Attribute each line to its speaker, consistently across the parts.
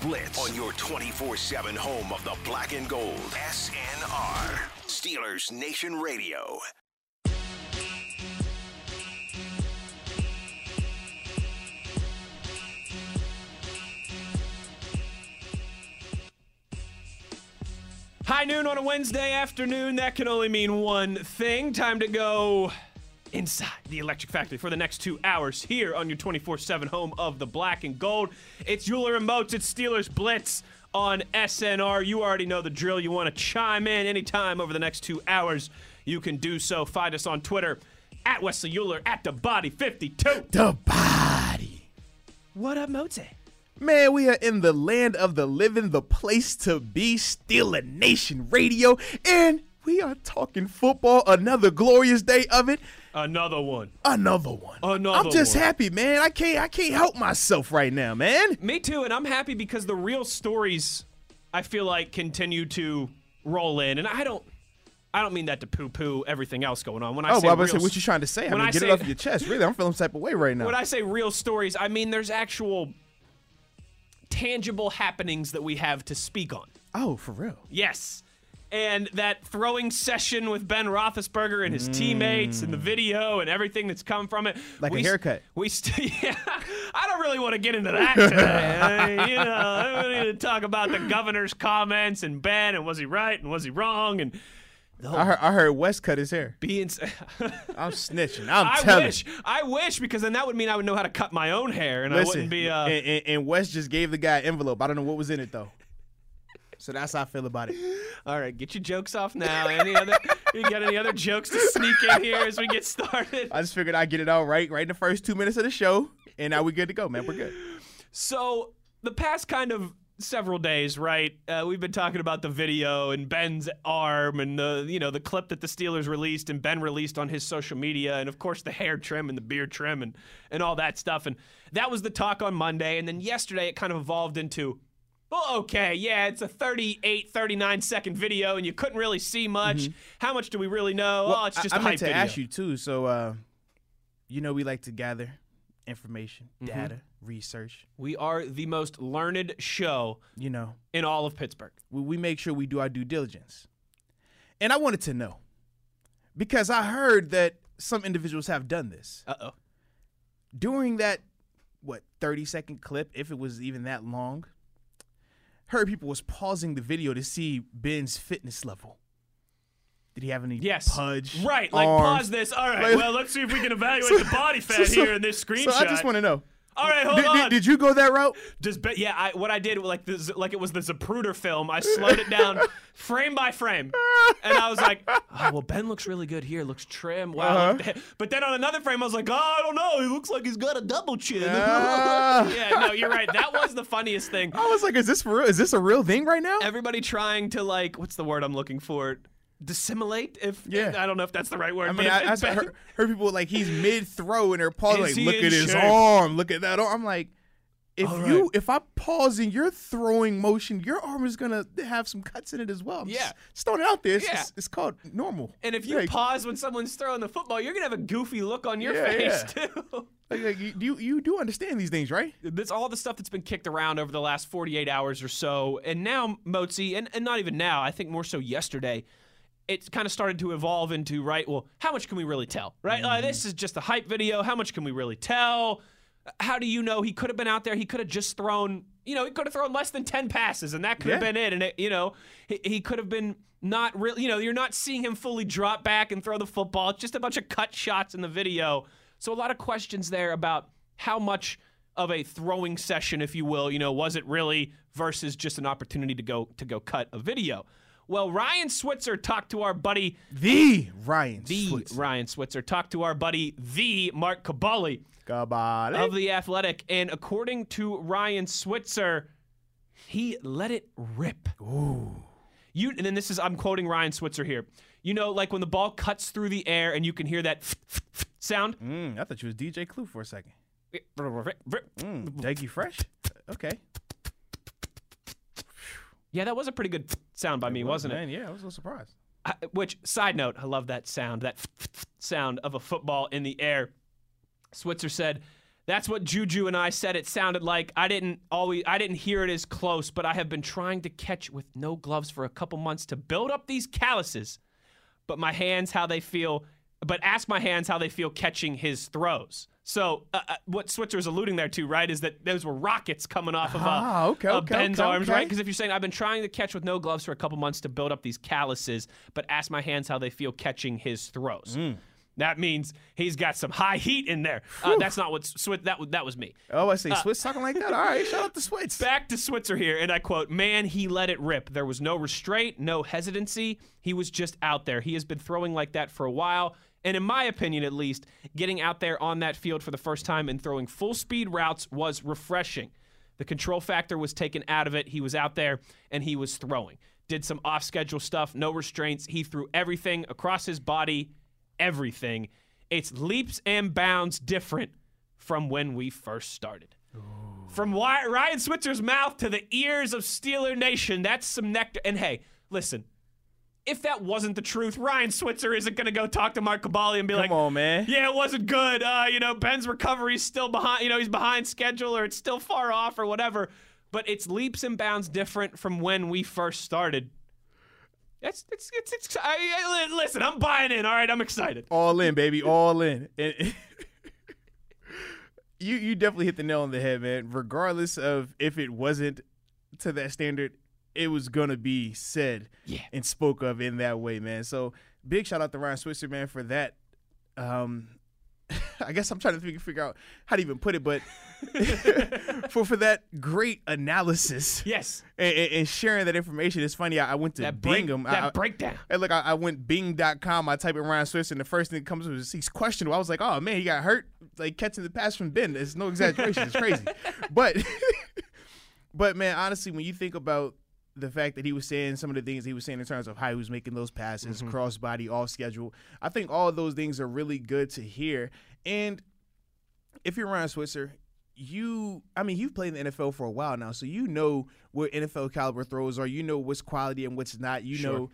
Speaker 1: Blitz on your 24 7 home of the black and gold. SNR, Steelers Nation Radio.
Speaker 2: High noon on a Wednesday afternoon. That can only mean one thing. Time to go inside the Electric Factory for the next two hours here on your 24 7 home of the black and gold. It's Euler and Moats. It's Steelers Blitz on SNR. You already know the drill. You want to chime in anytime over the next two hours, you can do so. Find us on Twitter at Wesley Euler at the body 52.
Speaker 3: The body.
Speaker 2: What up, Moats?
Speaker 3: Man, we are in the land of the living, the place to be, still a nation radio, and we are talking football. Another glorious day of it.
Speaker 2: Another one.
Speaker 3: Another one.
Speaker 2: Another
Speaker 3: I'm just
Speaker 2: one.
Speaker 3: happy, man. I can't I can't help myself right now, man.
Speaker 2: Me too, and I'm happy because the real stories I feel like continue to roll in, and I don't. I don't mean that to poo-poo everything else going on. When I
Speaker 3: Oh,
Speaker 2: say
Speaker 3: well, I
Speaker 2: real
Speaker 3: was gonna say, what you trying to say? I
Speaker 2: when
Speaker 3: mean,
Speaker 2: I
Speaker 3: get
Speaker 2: say-
Speaker 3: it off your chest. Really, I'm feeling some type of way right now.
Speaker 2: When I say real stories, I mean there's actual tangible happenings that we have to speak on.
Speaker 3: oh, for real.
Speaker 2: Yes. And that throwing session with Ben Roethlisberger and his teammates and the video and everything that's come from it.
Speaker 3: Mm. Like a
Speaker 2: s-
Speaker 3: haircut.
Speaker 2: We st- yeah, I don't really want to get into that today. Uh, you know, I don't need to talk about the governor's comments and Ben and was he right and was he wrong and
Speaker 3: I heard I heard West cut his hair.
Speaker 2: being. s-
Speaker 3: I'm snitching. I'm
Speaker 2: I
Speaker 3: telling.
Speaker 2: wish. I wish because then that would mean I would know how to cut my own hair and I
Speaker 3: Listen,
Speaker 2: wouldn't be. Uh,
Speaker 3: and, and, and Wes just gave the guy an envelope. I don't know what was in it though. So that's how I feel about it.
Speaker 2: All right, get your jokes off now. Any other? you got any other jokes to sneak in here as we get started?
Speaker 3: I just figured I'd get it all right, right in the first two minutes of the show, and now we good to go, man. We're good.
Speaker 2: So the past kind of several days, right? Uh, we've been talking about the video and Ben's arm and the you know the clip that the Steelers released and Ben released on his social media and of course the hair trim and the beard trim and and all that stuff. And that was the talk on Monday. And then yesterday it kind of evolved into. Well, okay, yeah, it's a 38, 39 second video, and you couldn't really see much. How much do we really know? oh, it's just
Speaker 3: I,
Speaker 2: a
Speaker 3: I
Speaker 2: hype
Speaker 3: meant to
Speaker 2: video.
Speaker 3: ask you too. So, uh, you know, we like to gather information,
Speaker 2: Mm-hmm.
Speaker 3: data, research.
Speaker 2: We are the most learned show
Speaker 3: You know,
Speaker 2: in all of Pittsburgh.
Speaker 3: we, we make sure we do our due diligence. And I wanted to know because I heard that some individuals have done this
Speaker 2: Uh oh.
Speaker 3: during that what 30 second clip, if it was even that long. Heard people was pausing the video to see Ben's fitness level. Did he have any
Speaker 2: Yes.
Speaker 3: pudge?
Speaker 2: Right. Like,
Speaker 3: arms?
Speaker 2: pause this. All right.
Speaker 3: Like-
Speaker 2: well, let's see if we can evaluate the body
Speaker 3: so-
Speaker 2: fat
Speaker 3: so-
Speaker 2: here in this
Speaker 3: So
Speaker 2: screenshot.
Speaker 3: I just want to know.
Speaker 2: All right, hold
Speaker 3: Did,
Speaker 2: on.
Speaker 3: did, did you go that route?
Speaker 2: Just bet. Yeah. I, what I did, like this, like it was the Zapruder film. I slowed it down, frame by frame, and I was like, "Oh, well, Ben looks really good here. Looks trim. Wow."
Speaker 3: Uh-huh.
Speaker 2: But then on another frame, I was like, "Oh, I don't know. He looks like he's got a double chin."
Speaker 3: Ah.
Speaker 2: yeah. No, you're right. That was the funniest thing.
Speaker 3: I was like, is this for real? Is this a real thing right now?
Speaker 2: Everybody trying to like, what's the word I'm looking for? Dissimulate. If
Speaker 3: Yeah.
Speaker 2: I don't know if that's the right word.
Speaker 3: I
Speaker 2: but
Speaker 3: mean,
Speaker 2: if
Speaker 3: I, I
Speaker 2: it's Ben-
Speaker 3: heard, heard people like he's mid throw and they're pausing.
Speaker 2: Is
Speaker 3: Like,
Speaker 2: he
Speaker 3: look
Speaker 2: in
Speaker 3: at his
Speaker 2: shape?
Speaker 3: arm. Look at that arm. I'm like, if
Speaker 2: All
Speaker 3: you
Speaker 2: right.
Speaker 3: if I'm pausing your throwing motion, your arm is gonna have some cuts in it as well. I'm
Speaker 2: Yeah.
Speaker 3: just, just throwing it out there. It's,
Speaker 2: Yeah.
Speaker 3: it's, it's called normal.
Speaker 2: And if you
Speaker 3: like,
Speaker 2: pause when someone's throwing the football, you're gonna have a goofy look on your
Speaker 3: Yeah,
Speaker 2: face too.
Speaker 3: like, like, you, you you do understand these things, right?
Speaker 2: That's all the stuff that's been kicked around over the last 48 hours or so. And now Mozi, and, and not even now, I think more so yesterday, it's kind of started to evolve into right. Well, how much can we really tell? Right? Uh, this is just a hype video. How much can we really tell? How do you know he could have been out there? He could have just thrown. You know, he could have thrown less than 10 passes, and that could have
Speaker 3: Yeah.
Speaker 2: been it. And it, you know, he, he could have been not really. You know, you're not seeing him fully drop back and throw the football. It's just a bunch of cut shots in the video. So a lot of questions there about how much of a throwing session, if you will, you know, was it really versus just an opportunity to go to go cut a video? Well, Ryan Switzer talked to our buddy
Speaker 3: The Ryan.
Speaker 2: the
Speaker 3: Switzer.
Speaker 2: Ryan Switzer talked to our buddy the Mark Cabali
Speaker 3: Goodbye.
Speaker 2: of the Athletic, and according to Ryan Switzer, he let it rip. Ooh. You and then this is I'm quoting Ryan Switzer here. You know, like when the ball cuts through the air and you can hear that sound.
Speaker 3: Mm, I thought you was DJ Clue for a second. Mm, Dougie Fresh. Okay.
Speaker 2: Yeah, that was a pretty good sound by me, wasn't it?
Speaker 3: Man, yeah, I was a little surprised.
Speaker 2: I, which side note, I love that sound, that sound of a football in the air. Switzer said That's what Juju and I said it sounded like. I didn't always I didn't hear it as close, but I have been trying to catch it with no gloves for a couple months to build up these calluses. But my hands how they feel, but ask my hands how they feel catching his throws. So uh, uh, what Switzer's alluding there to, right, is that those were rockets coming off of a,
Speaker 3: Ah, okay,
Speaker 2: a
Speaker 3: okay,
Speaker 2: Ben's
Speaker 3: okay,
Speaker 2: arms,
Speaker 3: okay.
Speaker 2: right? Because if you're saying I've been trying to catch with no gloves for a couple months to build up these calluses, but ask my hands how they feel catching his throws.
Speaker 3: Mm.
Speaker 2: That means he's got some high heat in there. Uh, that's not what Swiss. That wa- that was me.
Speaker 3: Oh, I see. Swiss talking like that. All right, shout out to Swiss.
Speaker 2: Uh, Back to Switzer here, and I quote: "Man, he let it rip. There was no restraint, no hesitancy. He was just out there. He has been throwing like that for a while." And in my opinion, at least, getting out there on that field for the first time and throwing full speed routes was refreshing. The control factor was taken out of it. He was out there and he was throwing. Did some off schedule stuff, no restraints. He threw everything across his body, everything. It's leaps and bounds different from when we first started. From Wy- Ryan Switzer's mouth to the ears of Steeler Nation, that's some nectar. And hey, listen, if that wasn't the truth, Ryan Switzer isn't going to go talk to Mark Cabali and be like,
Speaker 3: Come on, man.
Speaker 2: yeah, it wasn't good. Uh, you know, Ben's recovery's still behind. You know, he's behind schedule, or it's still far off, or whatever. But it's leaps and bounds different from when we first started. That's it's it's, it's I, I- li- listen. I'm buying in. All right, I'm excited.
Speaker 3: All in, baby. All in. And- you you definitely hit the nail on the head, man. Regardless of if it wasn't to that standard, it was gonna be said
Speaker 2: Yeah.
Speaker 3: and spoke of in that way, man. So big shout out to Ryan Switzer, man, for that. Um, I guess I'm trying to figure, figure out how to even put it, but for for that great analysis
Speaker 2: Yes,
Speaker 3: and, and- and sharing that information. It's funny. I, I went to
Speaker 2: that break,
Speaker 3: Bingham.
Speaker 2: that
Speaker 3: I-
Speaker 2: breakdown.
Speaker 3: Hey, look, I, I went Bing.com. I type in Ryan Swiss, and the first thing that comes up is he's questionable. I was like, oh man, he got hurt like catching the pass from Ben. It's no exaggeration. It's crazy, but but man, honestly, when you think about the fact that he was saying some of the things he was saying in terms of how he was making those passes, crossbody, off schedule, I think all of those things are really good to hear. And if you're Ryan Switzer, you I mean you've played in the NFL for a while now, so you know what NFL caliber throws are. You know what's quality and what's not. You know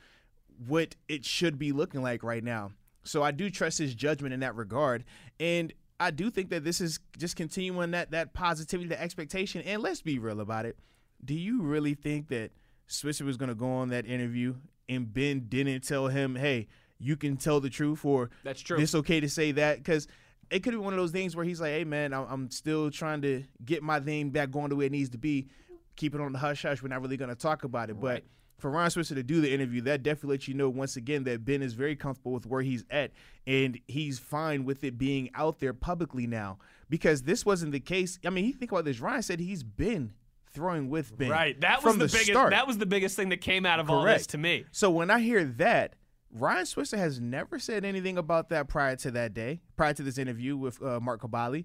Speaker 3: what it should be looking like right now. So I do trust his judgment in that regard, and I do think that this is just continuing that that positivity, the expectation. And let's be real about it. Do you really think that Switzer was going to go on that interview and Ben didn't tell him, "Hey, you can tell the truth," or
Speaker 2: That's true.
Speaker 3: This it's okay to say that because it could be one of those things where he's like, "Hey man, I'm, I'm still trying to get my thing back going the way it needs to be. Keep it on the hush hush. We're not really going to talk about it." But for Ron Switzer to do the interview, that definitely lets you know once again that Ben is very comfortable with where he's at, and he's fine with it being out there publicly now because this wasn't the case. I mean, you think about this. Ryan said he's been throwing with Ben
Speaker 2: Right. That was
Speaker 3: from
Speaker 2: the, biggest.
Speaker 3: start.
Speaker 2: That was the biggest thing that came out of all this
Speaker 3: Correct.
Speaker 2: to me.
Speaker 3: So when I hear that, Ryan Switzer has never said anything about that prior to that day, prior to this interview with uh, Mark Cabali.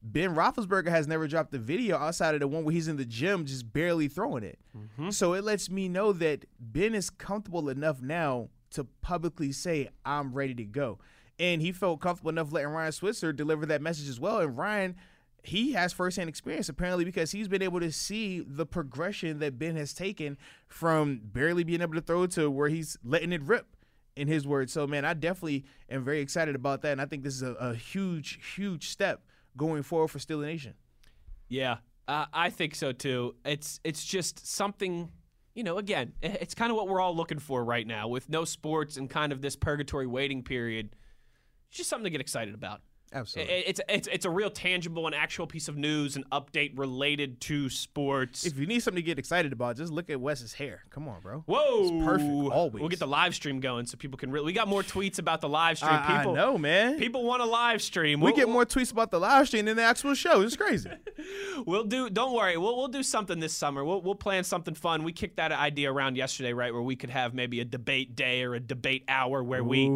Speaker 3: Ben Roethlisberger has never dropped a video outside of the one where he's in the gym just barely throwing it. So it lets me know that Ben is comfortable enough now to publicly say, I'm ready to go. And he felt comfortable enough letting Ryan Switzer deliver that message as well. And Ryan, he has firsthand experience apparently because he's been able to see the progression that Ben has taken from barely being able to throw to where he's letting it rip in his words. So, man, I definitely am very excited about that. And I think this is a, a huge, huge step going forward for Steeler Nation.
Speaker 2: Yeah, uh, I think so too. It's it's just something, you know. Again, i- it's kind of what we're all looking for right now, with no sports and kind of this purgatory waiting period. It's just something to get excited about. I-
Speaker 3: Absolutely.
Speaker 2: It's it's it's a real tangible and actual piece of news and update related to sports.
Speaker 3: If you need something to get excited about, just look at Wes's hair. Come on, bro.
Speaker 2: Whoa!
Speaker 3: It's perfect, always.
Speaker 2: We'll get the live stream going so people can really. We got more tweets about the live stream.
Speaker 3: I,
Speaker 2: people
Speaker 3: I know, man.
Speaker 2: People want a live stream.
Speaker 3: we
Speaker 2: We'll-
Speaker 3: get more tweets about the live stream than the actual show. It's crazy.
Speaker 2: We'll do. Don't worry. We'll we'll do something this summer. We'll we'll plan something fun. We kicked that idea around yesterday, right? Where we could have maybe a debate day or a debate hour where we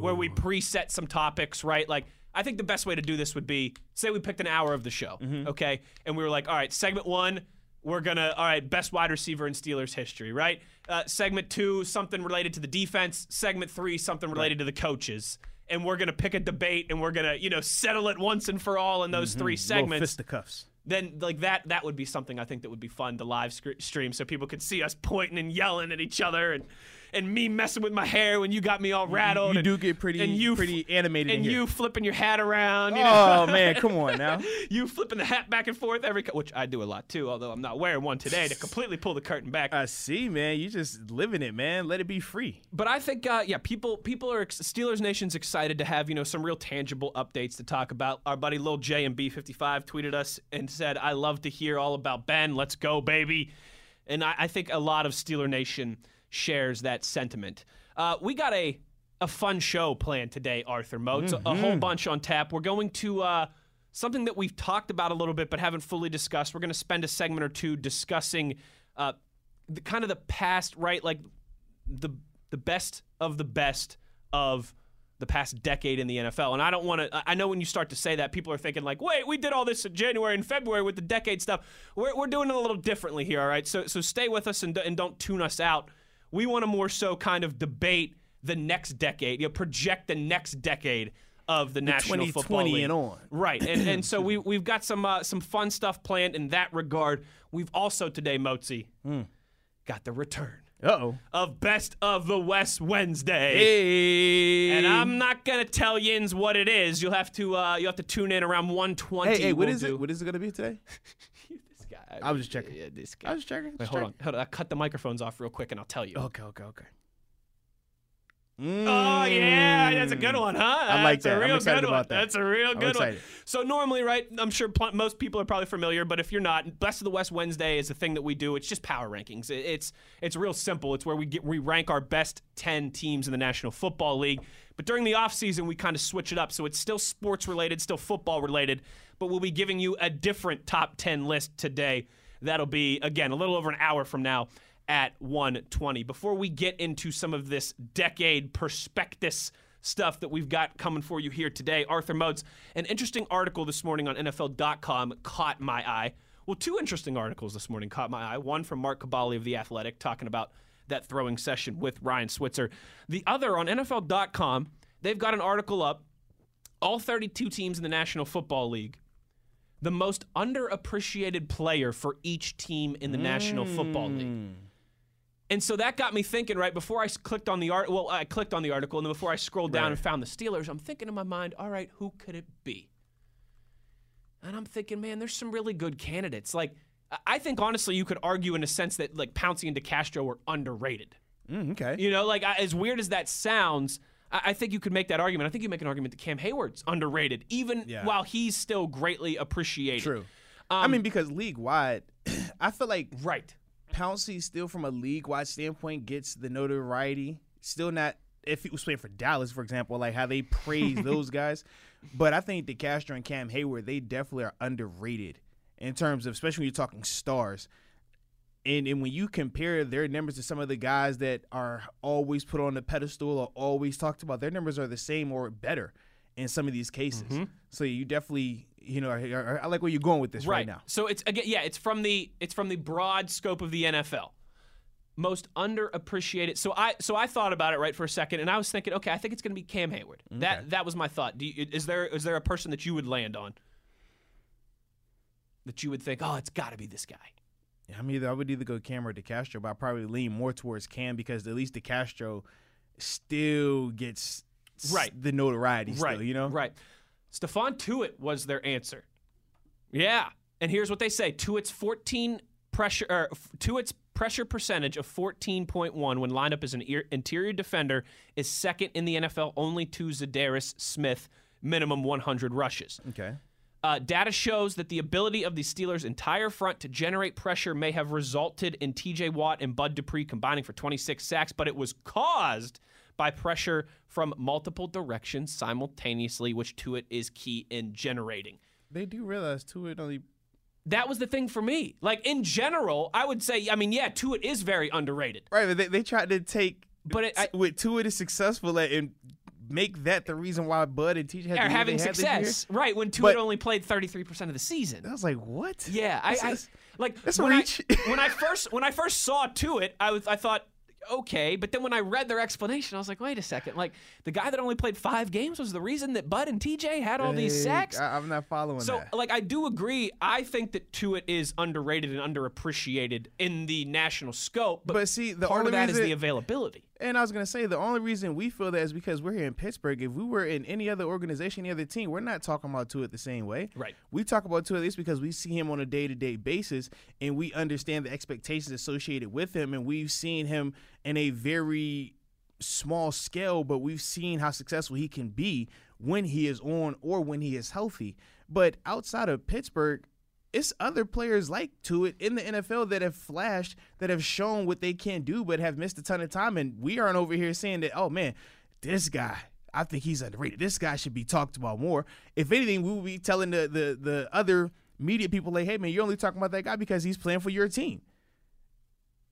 Speaker 2: where we preset some topics, right? Like I think the best way to do this would be say we picked an hour of the show, okay, and we were like, all right, segment one. We're gonna all right. Best wide receiver in Steelers history, right? Uh, segment two, something related to the defense. Segment three, something related to the coaches. And we're gonna pick a debate, and we're gonna you know settle it once and for all in those three
Speaker 3: Little
Speaker 2: segments
Speaker 3: fisticuffs.
Speaker 2: then like that that would be something I think that would be fun to live sc- stream so people could see us pointing and yelling at each other and and me messing with my hair when you got me all
Speaker 3: you
Speaker 2: rattled. Oh, and,
Speaker 3: do get pretty-
Speaker 2: and you f-
Speaker 3: pretty animated in
Speaker 2: and
Speaker 3: here.
Speaker 2: you flipping your hat around. You know?
Speaker 3: Oh man, come on now.
Speaker 2: you flipping the hat back and forth every, co- which I do a lot too. Although I'm not wearing one today to completely pull the curtain back.
Speaker 3: I see, man. You just living it, man. Let it be free.
Speaker 2: but I think, uh, yeah, people people are ex- Steelers Nation's excited to have you know some real tangible updates to talk about. Our buddy Lil J and B55 tweeted us and said, "I love to hear all about Ben. Let's go, baby!" And I, I think a lot of Steeler Nation shares that sentiment. Uh, we got a a fun show planned today, Arthur Moats. A- A whole bunch on tap. We're going to. Uh, Something that we've talked about a little bit but haven't fully discussed. We're going to spend a segment or two discussing uh, the, kind of the past, right? Like the the best of the best of the past decade in the NFL. And I don't want to. I know when you start to say that, people are thinking like, "Wait, we did all this in January and February with the decade stuff. We're we're doing it a little differently here, all right? So so stay with us and d- and don't tune us out. We want to more so kind of debate the next decade, you know, project the next decade of the, National Football
Speaker 3: 2020
Speaker 2: League.
Speaker 3: and on.
Speaker 2: Right, and, and so we we've got some uh, some fun stuff planned in that regard. We've also today, Mozi,
Speaker 3: Hmm.
Speaker 2: got the return
Speaker 3: Uh oh.
Speaker 2: of Best of the West Wednesday.
Speaker 3: Hey.
Speaker 2: And I'm not gonna tell Yins what it is. You'll have to uh, you'll have to tune in around 120.
Speaker 3: Hey, hey, what
Speaker 2: We'll
Speaker 3: is
Speaker 2: do-
Speaker 3: it? What is it gonna be today?
Speaker 2: This guy.
Speaker 3: I was just checking.
Speaker 2: Yeah, this guy.
Speaker 3: I was checking.
Speaker 2: Wait,
Speaker 3: just
Speaker 2: hold on.
Speaker 3: checking.
Speaker 2: Hold on. I'll cut the microphones off real quick, and I'll tell you.
Speaker 3: Okay, okay, okay.
Speaker 2: Oh yeah, that's a
Speaker 3: Mm.
Speaker 2: good one, huh?
Speaker 3: I like
Speaker 2: That's
Speaker 3: that.
Speaker 2: A
Speaker 3: I'm
Speaker 2: real
Speaker 3: excited
Speaker 2: good one.
Speaker 3: about that.
Speaker 2: That's a real good one.
Speaker 3: excited.
Speaker 2: So normally, right? I'm sure pl- most people are probably familiar, but if you're not, Best of the West Wednesday is the thing that we do. It's just power rankings. It- It's it's real simple. It's where we get we rank our best ten teams in the National Football League. But during the offseason, we kind of switch it up, so it's still sports related, still football related, but we'll be giving you a different top ten list today. That'll be again a little over an hour from now at 120. Before we get into some of this decade prospectus stuff that we've got coming for you here today, Arthur Motes, an interesting article this morning on NFL.com caught my eye. Well, two interesting articles this morning caught my eye. One from Mark Cabali of The Athletic talking about that throwing session with Ryan Switzer. The other on NFL.com, they've got an article up all 32 teams in the National Football League, the most underappreciated player for each team in the National Football League. And so that got me thinking, right? Before I s- clicked on the art, well, I clicked on the article, and then before I scrolled down and found the Steelers, I'm thinking in my mind, all right, who could it be? And I'm thinking, man, there's some really good candidates. Like, I- I think honestly, you could argue in a sense that like Pouncey and DeCastro were underrated.
Speaker 3: Mm, okay.
Speaker 2: You know, like I, as weird as that sounds, I, I think you could make that argument. I think you make an argument that Cam Hayward's underrated, even
Speaker 3: Yeah.
Speaker 2: while he's still greatly appreciated.
Speaker 3: True.
Speaker 2: Um,
Speaker 3: I mean, because league wide, I feel like
Speaker 2: Right.
Speaker 3: Pouncey still from a league wide standpoint gets the notoriety. Still not if he was playing for Dallas, for example, like how they praise those guys. But I think DeCastro and Cam Hayward, they definitely are underrated in terms of especially when you're talking stars. And and when you compare their numbers to some of the guys that are always put on the pedestal or always talked about, their numbers are the same or better in some of these cases. So you definitely, you know, are- are- I like where you're going with this right, now.
Speaker 2: So it's again, yeah, it's from the it's from the broad scope of the NFL. Most underappreciated. So I so I thought about it right for a second, and I was thinking, okay, I think it's going to be Cam Hayward. That that was my thought. Do you, is there is there a person that you would land on that you would think, oh, it's got to be this guy?
Speaker 3: Yeah, I'm either I would either go Cam or DeCastro, but I probably lean more towards Cam because at least DeCastro still gets s-
Speaker 2: Right.
Speaker 3: the notoriety
Speaker 2: right,
Speaker 3: still, you know?
Speaker 2: Right. Stefan Tuitt was their answer. Yeah. And here's what they say. Tuitt's 14 pressure or f- Tuitt's pressure percentage of 14.1 when lined up as an ear- interior defender is second in the NFL only to Zadaris Smith minimum 100 rushes.
Speaker 3: Okay.
Speaker 2: Uh, data shows that the ability of the Steelers' entire front to generate pressure may have resulted in TJ Watt and Bud Dupree combining for 26 sacks, but it was caused by pressure from multiple directions simultaneously, which to it is key in generating.
Speaker 3: They do realize too it only
Speaker 2: That was the thing for me. Like in general, I would say, I mean, yeah, to it is very underrated.
Speaker 3: Right, but they, they tried to take
Speaker 2: But it- I-
Speaker 3: with two is successful at and make that the reason why Bud and TJ had the
Speaker 2: They're
Speaker 3: year
Speaker 2: having
Speaker 3: they had this year.
Speaker 2: success, right? When Tuitt
Speaker 3: But-
Speaker 2: only played 33% of the season.
Speaker 3: I was like, what?
Speaker 2: Yeah, I,
Speaker 3: This
Speaker 2: I
Speaker 3: is-
Speaker 2: like
Speaker 3: that's a
Speaker 2: when,
Speaker 3: reach.
Speaker 2: I, when I first when I first saw to it, I was I thought okay, but then when I read their explanation, I was like, wait a second, like the guy that only played five games was the reason that Bud and TJ had all these
Speaker 3: Like,
Speaker 2: sacks.
Speaker 3: I, am not following
Speaker 2: So,
Speaker 3: that.
Speaker 2: like, I do agree. I think that Tuitt is underrated and underappreciated in the national scope, but,
Speaker 3: But see, the
Speaker 2: part
Speaker 3: only
Speaker 2: of that is
Speaker 3: reason-
Speaker 2: the availability.
Speaker 3: And I was gonna say the only reason we feel that is because we're here in Pittsburgh. If we were in any other organization, any other team, we're not talking about Tua the same way.
Speaker 2: Right.
Speaker 3: We talk about Tua at least because we see him on a day to day basis and we understand the expectations associated with him and we've seen him in a very small scale, but we've seen how successful he can be when he is on or when he is healthy. But outside of Pittsburgh, it's other players like to it in the NFL that have flashed, that have shown what they can do, but have missed a ton of time. And we aren't over here saying that, oh man, this guy, I think he's underrated. This guy should be talked about more. If anything, we will be telling the the, the other media people like, hey man, you're only talking about that guy because he's playing for your team.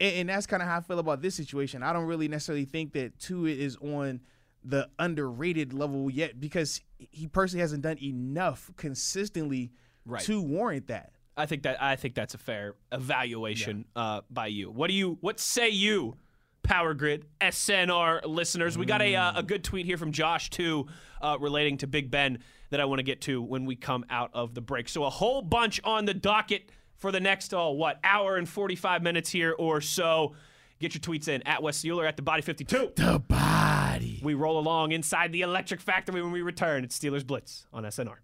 Speaker 3: And, and that's kind of how I feel about this situation. I don't really necessarily think that Tua is on the underrated level yet because he personally hasn't done enough consistently
Speaker 2: Right.
Speaker 3: to warrant that.
Speaker 2: I think that I think that's a fair evaluation uh, by you. What do you? What say you? Power Grid SNR listeners, we got a uh, a good tweet here from Josh too, uh, relating to Big Ben that I want to get to when we come out of the break. So a whole bunch on the docket for the next oh what hour and forty five minutes here or so. Get your tweets in at West Euler at the Body Fifty Two.
Speaker 3: The body.
Speaker 2: We roll along inside the electric factory when we return. It's Steelers Blitz on SNR.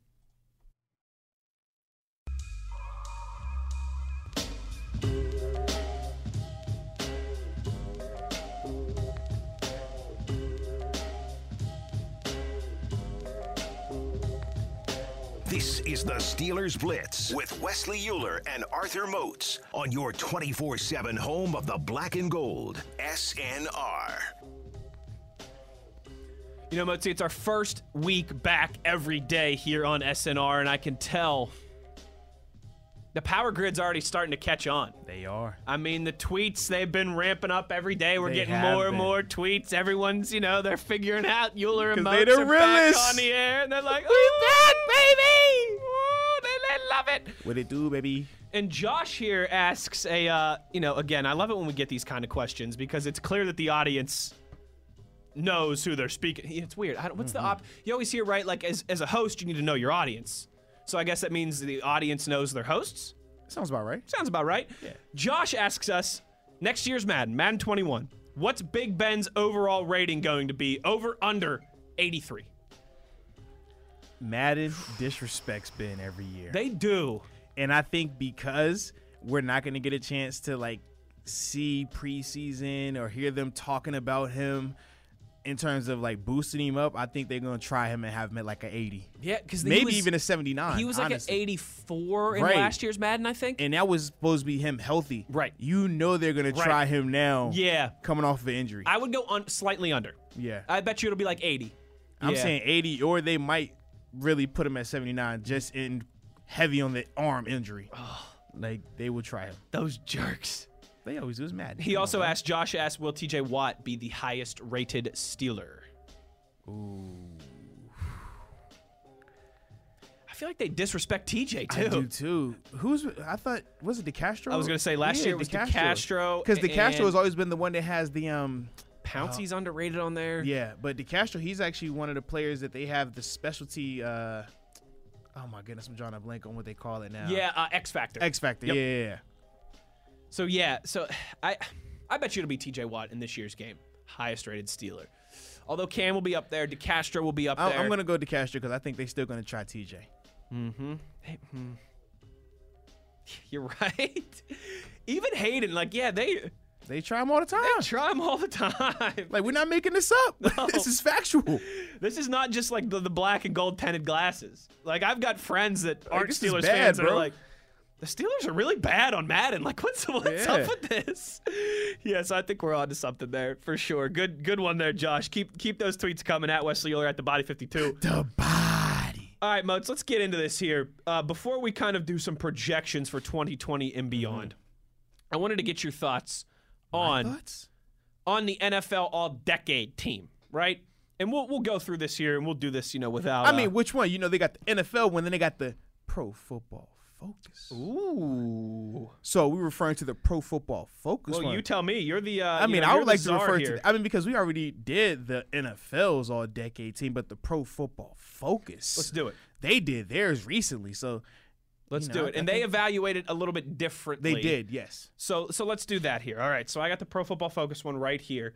Speaker 1: This is the Steelers Blitz with Wesley Euler and Arthur Moats on your 24 7 home of the black and gold, SNR.
Speaker 2: You know, Motzi, it's our first week back every day here on SNR, and I can tell the power grid's already starting to catch on.
Speaker 3: They are.
Speaker 2: I mean, the tweets, they've been ramping up every day. We're
Speaker 3: They
Speaker 2: getting
Speaker 3: have
Speaker 2: more and
Speaker 3: been.
Speaker 2: more tweets. Everyone's, you know, they're figuring out Euler and
Speaker 3: 'Cause they
Speaker 2: Moats
Speaker 3: the
Speaker 2: are back
Speaker 3: realest.
Speaker 2: on the air, and they're like, we back, baby! Ooh, they, they love it.
Speaker 3: What it do, baby?
Speaker 2: And Josh here asks a, uh, you know, again, I love it when we get these kind of questions because it's clear that the audience knows who they're speaking. It's weird. I don't, what's
Speaker 3: Mm-hmm.
Speaker 2: the op? You always hear right, like as as a host, you need to know your audience. So I guess that means the audience knows their hosts.
Speaker 3: Sounds about right.
Speaker 2: Sounds about right.
Speaker 3: Yeah.
Speaker 2: Josh asks us next year's Madden, Madden 21. What's Big Ben's overall rating going to be? Over under 83.
Speaker 3: Madden disrespects Ben every year.
Speaker 2: They do.
Speaker 3: and I think because we're not going to get a chance to like see preseason or hear them talking about him in terms of like boosting him up, I think they're going to try him and have him at like an 80.
Speaker 2: Yeah, because
Speaker 3: Maybe even a 79.
Speaker 2: He was like
Speaker 3: honestly.
Speaker 2: at 84 in
Speaker 3: Right.
Speaker 2: last year's Madden, I think.
Speaker 3: And that was supposed to be him healthy.
Speaker 2: Right.
Speaker 3: You know they're going to try him now.
Speaker 2: Yeah.
Speaker 3: Coming off of an injury.
Speaker 2: I would go on slightly under.
Speaker 3: yeah.
Speaker 2: I bet you it'll be like 80.
Speaker 3: I'm
Speaker 2: Yeah.
Speaker 3: saying 80, or they might really put him at 79 just in heavy on the arm injury. Like they will try him.
Speaker 2: those jerks.
Speaker 3: They always do. It's mad.
Speaker 2: He also asked, Josh asked, will TJ Watt be the highest rated Steeler? Ooh. I feel like they disrespect TJ
Speaker 3: I do
Speaker 2: too.
Speaker 3: too. Who's I thought was it DeCastro?
Speaker 2: I was gonna say, last year it was DeCastro
Speaker 3: because DeCastro has
Speaker 2: and-
Speaker 3: always been the one that has the um
Speaker 2: Pouncey's underrated on there.
Speaker 3: yeah. But DeCastro, he's actually one of the players that they have the specialty. uh Oh my goodness, I'm drawing a blank on what they call it now.
Speaker 2: Yeah, uh, X Factor.
Speaker 3: X Factor.
Speaker 2: Yep.
Speaker 3: Yeah, yeah, yeah.
Speaker 2: So yeah, so I I bet you it'll be TJ Watt in this year's game. Highest rated Steeler. Although Cam will be up there, DeCastro will be up
Speaker 3: I,
Speaker 2: there.
Speaker 3: I'm gonna go DeCastro because I think they're still gonna try TJ.
Speaker 2: You're right. Even Hayden, like, yeah, they
Speaker 3: They try him all the time.
Speaker 2: try him all the time.
Speaker 3: like we're not making this up. this is factual.
Speaker 2: This is not just like the, the black and gold tinted glasses. Like I've got friends that aren't
Speaker 3: this is
Speaker 2: Steelers
Speaker 3: bad,
Speaker 2: fans that are
Speaker 3: bro.
Speaker 2: like, the Steelers are really bad on Madden. Like what's what's
Speaker 3: Yeah.
Speaker 2: up with this? yeah, so I think we're on to something there for sure. Good good one there, Josh. Keep keep those tweets coming at Wesley Euler at the Body 52.
Speaker 3: The body.
Speaker 2: All right, Moats, let's get into this here. Uh, before we kind of do some projections for 2020 and
Speaker 3: Mm-hmm.
Speaker 2: beyond, I wanted to get your thoughts on
Speaker 3: Thoughts?
Speaker 2: on the NFL All Decade team, right? And we'll we'll go through this here, and we'll do this, you know, without.
Speaker 3: I
Speaker 2: uh,
Speaker 3: mean, which one? You know, they got the NFL one, then they got the Pro Football Focus.
Speaker 2: ooh.
Speaker 3: So we're referring to the Pro Football Focus
Speaker 2: Well,
Speaker 3: one.
Speaker 2: Oh, you tell me. You're the. Uh,
Speaker 3: I mean, I would like to refer
Speaker 2: here.
Speaker 3: to. I mean, because we already did the NFL's All Decade team, but the Pro Football Focus.
Speaker 2: Let's do it.
Speaker 3: They did theirs recently, so
Speaker 2: Let's
Speaker 3: you know,
Speaker 2: do
Speaker 3: I-
Speaker 2: it.
Speaker 3: I
Speaker 2: And they
Speaker 3: think-
Speaker 2: evaluated a little bit differently.
Speaker 3: they did. Yes.
Speaker 2: So so let's do that here. All right. So I got the Pro Football Focus one right here.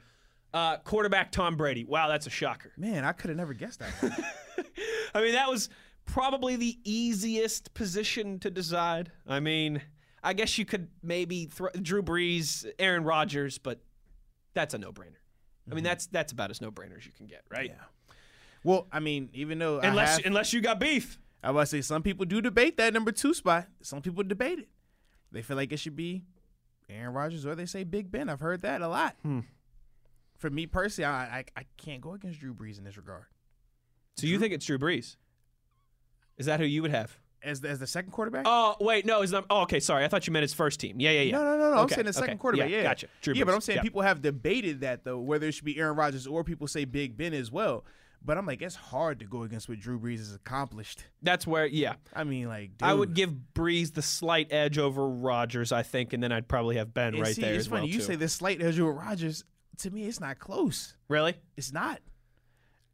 Speaker 2: Uh, quarterback Tom Brady. Wow, that's a shocker.
Speaker 3: Man, I could have never guessed that. one.
Speaker 2: I mean, that was probably the easiest position to decide. I mean, I guess you could maybe throw Drew Brees, Aaron Rodgers, but that's a no-brainer. I mean,
Speaker 3: Mhm.
Speaker 2: that's that's about as no-brainer as you can get, right?
Speaker 3: well, I mean, even though I
Speaker 2: Unless
Speaker 3: have,
Speaker 2: unless you got beef.
Speaker 3: I would say some people do debate that number two spot. Some people debate it. They feel like it should be Aaron Rodgers or they say Big Ben. I've heard that a lot.
Speaker 2: Hmm.
Speaker 3: For me personally, I, I I can't go against Drew Brees in this regard.
Speaker 2: So you think it's Drew Brees? Is that who you would have?
Speaker 3: As the, as the second quarterback?
Speaker 2: Oh wait, no, is not. Oh, okay, sorry. I thought you meant his first team. Yeah, yeah, yeah.
Speaker 3: No, no, no, no. I'm
Speaker 2: Okay,
Speaker 3: saying the second
Speaker 2: okay.
Speaker 3: quarterback. Yeah,
Speaker 2: gotcha. Drew
Speaker 3: yeah, but
Speaker 2: Brees.
Speaker 3: I'm saying
Speaker 2: Yeah.
Speaker 3: people have debated that though, whether it should be Aaron Rodgers or people say Big Ben as well. But I'm like, it's hard to go against what Drew Brees has accomplished.
Speaker 2: That's where. Yeah,
Speaker 3: I mean, like,
Speaker 2: I would
Speaker 3: dude.
Speaker 2: give Brees the slight edge over Rodgers, I think, and then I'd probably have Ben
Speaker 3: And
Speaker 2: right
Speaker 3: see,
Speaker 2: there.
Speaker 3: It's
Speaker 2: as
Speaker 3: funny
Speaker 2: well,
Speaker 3: you
Speaker 2: too.
Speaker 3: say this slight edge with Rodgers. To me, it's not close.
Speaker 2: really?
Speaker 3: It's not.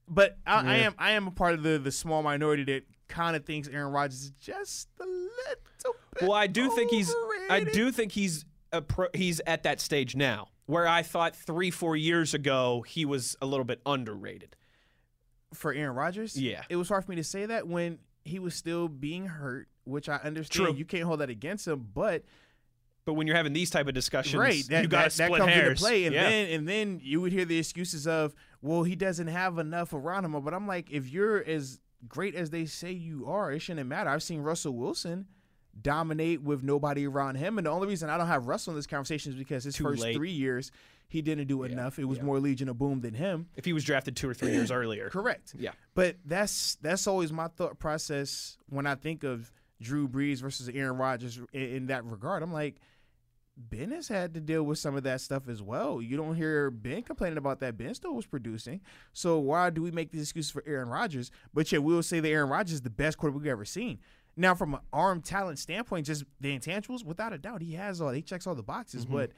Speaker 3: But I, I am I am a part of the the small minority that kind of thinks Aaron Rodgers is just a little. Bit
Speaker 2: Well, I do think he's. I
Speaker 3: overrated.
Speaker 2: do think he's. A pro, he's at that stage now where I thought three, four years ago he was a little bit underrated.
Speaker 3: for Aaron Rodgers.
Speaker 2: Yeah.
Speaker 3: It was hard for me to say that when he was still being hurt, which I understand.
Speaker 2: True.
Speaker 3: You can't hold that against him, but
Speaker 2: But when you're having these type of discussions,
Speaker 3: right, that,
Speaker 2: you got
Speaker 3: that,
Speaker 2: to
Speaker 3: that
Speaker 2: split
Speaker 3: comes into
Speaker 2: hairs.
Speaker 3: play. And
Speaker 2: yeah.
Speaker 3: then and then you would hear the excuses of, well, he doesn't have enough around him. But I'm like, if you're as great as they say you are, it shouldn't matter. I've seen Russell Wilson dominate with nobody around him. And the only reason I don't have Russell in this conversation is because his first
Speaker 2: late.
Speaker 3: three years he didn't do enough. It was more Legion of Boom than him.
Speaker 2: if he was drafted two or three years earlier,
Speaker 3: Correct.
Speaker 2: Yeah.
Speaker 3: But that's that's always my thought process when I think of Drew Brees versus Aaron Rodgers in, in that regard. I'm like, Ben has had to deal with some of that stuff as well. You don't hear Ben complaining about that. Ben still was producing. So why do we make these excuses for Aaron Rodgers? But yet we'll say that Aaron Rodgers is the best quarterback we've ever seen. Now, from an arm talent standpoint, just the intangibles, without a doubt, he has all. He checks all the boxes, but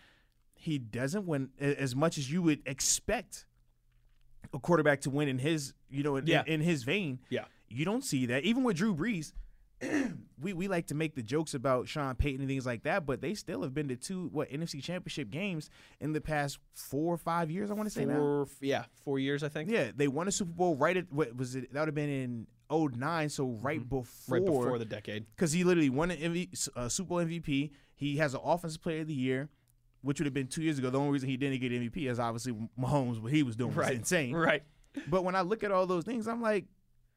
Speaker 3: he doesn't win a- as much as you would expect a quarterback to win in his, you know, in,
Speaker 2: Yeah.
Speaker 3: in his vein.
Speaker 2: Yeah.
Speaker 3: You don't see that. Even with Drew Brees, we, we like to make the jokes about Sean Payton and things like that, but they still have been to two what NFC championship games in the past four or five years, I want to say now.
Speaker 2: four, yeah, four years I think.
Speaker 3: Yeah, they won a Super Bowl right at what was it that would have been in 09, so right before
Speaker 2: Mm-hmm. right before the decade.
Speaker 3: because he literally won an MV, uh, Super Bowl MVP. He has an Offensive Player of the Year, which would have been two years ago. The only reason he didn't get MVP is obviously Mahomes. What he was doing was insane.
Speaker 2: Right.
Speaker 3: But when I look at all those things, I'm like,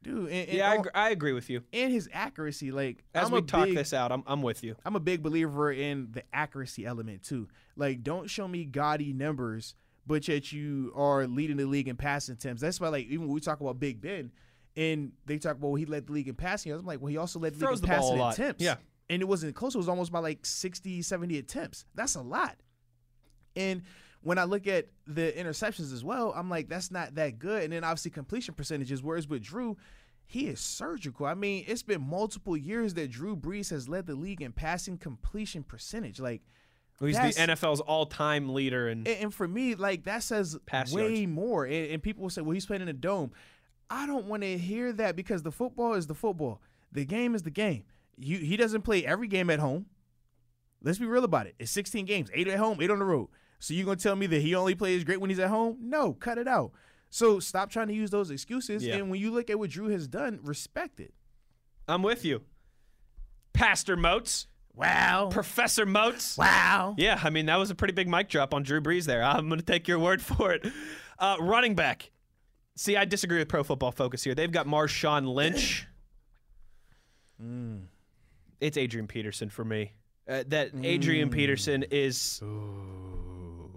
Speaker 3: dude, and, and,
Speaker 2: Yeah, I,
Speaker 3: on-
Speaker 2: agr- I agree with you.
Speaker 3: and his accuracy, like
Speaker 2: As
Speaker 3: I'm
Speaker 2: we
Speaker 3: a
Speaker 2: talk
Speaker 3: big,
Speaker 2: this out, I'm, I'm with you.
Speaker 3: I'm a big believer in the accuracy element too. Like, don't show me gaudy numbers, but yet you are leading the league in passing attempts. That's why, like, even when we talk about Big Ben, and they talk about well, he led the league in passing. I'm like, well, he also led the
Speaker 2: Throws
Speaker 3: league in
Speaker 2: the ball
Speaker 3: passing
Speaker 2: a lot.
Speaker 3: attempts.
Speaker 2: Yeah.
Speaker 3: and it wasn't close. It was almost by like 60, 70 attempts. That's a lot. And when I look at the interceptions as well, I'm like, that's not that good. And then obviously completion percentages. Whereas with Drew, he is surgical. I mean, it's been multiple years that Drew Brees has led the league in passing completion percentage. Like,
Speaker 2: He's
Speaker 3: That's-
Speaker 2: the NFL's all-time leader in
Speaker 3: and, and for me, like that says
Speaker 2: Pass
Speaker 3: way
Speaker 2: yards.
Speaker 3: more. And, and people will say, "Well, he's playing in a dome." I don't want to hear that because the football is the football. The game is the game. You he doesn't play every game at home. Let's be real about it. It's 16 games, eight at home, eight on the road. So you gonna tell me that he only plays great when he's at home? No, cut it out. So stop trying to use those excuses.
Speaker 2: Yeah.
Speaker 3: And when you look at what Drew has done, respect it.
Speaker 2: I'm with you. Pastor Moats,
Speaker 3: Wow.
Speaker 2: Professor Moats.
Speaker 3: wow.
Speaker 2: Yeah, I mean, that was a pretty big mic drop on Drew Brees there. I'm going to take your word for it. Uh, running back. See, I disagree with Pro Football Focus here. They've got Marshawn Lynch. Mm. It's Adrian Peterson for me. Uh, that
Speaker 3: Mm.
Speaker 2: Adrian Peterson is.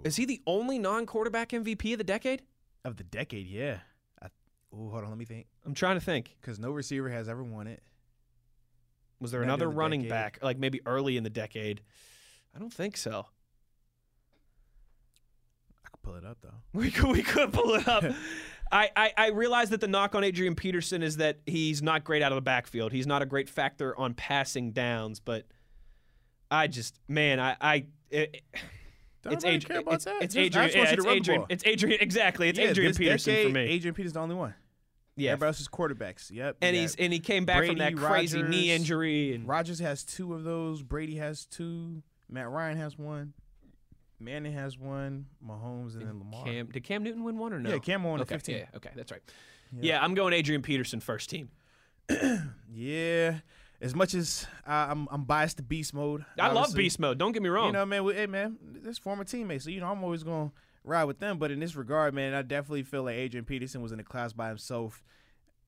Speaker 2: Is he the only non quarterback MVP of the decade?
Speaker 3: Of the decade, yeah. I, ooh, hold on, let me think.
Speaker 2: I'm trying to think.
Speaker 3: Because no receiver has ever won it.
Speaker 2: Was there
Speaker 3: Not in
Speaker 2: another
Speaker 3: the
Speaker 2: running
Speaker 3: decade.
Speaker 2: back, like maybe early in the decade? I don't think so.
Speaker 3: I could pull it up though.
Speaker 2: We could we could pull it up. I, I, I realize that the knock on Adrian Peterson is that he's not great out of the backfield. He's not a great factor on passing downs, but I just man, I, I it, it's
Speaker 3: really
Speaker 2: Adrian.
Speaker 3: care about
Speaker 2: it's,
Speaker 3: that.
Speaker 2: it's
Speaker 3: Just- I
Speaker 2: Adrian.
Speaker 3: just want
Speaker 2: yeah,
Speaker 3: you to
Speaker 2: it's
Speaker 3: run the
Speaker 2: Adrian.
Speaker 3: ball.
Speaker 2: It's Adrian. Exactly. It's
Speaker 3: Yeah,
Speaker 2: Adrian
Speaker 3: this
Speaker 2: Peterson
Speaker 3: decade,
Speaker 2: for me.
Speaker 3: Adrian Peterson's the only one.
Speaker 2: yeah.
Speaker 3: Everybody else is quarterbacks. Yep.
Speaker 2: And he's and he came back from that
Speaker 3: Brady,
Speaker 2: crazy knee
Speaker 3: Rodgers,
Speaker 2: injury and
Speaker 3: Rogers has two of those. Brady has two. Matt Ryan has one. Manning has one, Mahomes, and then Lamar.
Speaker 2: Cam, did Cam Newton win one or no?
Speaker 3: Yeah, Cam won at
Speaker 2: okay,
Speaker 3: 15.
Speaker 2: Yeah, okay, that's right. Yeah. I'm going Adrian Peterson first team.
Speaker 3: Yeah. As much as I, I'm, I'm biased to beast mode.
Speaker 2: I love
Speaker 3: obviously.
Speaker 2: beast mode. Don't get me wrong.
Speaker 3: You know, man, we, hey, man, this former teammates. So, you know, I'm always going to ride with them. But in this regard, man, I definitely feel like Adrian Peterson was in a class by himself.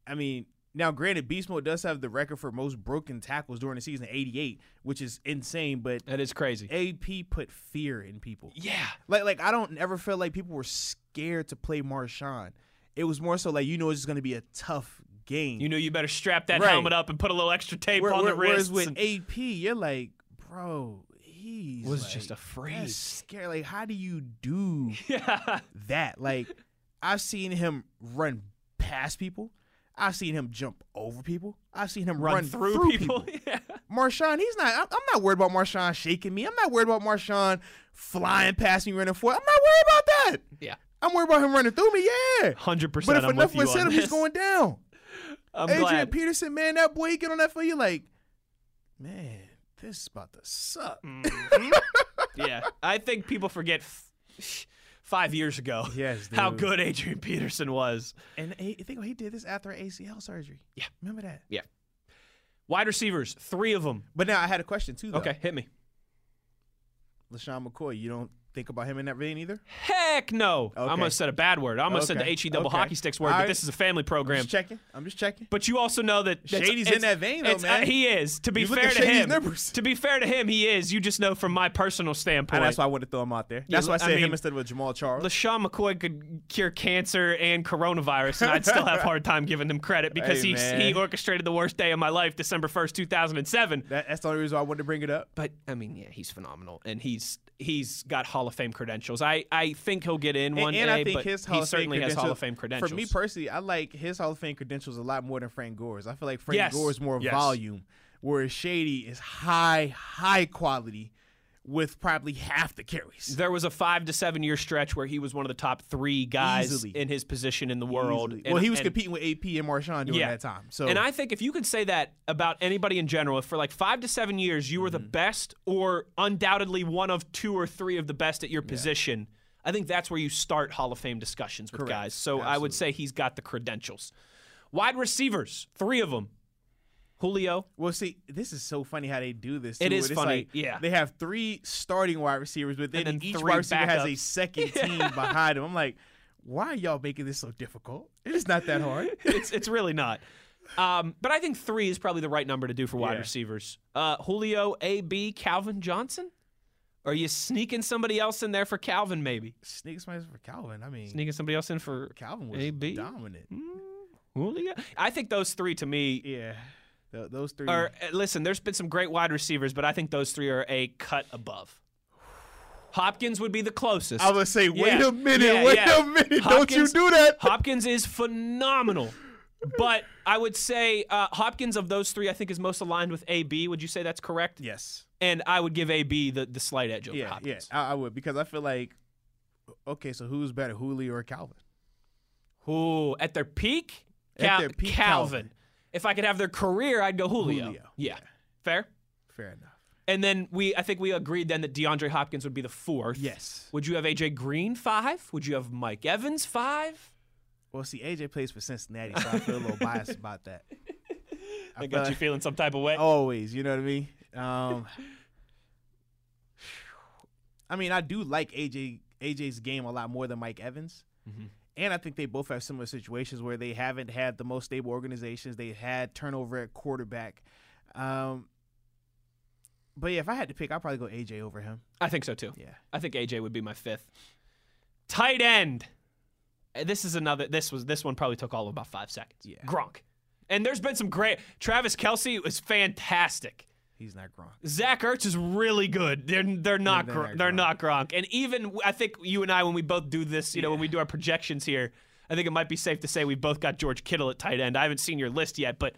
Speaker 3: I mean, now, granted, Beast Mode does have the record for most broken tackles during the season, 88, which is insane. But
Speaker 2: that is crazy.
Speaker 3: AP put fear in people.
Speaker 2: yeah,
Speaker 3: Like, like I don't ever feel like people were scared to play Marshawn. It was more so like, you know, it's just going to be a tough game.
Speaker 2: you know you better strap that
Speaker 3: Right.
Speaker 2: helmet up and put a little extra tape
Speaker 3: Where-
Speaker 2: on
Speaker 3: where-
Speaker 2: the
Speaker 3: Whereas
Speaker 2: wrist.
Speaker 3: with
Speaker 2: and-
Speaker 3: AP, you're like, bro, he's
Speaker 2: Was
Speaker 3: like,
Speaker 2: just afraid.
Speaker 3: That's scary. Like, how do you do
Speaker 2: yeah,
Speaker 3: that? Like, I've seen him run past people. I've seen him jump over people. I've seen him run,
Speaker 2: run, through, people. Yeah.
Speaker 3: Marshawn, he's not. I'm, I'm not worried about Marshawn shaking me. I'm not worried about Marshawn flying past me, running forward. I'm not worried about that.
Speaker 2: Yeah.
Speaker 3: I'm worried about him running through me. Yeah.
Speaker 2: Hundred percent.
Speaker 3: But if
Speaker 2: I'm
Speaker 3: enough
Speaker 2: with you
Speaker 3: was said,
Speaker 2: on
Speaker 3: him, he's
Speaker 2: this.
Speaker 3: going down.
Speaker 2: I'm
Speaker 3: Adrian
Speaker 2: glad.
Speaker 3: Peterson, man, that boy he get on that for you like, man, this is about to suck.
Speaker 2: Mm. yeah, I think people forget f- five years ago
Speaker 3: Yes,
Speaker 2: how
Speaker 3: dude.
Speaker 2: good Adrian Peterson was.
Speaker 3: And he, I think he did this after ACL surgery.
Speaker 2: Yeah.
Speaker 3: remember that.
Speaker 2: Wide receivers, three of them.
Speaker 3: But now I had a question too. Though.
Speaker 2: Okay, hit me.
Speaker 3: Lashawn McCoy, you don't think about him in that vein either.
Speaker 2: Heck no. I
Speaker 3: Okay.
Speaker 2: almost said a bad word. I almost said the
Speaker 3: Okay.
Speaker 2: H E double
Speaker 3: Okay.
Speaker 2: hockey sticks word,
Speaker 3: All
Speaker 2: but
Speaker 3: right.
Speaker 2: this is a family program.
Speaker 3: Just checking. I'm just checking.
Speaker 2: But you also know that that's-
Speaker 3: Shady's
Speaker 2: it's-
Speaker 3: in that vein, though,
Speaker 2: it's-
Speaker 3: man.
Speaker 2: uh, he is. To be
Speaker 3: You look
Speaker 2: fair
Speaker 3: at
Speaker 2: to
Speaker 3: Shady's
Speaker 2: him,
Speaker 3: numbers.
Speaker 2: to be fair to him, he is. You just know from my personal standpoint.
Speaker 3: And that's why I wanted to throw him out there.
Speaker 2: Yeah,
Speaker 3: That's why I
Speaker 2: I
Speaker 3: said
Speaker 2: mean-
Speaker 3: him instead of Jamal Charles.
Speaker 2: LaShawn McCoy could cure cancer and coronavirus, and I'd still have a hard time giving him credit because
Speaker 3: Hey,
Speaker 2: he
Speaker 3: man.
Speaker 2: he orchestrated the worst day of my life, December first, two thousand and seven.
Speaker 3: That, that's the only reason why I wanted to bring it up.
Speaker 2: But I mean, yeah, he's phenomenal, and he's he's got Hall of Fame credentials. I, I think he'll get in
Speaker 3: And,
Speaker 2: one
Speaker 3: and
Speaker 2: day,
Speaker 3: I think
Speaker 2: but
Speaker 3: his
Speaker 2: he
Speaker 3: Hall of
Speaker 2: certainly
Speaker 3: Fame
Speaker 2: has Hall of Fame
Speaker 3: credentials.
Speaker 2: credentials.
Speaker 3: For me personally, I like his Hall of Fame credentials a lot more than Frank Gore's. I feel like Frank
Speaker 2: Yes.
Speaker 3: Gore's more
Speaker 2: Yes.
Speaker 3: volume, whereas Shady is high, high quality with probably half the carries.
Speaker 2: there was a five to seven year stretch where he was one of the top three guys
Speaker 3: Easily.
Speaker 2: in his position in the world.
Speaker 3: Easily.
Speaker 2: And-
Speaker 3: well, he was
Speaker 2: and-
Speaker 3: competing with AP and Marshawn during that time. So
Speaker 2: and I think if you could say that about anybody in general, if for like five to seven years you were the
Speaker 3: Mm-hmm.
Speaker 2: best or undoubtedly one of two or three of the best at your position, I think that's where you start Hall of Fame discussions with guys. So I would say he's got the credentials. Wide receivers, three of them. Julio,
Speaker 3: Well, see, this is so funny how they do this.
Speaker 2: It
Speaker 3: too,
Speaker 2: is
Speaker 3: where it's
Speaker 2: funny,
Speaker 3: like
Speaker 2: yeah.
Speaker 3: They have three starting wide receivers, but then,
Speaker 2: And then
Speaker 3: each
Speaker 2: three
Speaker 3: wide receiver has a
Speaker 2: backups.
Speaker 3: second team behind him. I'm like, why are y'all making this so difficult? It's not that hard.
Speaker 2: it's it's really not. Um, but I think three is probably the right number to do for wide
Speaker 3: Yeah.
Speaker 2: receivers. Uh, Julio, AB, Calvin Johnson. Or are you sneaking somebody else in there for Calvin? Maybe
Speaker 3: Sneaks my for Calvin. I mean,
Speaker 2: sneaking somebody else in for
Speaker 3: Calvin was
Speaker 2: AB?
Speaker 3: dominant.
Speaker 2: Hmm. Julio. I think those three to me
Speaker 3: Yeah, Th- those three.
Speaker 2: are. uh, Listen, there's been some great wide receivers, but I think those three are a cut above. Hopkins would be the closest.
Speaker 3: I would say, wait
Speaker 2: Yeah,
Speaker 3: a minute,
Speaker 2: yeah,
Speaker 3: wait
Speaker 2: yeah.
Speaker 3: a minute,
Speaker 2: Hopkins-
Speaker 3: don't you do that?
Speaker 2: Hopkins is phenomenal. But I would say uh, Hopkins of those three, I think, is most aligned with AB. Would you say that's correct?
Speaker 3: Yes.
Speaker 2: and I would give AB the, the slight edge over
Speaker 3: Yeah, yeah,
Speaker 2: Hopkins.
Speaker 3: I, I would because I feel like, okay, so who's better, Julio or Calvin?
Speaker 2: Ooh, at their peak,
Speaker 3: At
Speaker 2: Cal-
Speaker 3: their peak,
Speaker 2: Calvin.
Speaker 3: Calvin.
Speaker 2: If I could have their career, I'd go Julio.
Speaker 3: Julio,
Speaker 2: Yeah. fair.
Speaker 3: Fair enough.
Speaker 2: And then we, I think we agreed then that DeAndre Hopkins would be the fourth.
Speaker 3: Yes.
Speaker 2: Would you have AJ Green five? Would you have Mike Evans five?
Speaker 3: Well, see, AJ plays for Cincinnati, so I feel a little biased about that.
Speaker 2: I
Speaker 3: feel
Speaker 2: got you
Speaker 3: like-
Speaker 2: feeling some type of way.
Speaker 3: always, you know what I mean? Um, I mean, I do like AJ AJ's game a lot more than Mike Evans. And I think they both have similar situations where they haven't had the most stable organizations. They had turnover at quarterback. Um, but yeah, if I had to pick, I'd probably go AJ over him.
Speaker 2: I think so too.
Speaker 3: Yeah.
Speaker 2: I think AJ would be my fifth. Tight end. Uh, This is another. This was this one probably took all of about five seconds.
Speaker 3: Yeah.
Speaker 2: Gronk. And there's been some great. Travis Kelsey was fantastic.
Speaker 3: He's not Gronk.
Speaker 2: Zach Ertz is really good. They're they're not
Speaker 3: they're
Speaker 2: Gro-
Speaker 3: not
Speaker 2: they're
Speaker 3: Gronk.
Speaker 2: not Gronk. And even I think you and I when we both do this, you know, when we do our projections here, I think it might be safe to say we both got George Kittle at tight end. I haven't seen your list yet, but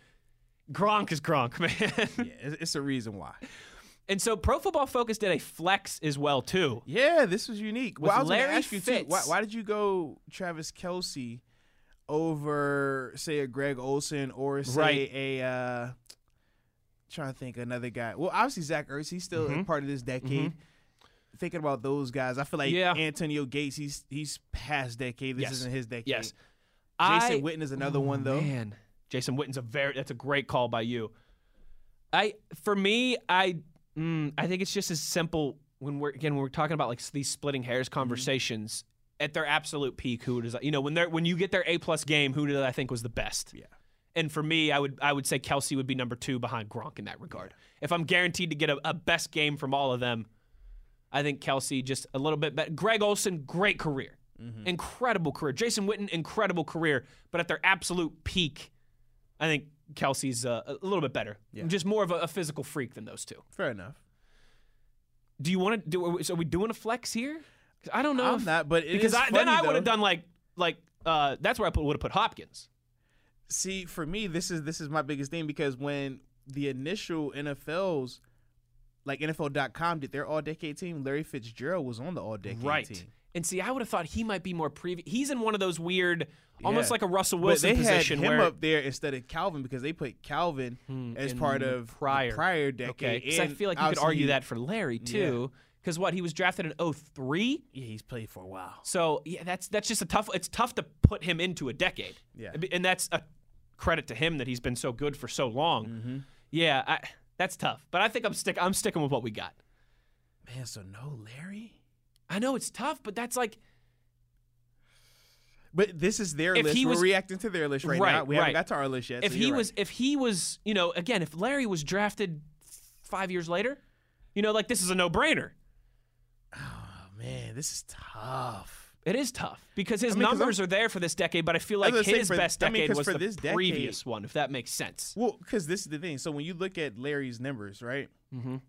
Speaker 2: Gronk is Gronk, man.
Speaker 3: Yeah, it's, it's a reason why.
Speaker 2: and so Pro Football Focus did a flex as well too.
Speaker 3: Yeah, this was unique. Well,
Speaker 2: With
Speaker 3: I was
Speaker 2: Larry
Speaker 3: gonna ask you too. Why,
Speaker 2: Fitz.
Speaker 3: why did you go Travis Kelsey over say a Greg Olson or say
Speaker 2: Right.
Speaker 3: a uh,
Speaker 2: Mm-hmm.
Speaker 3: trying to think another guy? Well, obviously Zach Ertz, he's still a part of this decade. thinking about those guys, I feel like
Speaker 2: Yeah.
Speaker 3: Antonio Gates, he's he's past decade. This
Speaker 2: Yes.
Speaker 3: isn't his decade.
Speaker 2: Yes.
Speaker 3: Jason
Speaker 2: I- Oh,
Speaker 3: Witten is another one though.
Speaker 2: Man, Jason Witten's a very that's a great call by you. I for me, I mm, I think it's just as simple when we're again when we're talking about like s- these splitting hairs conversations at their absolute peak. Who does you know when they're when you get their A plus game? Who did I think was the best?
Speaker 3: Yeah.
Speaker 2: And for me, I would I would say Kelsey would be number two behind Gronk in that regard. If I'm guaranteed to get a, a best game from all of them, I think Kelsey just a little bit better. Greg Olson, great career,
Speaker 3: Mm-hmm.
Speaker 2: incredible career. Jason Witten, incredible career. But at their absolute peak, I think Kelsey's uh, a little bit better. Just more of a, a physical freak than those two.
Speaker 3: Fair enough.
Speaker 2: Do you want to do? Are we, so are we doing a flex here? 'Cause I don't know.
Speaker 3: I'm
Speaker 2: if-
Speaker 3: not, but it
Speaker 2: because
Speaker 3: is
Speaker 2: I, then
Speaker 3: funny,
Speaker 2: I would have
Speaker 3: though.
Speaker 2: done like like uh, that's where I would have put Hopkins.
Speaker 3: See, for me, this is this is my biggest thing because when the initial NFLs, like NFL.com did their all decade team, Larry Fitzgerald was on the all decade
Speaker 2: right.
Speaker 3: team.
Speaker 2: And see, I would have thought he might be more previous. He's in one of those weird, almost
Speaker 3: Yeah.
Speaker 2: like a Russell
Speaker 3: But
Speaker 2: Wilson
Speaker 3: they had
Speaker 2: position
Speaker 3: him
Speaker 2: where Hmm,
Speaker 3: up there instead of Calvin because they put Calvin as
Speaker 2: in
Speaker 3: part of the
Speaker 2: prior.
Speaker 3: prior
Speaker 2: okay,
Speaker 3: decade.
Speaker 2: because I
Speaker 3: and
Speaker 2: feel like you could
Speaker 3: obviously
Speaker 2: argue
Speaker 3: he-
Speaker 2: that for Larry too. Because what he was drafted in 03?
Speaker 3: Yeah, he's played for a while.
Speaker 2: so yeah, that's that's just a tough. It's tough to put him into a decade.
Speaker 3: Yeah.
Speaker 2: and that's a credit to him that he's been so good for so long.
Speaker 3: Mm-hmm.
Speaker 2: Yeah, I, that's tough. But I think I'm stick. I'm sticking with what we got.
Speaker 3: Man, so no Larry.
Speaker 2: I know it's tough, but that's like
Speaker 3: But this is their
Speaker 2: If
Speaker 3: list.
Speaker 2: he was-
Speaker 3: We're reacting to their list right,
Speaker 2: Right,
Speaker 3: now. We
Speaker 2: right.
Speaker 3: haven't got to our list yet.
Speaker 2: if
Speaker 3: so
Speaker 2: he
Speaker 3: you're right.
Speaker 2: was if he was you know again if Larry was drafted five years later, you know like this is a no brainer.
Speaker 3: oh, man, this is tough.
Speaker 2: It is tough because his
Speaker 3: I mean, 'cause
Speaker 2: numbers are there for this decade, but I feel like
Speaker 3: was gonna say
Speaker 2: his
Speaker 3: for-
Speaker 2: best
Speaker 3: I mean,
Speaker 2: decade
Speaker 3: 'cause
Speaker 2: was
Speaker 3: for
Speaker 2: the
Speaker 3: this decade-
Speaker 2: previous one, if that makes sense.
Speaker 3: Well, because this is the thing. So when you look at Larry's numbers, right?
Speaker 2: Mhm.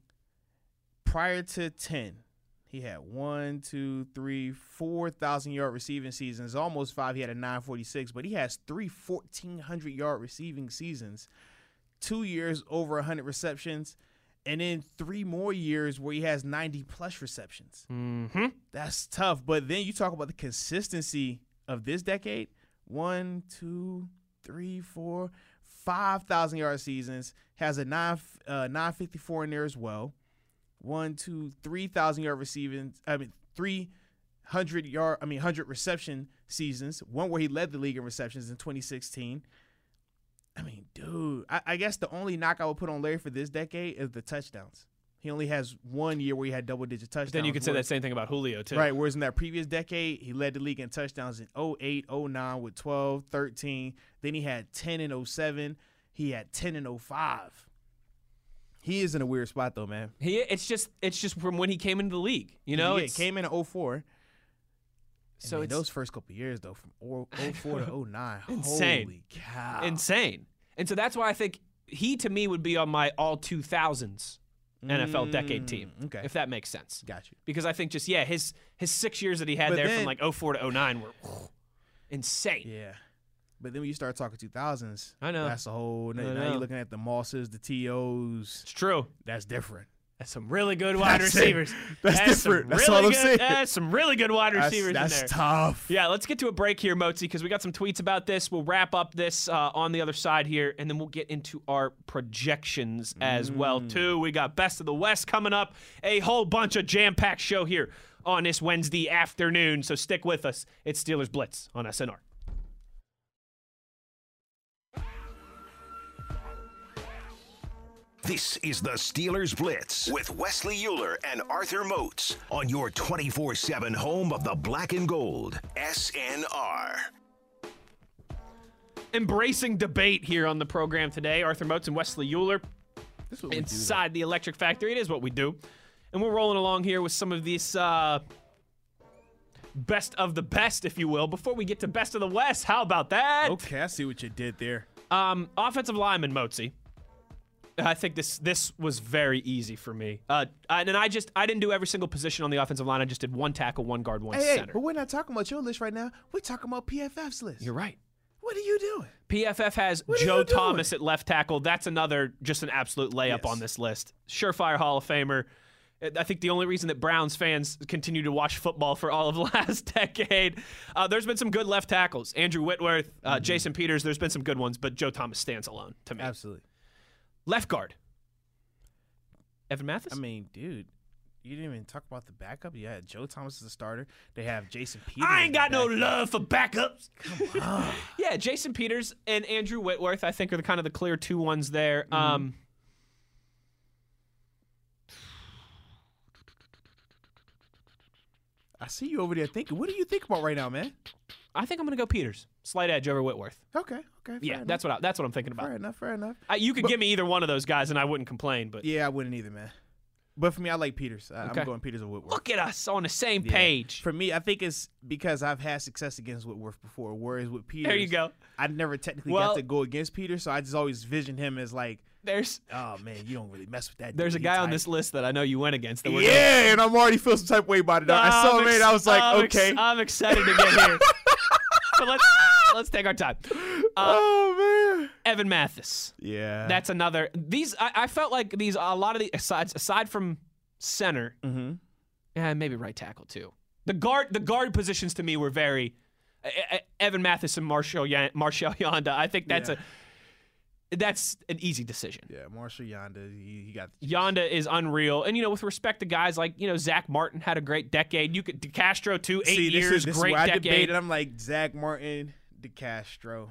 Speaker 3: Prior to ten, he had one, two, three, four thousand yard receiving seasons. Almost five. He had a nine forty six, but he has three fourteen hundred yard receiving seasons. Two years over hundred receptions, and then three more years where he has ninety plus receptions.
Speaker 2: Mm-hmm.
Speaker 3: That's tough. But then you talk about the consistency of this decade. One, two, three, four, five thousand yard seasons. Has a nine uh, nine fifty four in there as well. One, two, three thousand yard receiving. I mean three hundred yard. I mean hundred reception seasons. One where he led the league in receptions in twenty sixteen. I mean, dude. I, I guess the only knock I would put on Larry for this decade is the touchdowns. He only has one year where he had double digit touchdowns.
Speaker 2: Then you could say
Speaker 3: where-
Speaker 2: that same thing about Julio too.
Speaker 3: Right, whereas in that previous decade, he led the league in touchdowns in 08, 09 with 12, 13. Then he had 10 in 07. He had 10 in 05. He is in a weird spot though, man.
Speaker 2: He, it's just it's just from when he came into the league. You know,
Speaker 3: he
Speaker 2: it's,
Speaker 3: came in at 04. and
Speaker 2: so
Speaker 3: then
Speaker 2: it's
Speaker 3: those first couple years though, from o- 04 to 09.
Speaker 2: Insane.
Speaker 3: Holy cow.
Speaker 2: insane, and so that's why I think he to me would be on my all two thousands NFL decade team,
Speaker 3: Mm, okay.
Speaker 2: if that makes sense.
Speaker 3: Got you.
Speaker 2: Because I think just yeah, his his six years that he had
Speaker 3: But
Speaker 2: there from
Speaker 3: then-
Speaker 2: like 04 to 09 were insane.
Speaker 3: Yeah. But then when you start talking 2000s,
Speaker 2: I know.
Speaker 3: That's a whole. Now
Speaker 2: know.
Speaker 3: you're looking at the Mosses, the TOs.
Speaker 2: It's true.
Speaker 3: That's different.
Speaker 2: That's some really good wide
Speaker 3: That's it.
Speaker 2: receivers.
Speaker 3: That's
Speaker 2: some
Speaker 3: different. That's
Speaker 2: really
Speaker 3: all I'm
Speaker 2: good,
Speaker 3: saying.
Speaker 2: That's some really good wide
Speaker 3: That's,
Speaker 2: receivers in
Speaker 3: that's
Speaker 2: there.
Speaker 3: tough.
Speaker 2: Yeah, let's get to a break here, Motzi, because we got some tweets about this. We'll wrap up this uh, on the other side here, and then we'll get into our projections as well
Speaker 3: Mm.
Speaker 2: too. We got Best of the West coming up, a whole bunch of jam-packed show here on this Wednesday afternoon. So stick with us. It's Steelers Blitz on SNR.
Speaker 1: This is the Steelers Blitz with Wesley Euler and Arthur Moats on your 24 7 home of the black and gold, SNR.
Speaker 2: Embracing debate here on the program today. Arthur Motes and Wesley Euler.
Speaker 3: This is what we do, though.
Speaker 2: inside the electric factory. It is what we do. And we're rolling along here with some of these uh, best of the best, if you will. Before we get to best of the West, how about that?
Speaker 3: Okay, I see what you did there.
Speaker 2: Um, offensive lineman Motzi. I think this this was very easy for me. Uh, and then I just I didn't do every single position on the offensive line. I just did one tackle, one guard, one
Speaker 3: Hey, hey,
Speaker 2: center.
Speaker 3: but we're not talking about your list right now. We're talking about PFF's list.
Speaker 2: You're right.
Speaker 3: what are you doing?
Speaker 2: PFF has
Speaker 3: What are
Speaker 2: Joe
Speaker 3: you doing?
Speaker 2: Thomas at left tackle. That's another just an absolute layup
Speaker 3: Yes.
Speaker 2: on this list. Surefire Hall of Famer. I- I think the only reason that Browns fans continue to watch football for all of last decade, uh, there's been some good left tackles. Andrew Whitworth, uh,
Speaker 3: Mm-hmm.
Speaker 2: Jason Peters. There's been some good ones, but Joe Thomas stands alone to me.
Speaker 3: Absolutely.
Speaker 2: Left guard, Evan Mathis.
Speaker 3: I mean, dude, You didn't even talk about the backup. You had Joe Thomas as a starter. They have Jason Peters.
Speaker 2: I
Speaker 3: as
Speaker 2: ain't
Speaker 3: the
Speaker 2: got no
Speaker 3: backup.
Speaker 2: love for backups. yeah, Jason Peters and Andrew Whitworth, I think, are the kind of the clear two ones
Speaker 3: Mm-hmm.
Speaker 2: there. Um,
Speaker 3: I see you over there thinking. What do you think about right now, man?
Speaker 2: I think I'm gonna go Peters, slight edge over Whitworth.
Speaker 3: Okay, okay. Fair
Speaker 2: Yeah,
Speaker 3: enough,
Speaker 2: that's what I, that's what I'm thinking
Speaker 3: fair
Speaker 2: about.
Speaker 3: enough. Fair enough.
Speaker 2: I, you could give me either one of those guys, and I wouldn't complain. But
Speaker 3: Yeah, I wouldn't either, man. But for me, I like Peters. I,
Speaker 2: Okay.
Speaker 3: I'm going Peters or Whitworth.
Speaker 2: look at us on the same
Speaker 3: Yeah.
Speaker 2: page.
Speaker 3: For me, I think it's because I've had success against Whitworth before. Whereas with Peters,
Speaker 2: There you go.
Speaker 3: I never technically
Speaker 2: Well-
Speaker 3: got to go against Peters, so I just always vision him as like,
Speaker 2: There's
Speaker 3: oh man, you don't really mess with that.
Speaker 2: there's a
Speaker 3: dude. He
Speaker 2: guy on
Speaker 3: tight."
Speaker 2: this list that I know you went against. That we're gonna-
Speaker 3: Yeah, and I'm already feeling some type of way about it. I saw
Speaker 2: I'm
Speaker 3: him,
Speaker 2: ex-
Speaker 3: and I was like,
Speaker 2: I'm ex-
Speaker 3: okay.
Speaker 2: I'm excited to get here. but let's let's take our time. uh.
Speaker 3: oh man.
Speaker 2: Evan Mathis.
Speaker 3: Yeah.
Speaker 2: That's another. These I, I felt like these a lot of the aside aside from center,
Speaker 3: mm-hmm.
Speaker 2: yeah, maybe right tackle too. The guard the guard positions to me were very E- E- Evan Mathis and Marshall Yan, Marshall Yanda. I think that's
Speaker 3: Yeah.
Speaker 2: a that's an easy decision.
Speaker 3: Yeah, Marshall Yonda, he, he got.
Speaker 2: Yonda is unreal, and you know, with respect to guys like you know Zach Martin had a great decade. You could DeCastro too, eight
Speaker 3: See,
Speaker 2: years,
Speaker 3: this is, this
Speaker 2: great
Speaker 3: is where I
Speaker 2: decade.
Speaker 3: debated. I'm like Zach Martin, DeCastro.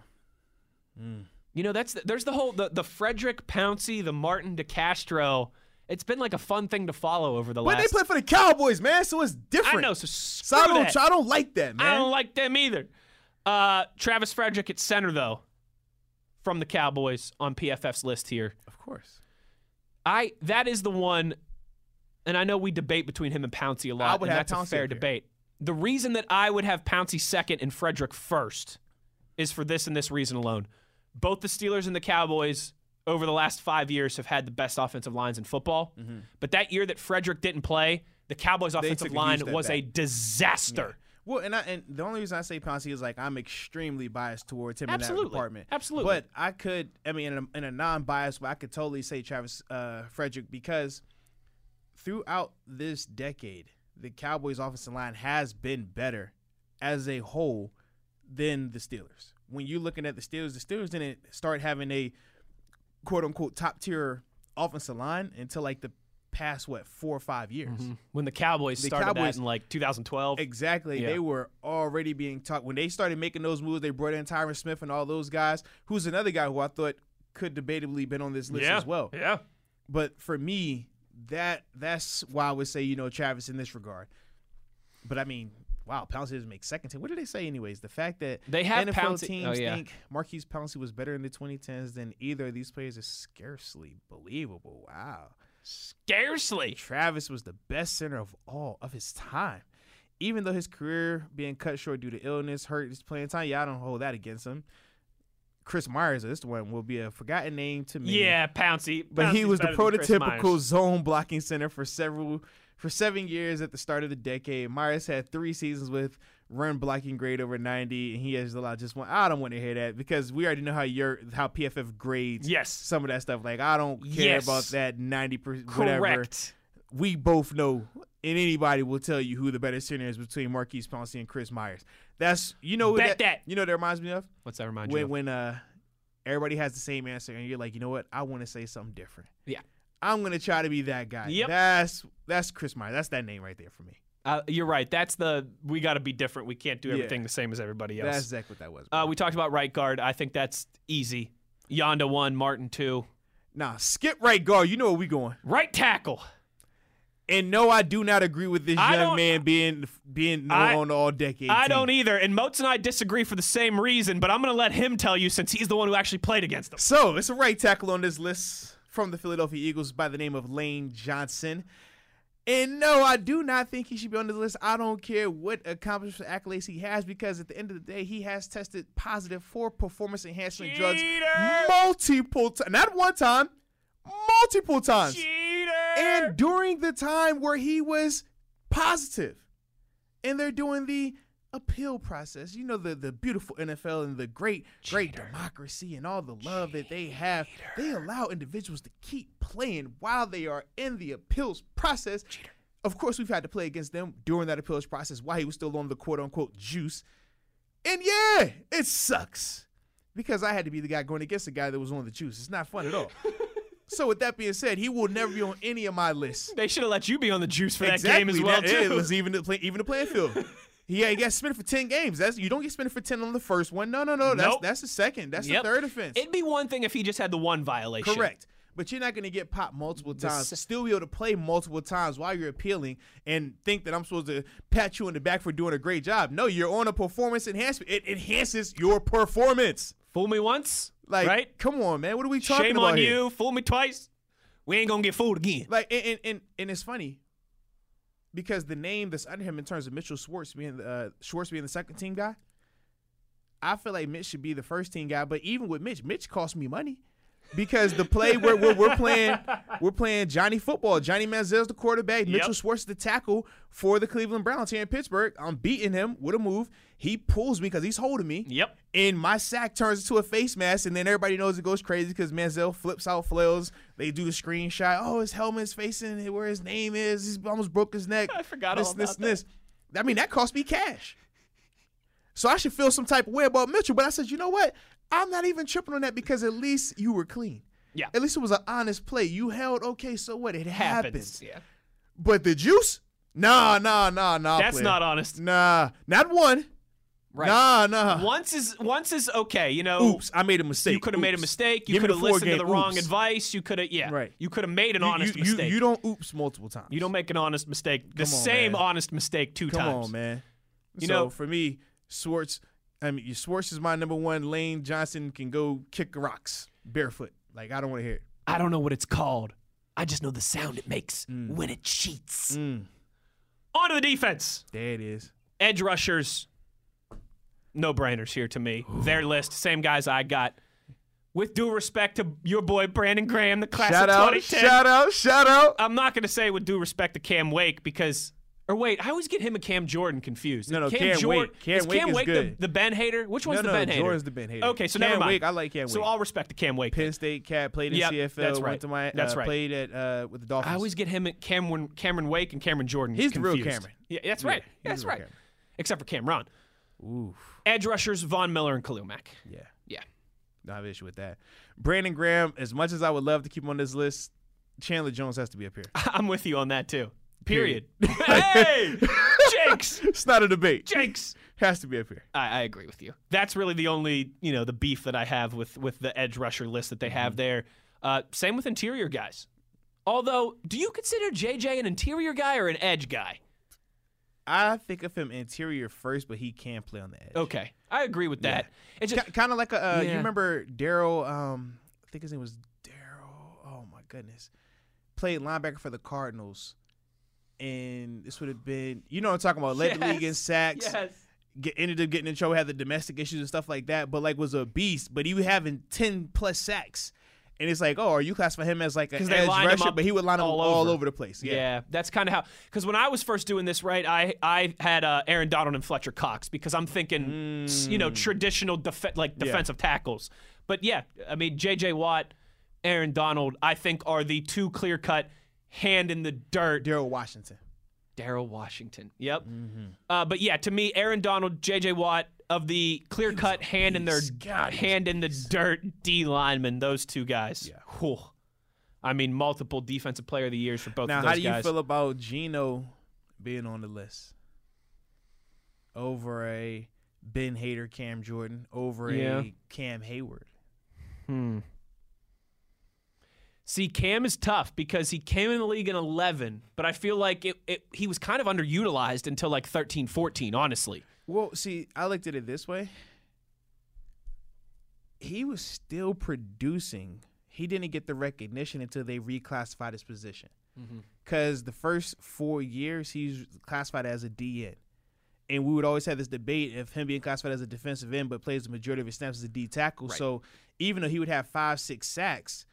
Speaker 2: You know, that's the, there's the whole the, the Frederick Pouncey, the Martin DeCastro. It's been like a fun thing to follow over the
Speaker 3: But
Speaker 2: last.
Speaker 3: they play for the Cowboys, man, so it's different.
Speaker 2: I know, so
Speaker 3: So
Speaker 2: screw
Speaker 3: I don't,
Speaker 2: that.
Speaker 3: I don't like that, man.
Speaker 2: I don't like them either. Uh, Travis Frederick at center though, from the Cowboys on PFF's list here.
Speaker 3: of course.
Speaker 2: I that is the one, and I know we debate between him and Pouncey a lot.
Speaker 3: I would
Speaker 2: and
Speaker 3: have
Speaker 2: that's a
Speaker 3: Pouncey
Speaker 2: fair
Speaker 3: up here.
Speaker 2: debate. The reason that I would have Pouncey second and Frederick first is for this and this reason alone. Both the Steelers and the Cowboys over the last five years have had the best offensive lines in football. But that year that Frederick didn't play, the Cowboys' offensive
Speaker 3: Mm-hmm. took a
Speaker 2: line
Speaker 3: huge step
Speaker 2: was a
Speaker 3: back.
Speaker 2: disaster.
Speaker 3: Well, and I, and the only reason I say Pouncey is like I'm extremely biased towards him in
Speaker 2: Absolutely.
Speaker 3: that department.
Speaker 2: Absolutely.
Speaker 3: But I could, I mean, in a, in a non-biased way, I could totally say Travis uh, Frederick because throughout this decade, the Cowboys' offensive line has been better as a whole than the Steelers. When you're looking at the Steelers, the Steelers didn't start having a quote unquote top tier offensive line until like the past what four or five years.
Speaker 2: When the Cowboys
Speaker 3: The
Speaker 2: started
Speaker 3: Cowboys-
Speaker 2: that in like 2012,
Speaker 3: Exactly.
Speaker 2: Yeah.
Speaker 3: They were already being talked when they started making those moves. They brought in Tyron Smith and all those guys, who's another guy who I thought could debatably been on this list
Speaker 2: yeah,
Speaker 3: as well.
Speaker 2: yeah.
Speaker 3: But for me, that that's why I would say you know Travis in this regard. But I mean, wow, Pouncey doesn't make second team. What did they say anyways? The fact that
Speaker 2: They have
Speaker 3: NFL
Speaker 2: Pouncey-
Speaker 3: teams
Speaker 2: oh, yeah.
Speaker 3: think Marquise Pouncey was better in the 2010s than either of these players is scarcely believable. Wow.
Speaker 2: Scarcely.
Speaker 3: Travis was the best center of all of his time. Even though his career being cut short due to illness, hurt his playing time, yeah, I don't hold that against him. Chris Myers, this one will be a forgotten name to me.
Speaker 2: Yeah, Pouncey.
Speaker 3: But he
Speaker 2: Pouncey's
Speaker 3: was the
Speaker 2: better than Chris Myers.
Speaker 3: prototypical zone blocking center for several for seven years at the start of the decade. Myers had three seasons with run blocking grade over ninety, and he has allowed just one. I don't want to hear that because we already know how your how PFF grades
Speaker 2: Yes.
Speaker 3: some of that stuff. Like I don't care
Speaker 2: Yes.
Speaker 3: about that ninety percent whatever
Speaker 2: Correct.
Speaker 3: we both know, and anybody will tell you who the better center is between Marquise Pouncey and Chris Myers. That's you know what
Speaker 2: Bet that.
Speaker 3: you know what that reminds me of
Speaker 2: What's that remind you?
Speaker 3: when
Speaker 2: of?
Speaker 3: when uh everybody has the same answer and you're like you know what I want to say something different.
Speaker 2: Yeah.
Speaker 3: I'm gonna try to be that guy.
Speaker 2: Yep.
Speaker 3: That's that's Chris Myers. That's that name right there for me.
Speaker 2: Uh, you're right. That's the we got to be different. We can't do
Speaker 3: Yeah.
Speaker 2: everything the same as everybody else.
Speaker 3: That's exactly what that was.
Speaker 2: uh, we talked about right guard. I think that's easy. Yonda one, Martin two,
Speaker 3: now skip right guard. You know where we going.
Speaker 2: right tackle.
Speaker 3: And no, I do not agree with this
Speaker 2: I
Speaker 3: young
Speaker 2: don't-
Speaker 3: man being being
Speaker 2: I-
Speaker 3: on all decade.
Speaker 2: I
Speaker 3: team.
Speaker 2: don't either. And Moats and I disagree for the same reason. But I'm gonna let him tell you since he's the one who actually played against them.
Speaker 3: So it's a right tackle on this list from the Philadelphia Eagles by the name of Lane Johnson. And no, I do not think he should be on this list. I don't care what accomplishments or accolades he has because at the end of the day, he has tested positive for performance enhancing drugs
Speaker 2: Cheater!
Speaker 3: multiple times. Not one time, multiple times. And during the time where he was positive, and they're doing the appeal process. You know the the beautiful NFL and the great great democracy and all the love that they have. They allow individuals to keep playing while they are in the appeals process. Of course, we've had to play against them during that appeals process while he was still on the quote unquote juice. And yeah, it sucks because I had to be the guy going against the guy that was on the juice. It's not fun at all. So with that being said, he will never be on any of my lists.
Speaker 2: They should have let you be on the juice for that game as well
Speaker 3: that- yeah,
Speaker 2: too.
Speaker 3: it was even the play, even the playing field. Yeah, he got suspended for ten games. That's you don't get suspended for ten on the first one. No, no, no. That's
Speaker 2: Nope.
Speaker 3: that's the second. That's
Speaker 2: Yep.
Speaker 3: the third offense.
Speaker 2: It'd be one thing if he just had the one violation.
Speaker 3: Correct. But you're not going to get popped multiple times,
Speaker 2: se-
Speaker 3: still be able to play multiple times while you're appealing and think that I'm supposed to pat you on the back for doing a great job. No, you're on a performance enhancement. It enhances your performance.
Speaker 2: Fool me once,
Speaker 3: Like,
Speaker 2: right?
Speaker 3: come on, man. What are we talking
Speaker 2: Shame
Speaker 3: about?
Speaker 2: on
Speaker 3: here?
Speaker 2: you. Fool me twice. We ain't gonna get fooled again.
Speaker 3: Like, and, and, and, and it's funny because the name that's under him in terms of Mitchell Schwartz being the, uh, Schwartz being the second team guy, I feel like Mitch should be the first team guy. But even with Mitch, Mitch cost me money because the play where we're, we're playing we're playing Johnny football. Johnny Manziel's the quarterback. Mitchell Schwartz is the tackle for the Cleveland Browns here in Pittsburgh. I'm beating him with a move. He pulls me because he's holding me.
Speaker 2: Yep.
Speaker 3: And my sack turns into a face mask, and then everybody knows it goes crazy because Manziel flips out flails. They do the screenshot. Oh, his helmet's facing where his name is. He almost broke his neck.
Speaker 2: I forgot
Speaker 3: this,
Speaker 2: all
Speaker 3: this,
Speaker 2: about
Speaker 3: and this. I mean, that cost me cash. So I should feel some type of way about Mitchell. But I said, you know what? I'm not even tripping on that because at least you were clean.
Speaker 2: Yeah.
Speaker 3: At least it was an honest play. You held okay. So what? It happens.
Speaker 2: Yeah.
Speaker 3: But the juice? Nah, nah, nah, nah.
Speaker 2: That's
Speaker 3: player.
Speaker 2: not honest.
Speaker 3: Nah, not one.
Speaker 2: Right.
Speaker 3: Nah, nah.
Speaker 2: Once is once is okay. You know.
Speaker 3: Oops, I made a mistake.
Speaker 2: You could have made a
Speaker 3: Oops.
Speaker 2: mistake. You
Speaker 3: Give me
Speaker 2: could
Speaker 3: the
Speaker 2: have
Speaker 3: four
Speaker 2: listened to
Speaker 3: game.
Speaker 2: the wrong
Speaker 3: Oops.
Speaker 2: advice. You could have, yeah.
Speaker 3: Right.
Speaker 2: You could have made an
Speaker 3: You-
Speaker 2: honest
Speaker 3: you, you-
Speaker 2: mistake.
Speaker 3: You don't oops multiple times.
Speaker 2: You don't make an honest mistake. The
Speaker 3: Come on,
Speaker 2: same
Speaker 3: man.
Speaker 2: honest mistake two
Speaker 3: Come
Speaker 2: times.
Speaker 3: on, man.
Speaker 2: You
Speaker 3: so
Speaker 2: know-
Speaker 3: for me, Swartz. I mean, Swartz is my number one. Lane Johnson can go kick rocks barefoot. Like I don't want to hear it.
Speaker 2: I don't know what it's called. I just know the sound it makes when it cheats.
Speaker 3: Mm.
Speaker 2: On to the defense.
Speaker 3: There it is.
Speaker 2: Edge rushers, no brainers here to me. Their list, same guys I got. With due respect to your boy Brandon Graham, the class
Speaker 3: Shout
Speaker 2: of
Speaker 3: out!
Speaker 2: 2010.
Speaker 3: Shout out! Shout out!
Speaker 2: I'm not going to say with due respect to Cam Wake because, or wait, I always get him and Cam Jordan confused.
Speaker 3: No, no, Cam Wake- Cam
Speaker 2: is Cam
Speaker 3: Wake is
Speaker 2: Wake
Speaker 3: good.
Speaker 2: The, the Ben hater? Which one's
Speaker 3: no,
Speaker 2: the
Speaker 3: no,
Speaker 2: Ben hater?
Speaker 3: Jordan's the Ben hater.
Speaker 2: Okay, so
Speaker 3: Cam
Speaker 2: never mind.
Speaker 3: Wake, I like Cam
Speaker 2: so
Speaker 3: Wake.
Speaker 2: all respect to Cam Wake.
Speaker 3: Penn State cat played in
Speaker 2: Yep,
Speaker 3: CFL.
Speaker 2: that's right.
Speaker 3: Went to my,
Speaker 2: That's
Speaker 3: uh,
Speaker 2: right.
Speaker 3: Played at uh, with the Dolphins.
Speaker 2: I always get him and Cameron Cameron Wake and Cameron Jordan.
Speaker 3: He's the real
Speaker 2: confused.
Speaker 3: Cameron.
Speaker 2: Yeah, that's right.
Speaker 3: he's
Speaker 2: that's
Speaker 3: the real
Speaker 2: right.
Speaker 3: Cameron.
Speaker 2: Except for Cameron.
Speaker 3: Oof.
Speaker 2: Edge rushers Von Miller and Khalil Mack.
Speaker 3: Yeah.
Speaker 2: Yeah.
Speaker 3: I have an issue with that. Brandon Graham. As much as I would love to keep him on this list, Chandler Jones has to be up here.
Speaker 2: I'm with you on that too. Period. hey, Jakes,
Speaker 3: it's not a debate.
Speaker 2: Jakes.
Speaker 3: Has to be up here.
Speaker 2: I, I agree with you. That's really the only you know the beef that I have with with the edge rusher list that they have there. Uh, same with interior guys. Although, do you consider JJ an interior guy or an edge guy?
Speaker 3: I think of him interior first, but he can play on the edge.
Speaker 2: Okay, I agree with that. It's just
Speaker 3: kind of like a. Uh, You
Speaker 2: Yeah.
Speaker 3: remember Daryl? Um, I think his name was Daryl. Oh my goodness, played linebacker for the Cardinals, and this would have been. You know what I'm talking about? Led the league in
Speaker 2: Yes.
Speaker 3: sacks.
Speaker 2: yes.
Speaker 3: Get, ended up getting in trouble, had the domestic issues and stuff like that. But like was a beast. But he was having ten plus sacks. And it's like, oh, are you classifying him as like an
Speaker 2: 'Cause they
Speaker 3: edge
Speaker 2: lined him
Speaker 3: rusher?
Speaker 2: up
Speaker 3: But he would line him
Speaker 2: all
Speaker 3: all
Speaker 2: over.
Speaker 3: over the place.
Speaker 2: Yeah. that's kind of how. Because when I was first doing this, right, I I had uh, Aaron Donald and Fletcher Cox because I'm thinking, s- you know,
Speaker 3: Mm.
Speaker 2: traditional def- like defensive tackles. But yeah, I mean, J.J. Watt, Aaron Donald, I think are the two clear cut hand in the dirt.
Speaker 3: Daryl Mm-hmm. Washington.
Speaker 2: Daryl Washington. Yep. Uh, but yeah, to me, Aaron Donald, J.J. Watt of the clear cut hand in their
Speaker 3: beast. God, he was
Speaker 2: hand in the dirt D linemen, those two guys.
Speaker 3: Yeah.
Speaker 2: Whew. I mean, multiple defensive player of the years for both
Speaker 3: Now,
Speaker 2: of those
Speaker 3: how do you
Speaker 2: guys.
Speaker 3: feel about Gino being on the list over a Ben Hader, Cam Jordan, over
Speaker 2: Yeah.
Speaker 3: a Cam Hayward? Hmm.
Speaker 2: See, Cam is tough because he came in the league in 11, but I feel like it, it he was kind of underutilized until like 13, 14, honestly.
Speaker 3: Well, see, I looked at it this way. He was still producing. He didn't get the recognition until they reclassified his position.
Speaker 2: Mm-hmm.
Speaker 3: Because the first four years, he's classified as a DN. And we would always have this debate of him being classified as a defensive end, but plays the majority of his snaps as a D tackle.
Speaker 2: Right.
Speaker 3: So even though he would have five, six sacks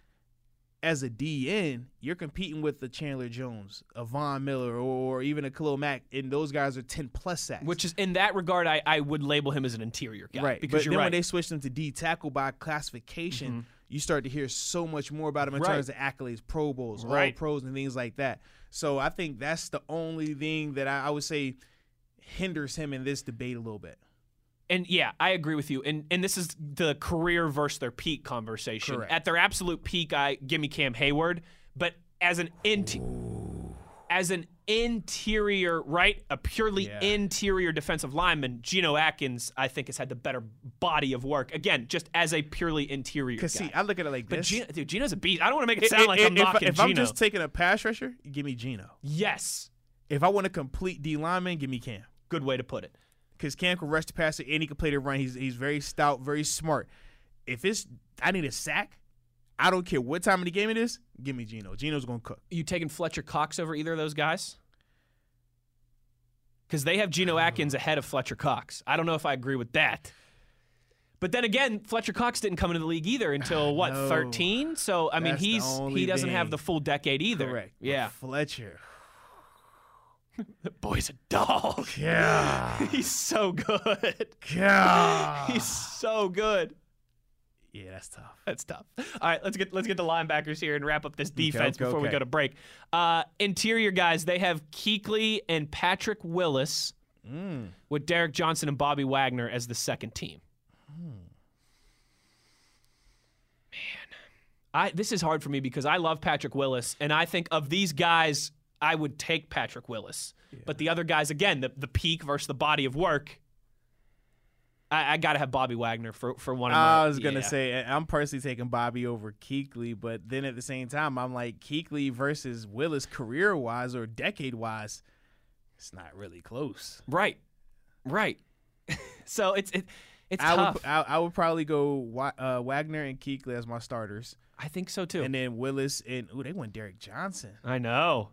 Speaker 3: as a DN, you're competing with the Chandler Jones, a Von Miller, or even a Khalil Mack. And those guys are 10 plus sacks.
Speaker 2: Which is in that regard, I, I would label him as an interior guy.
Speaker 3: Right.
Speaker 2: Because
Speaker 3: but
Speaker 2: you're
Speaker 3: then
Speaker 2: right. Mm-hmm.
Speaker 3: when they switch them to D tackle by classification, you start to hear so much more about them in
Speaker 2: Right.
Speaker 3: terms of accolades, Pro Bowls, All
Speaker 2: Right.
Speaker 3: Pros, and things like that. So I think that's the only thing that I, I would say hinders him in this debate a little bit.
Speaker 2: And yeah, I agree with you. And and this is the career versus their peak conversation.
Speaker 3: Correct.
Speaker 2: At their absolute peak, I give me Cam Hayward, but as an interior, as an interior, right, a purely
Speaker 3: Yeah.
Speaker 2: interior defensive lineman, Geno Atkins, I think has had the better body of work. Again, just as a purely interior guy.
Speaker 3: Because see, I look at it like
Speaker 2: but
Speaker 3: this.
Speaker 2: Geno, dude, Geno's a beast. I don't want to make it sound like
Speaker 3: if,
Speaker 2: I'm knocking
Speaker 3: if, if
Speaker 2: Geno.
Speaker 3: I'm just taking a pass rusher, give me Gino.
Speaker 2: yes,
Speaker 3: If I want a complete D lineman, give me Cam.
Speaker 2: good way to put it.
Speaker 3: Because Cam can rush the passer and he can play the run. He's he's very stout, very smart. If it's I need a sack, I don't care what time of the game it is, give me Gino. Gino's gonna cook.
Speaker 2: you taking Fletcher Cox over either of those guys? Because they have Geno Atkins ahead of Fletcher Cox. I don't know if I agree with that. But then again, Fletcher Cox didn't come into the league either until what
Speaker 3: know.
Speaker 2: thirteen. So I mean,
Speaker 3: That's the
Speaker 2: he's he
Speaker 3: only
Speaker 2: doesn't have
Speaker 3: thing.
Speaker 2: the full decade either.
Speaker 3: Correct. But
Speaker 2: Yeah,
Speaker 3: Fletcher.
Speaker 2: the boy's a dog.
Speaker 3: Yeah.
Speaker 2: he's so good.
Speaker 3: yeah.
Speaker 2: he's so good.
Speaker 3: Yeah, that's tough.
Speaker 2: That's tough. All right, let's get let's get the linebackers here and wrap up this defense
Speaker 3: okay,
Speaker 2: before we
Speaker 3: okay.
Speaker 2: go to break. Uh, interior guys, they have Keekley and Patrick Willis
Speaker 3: Mm.
Speaker 2: with Derek Johnson and Bobby Wagner as the second team. Man, I this is hard for me because I love Patrick Willis, and I think of these guys, I would take Patrick Willis. But the other guys, again, the, the peak versus the body of work. I, I got to have Bobby Wagner for, for one of my.
Speaker 3: I was gonna
Speaker 2: yeah.
Speaker 3: say I- I'm personally taking Bobby over Keekly, but then at the same time I'm like Keekly versus Willis career wise or decade wise, it's not really close.
Speaker 2: Right. Right. so it's it, it's
Speaker 3: I
Speaker 2: tough.
Speaker 3: would I, I would probably go Wa- uh, Wagner and Keekly as my starters,
Speaker 2: I think so too.
Speaker 3: and then Willis and ooh they went Derek Johnson.
Speaker 2: I know.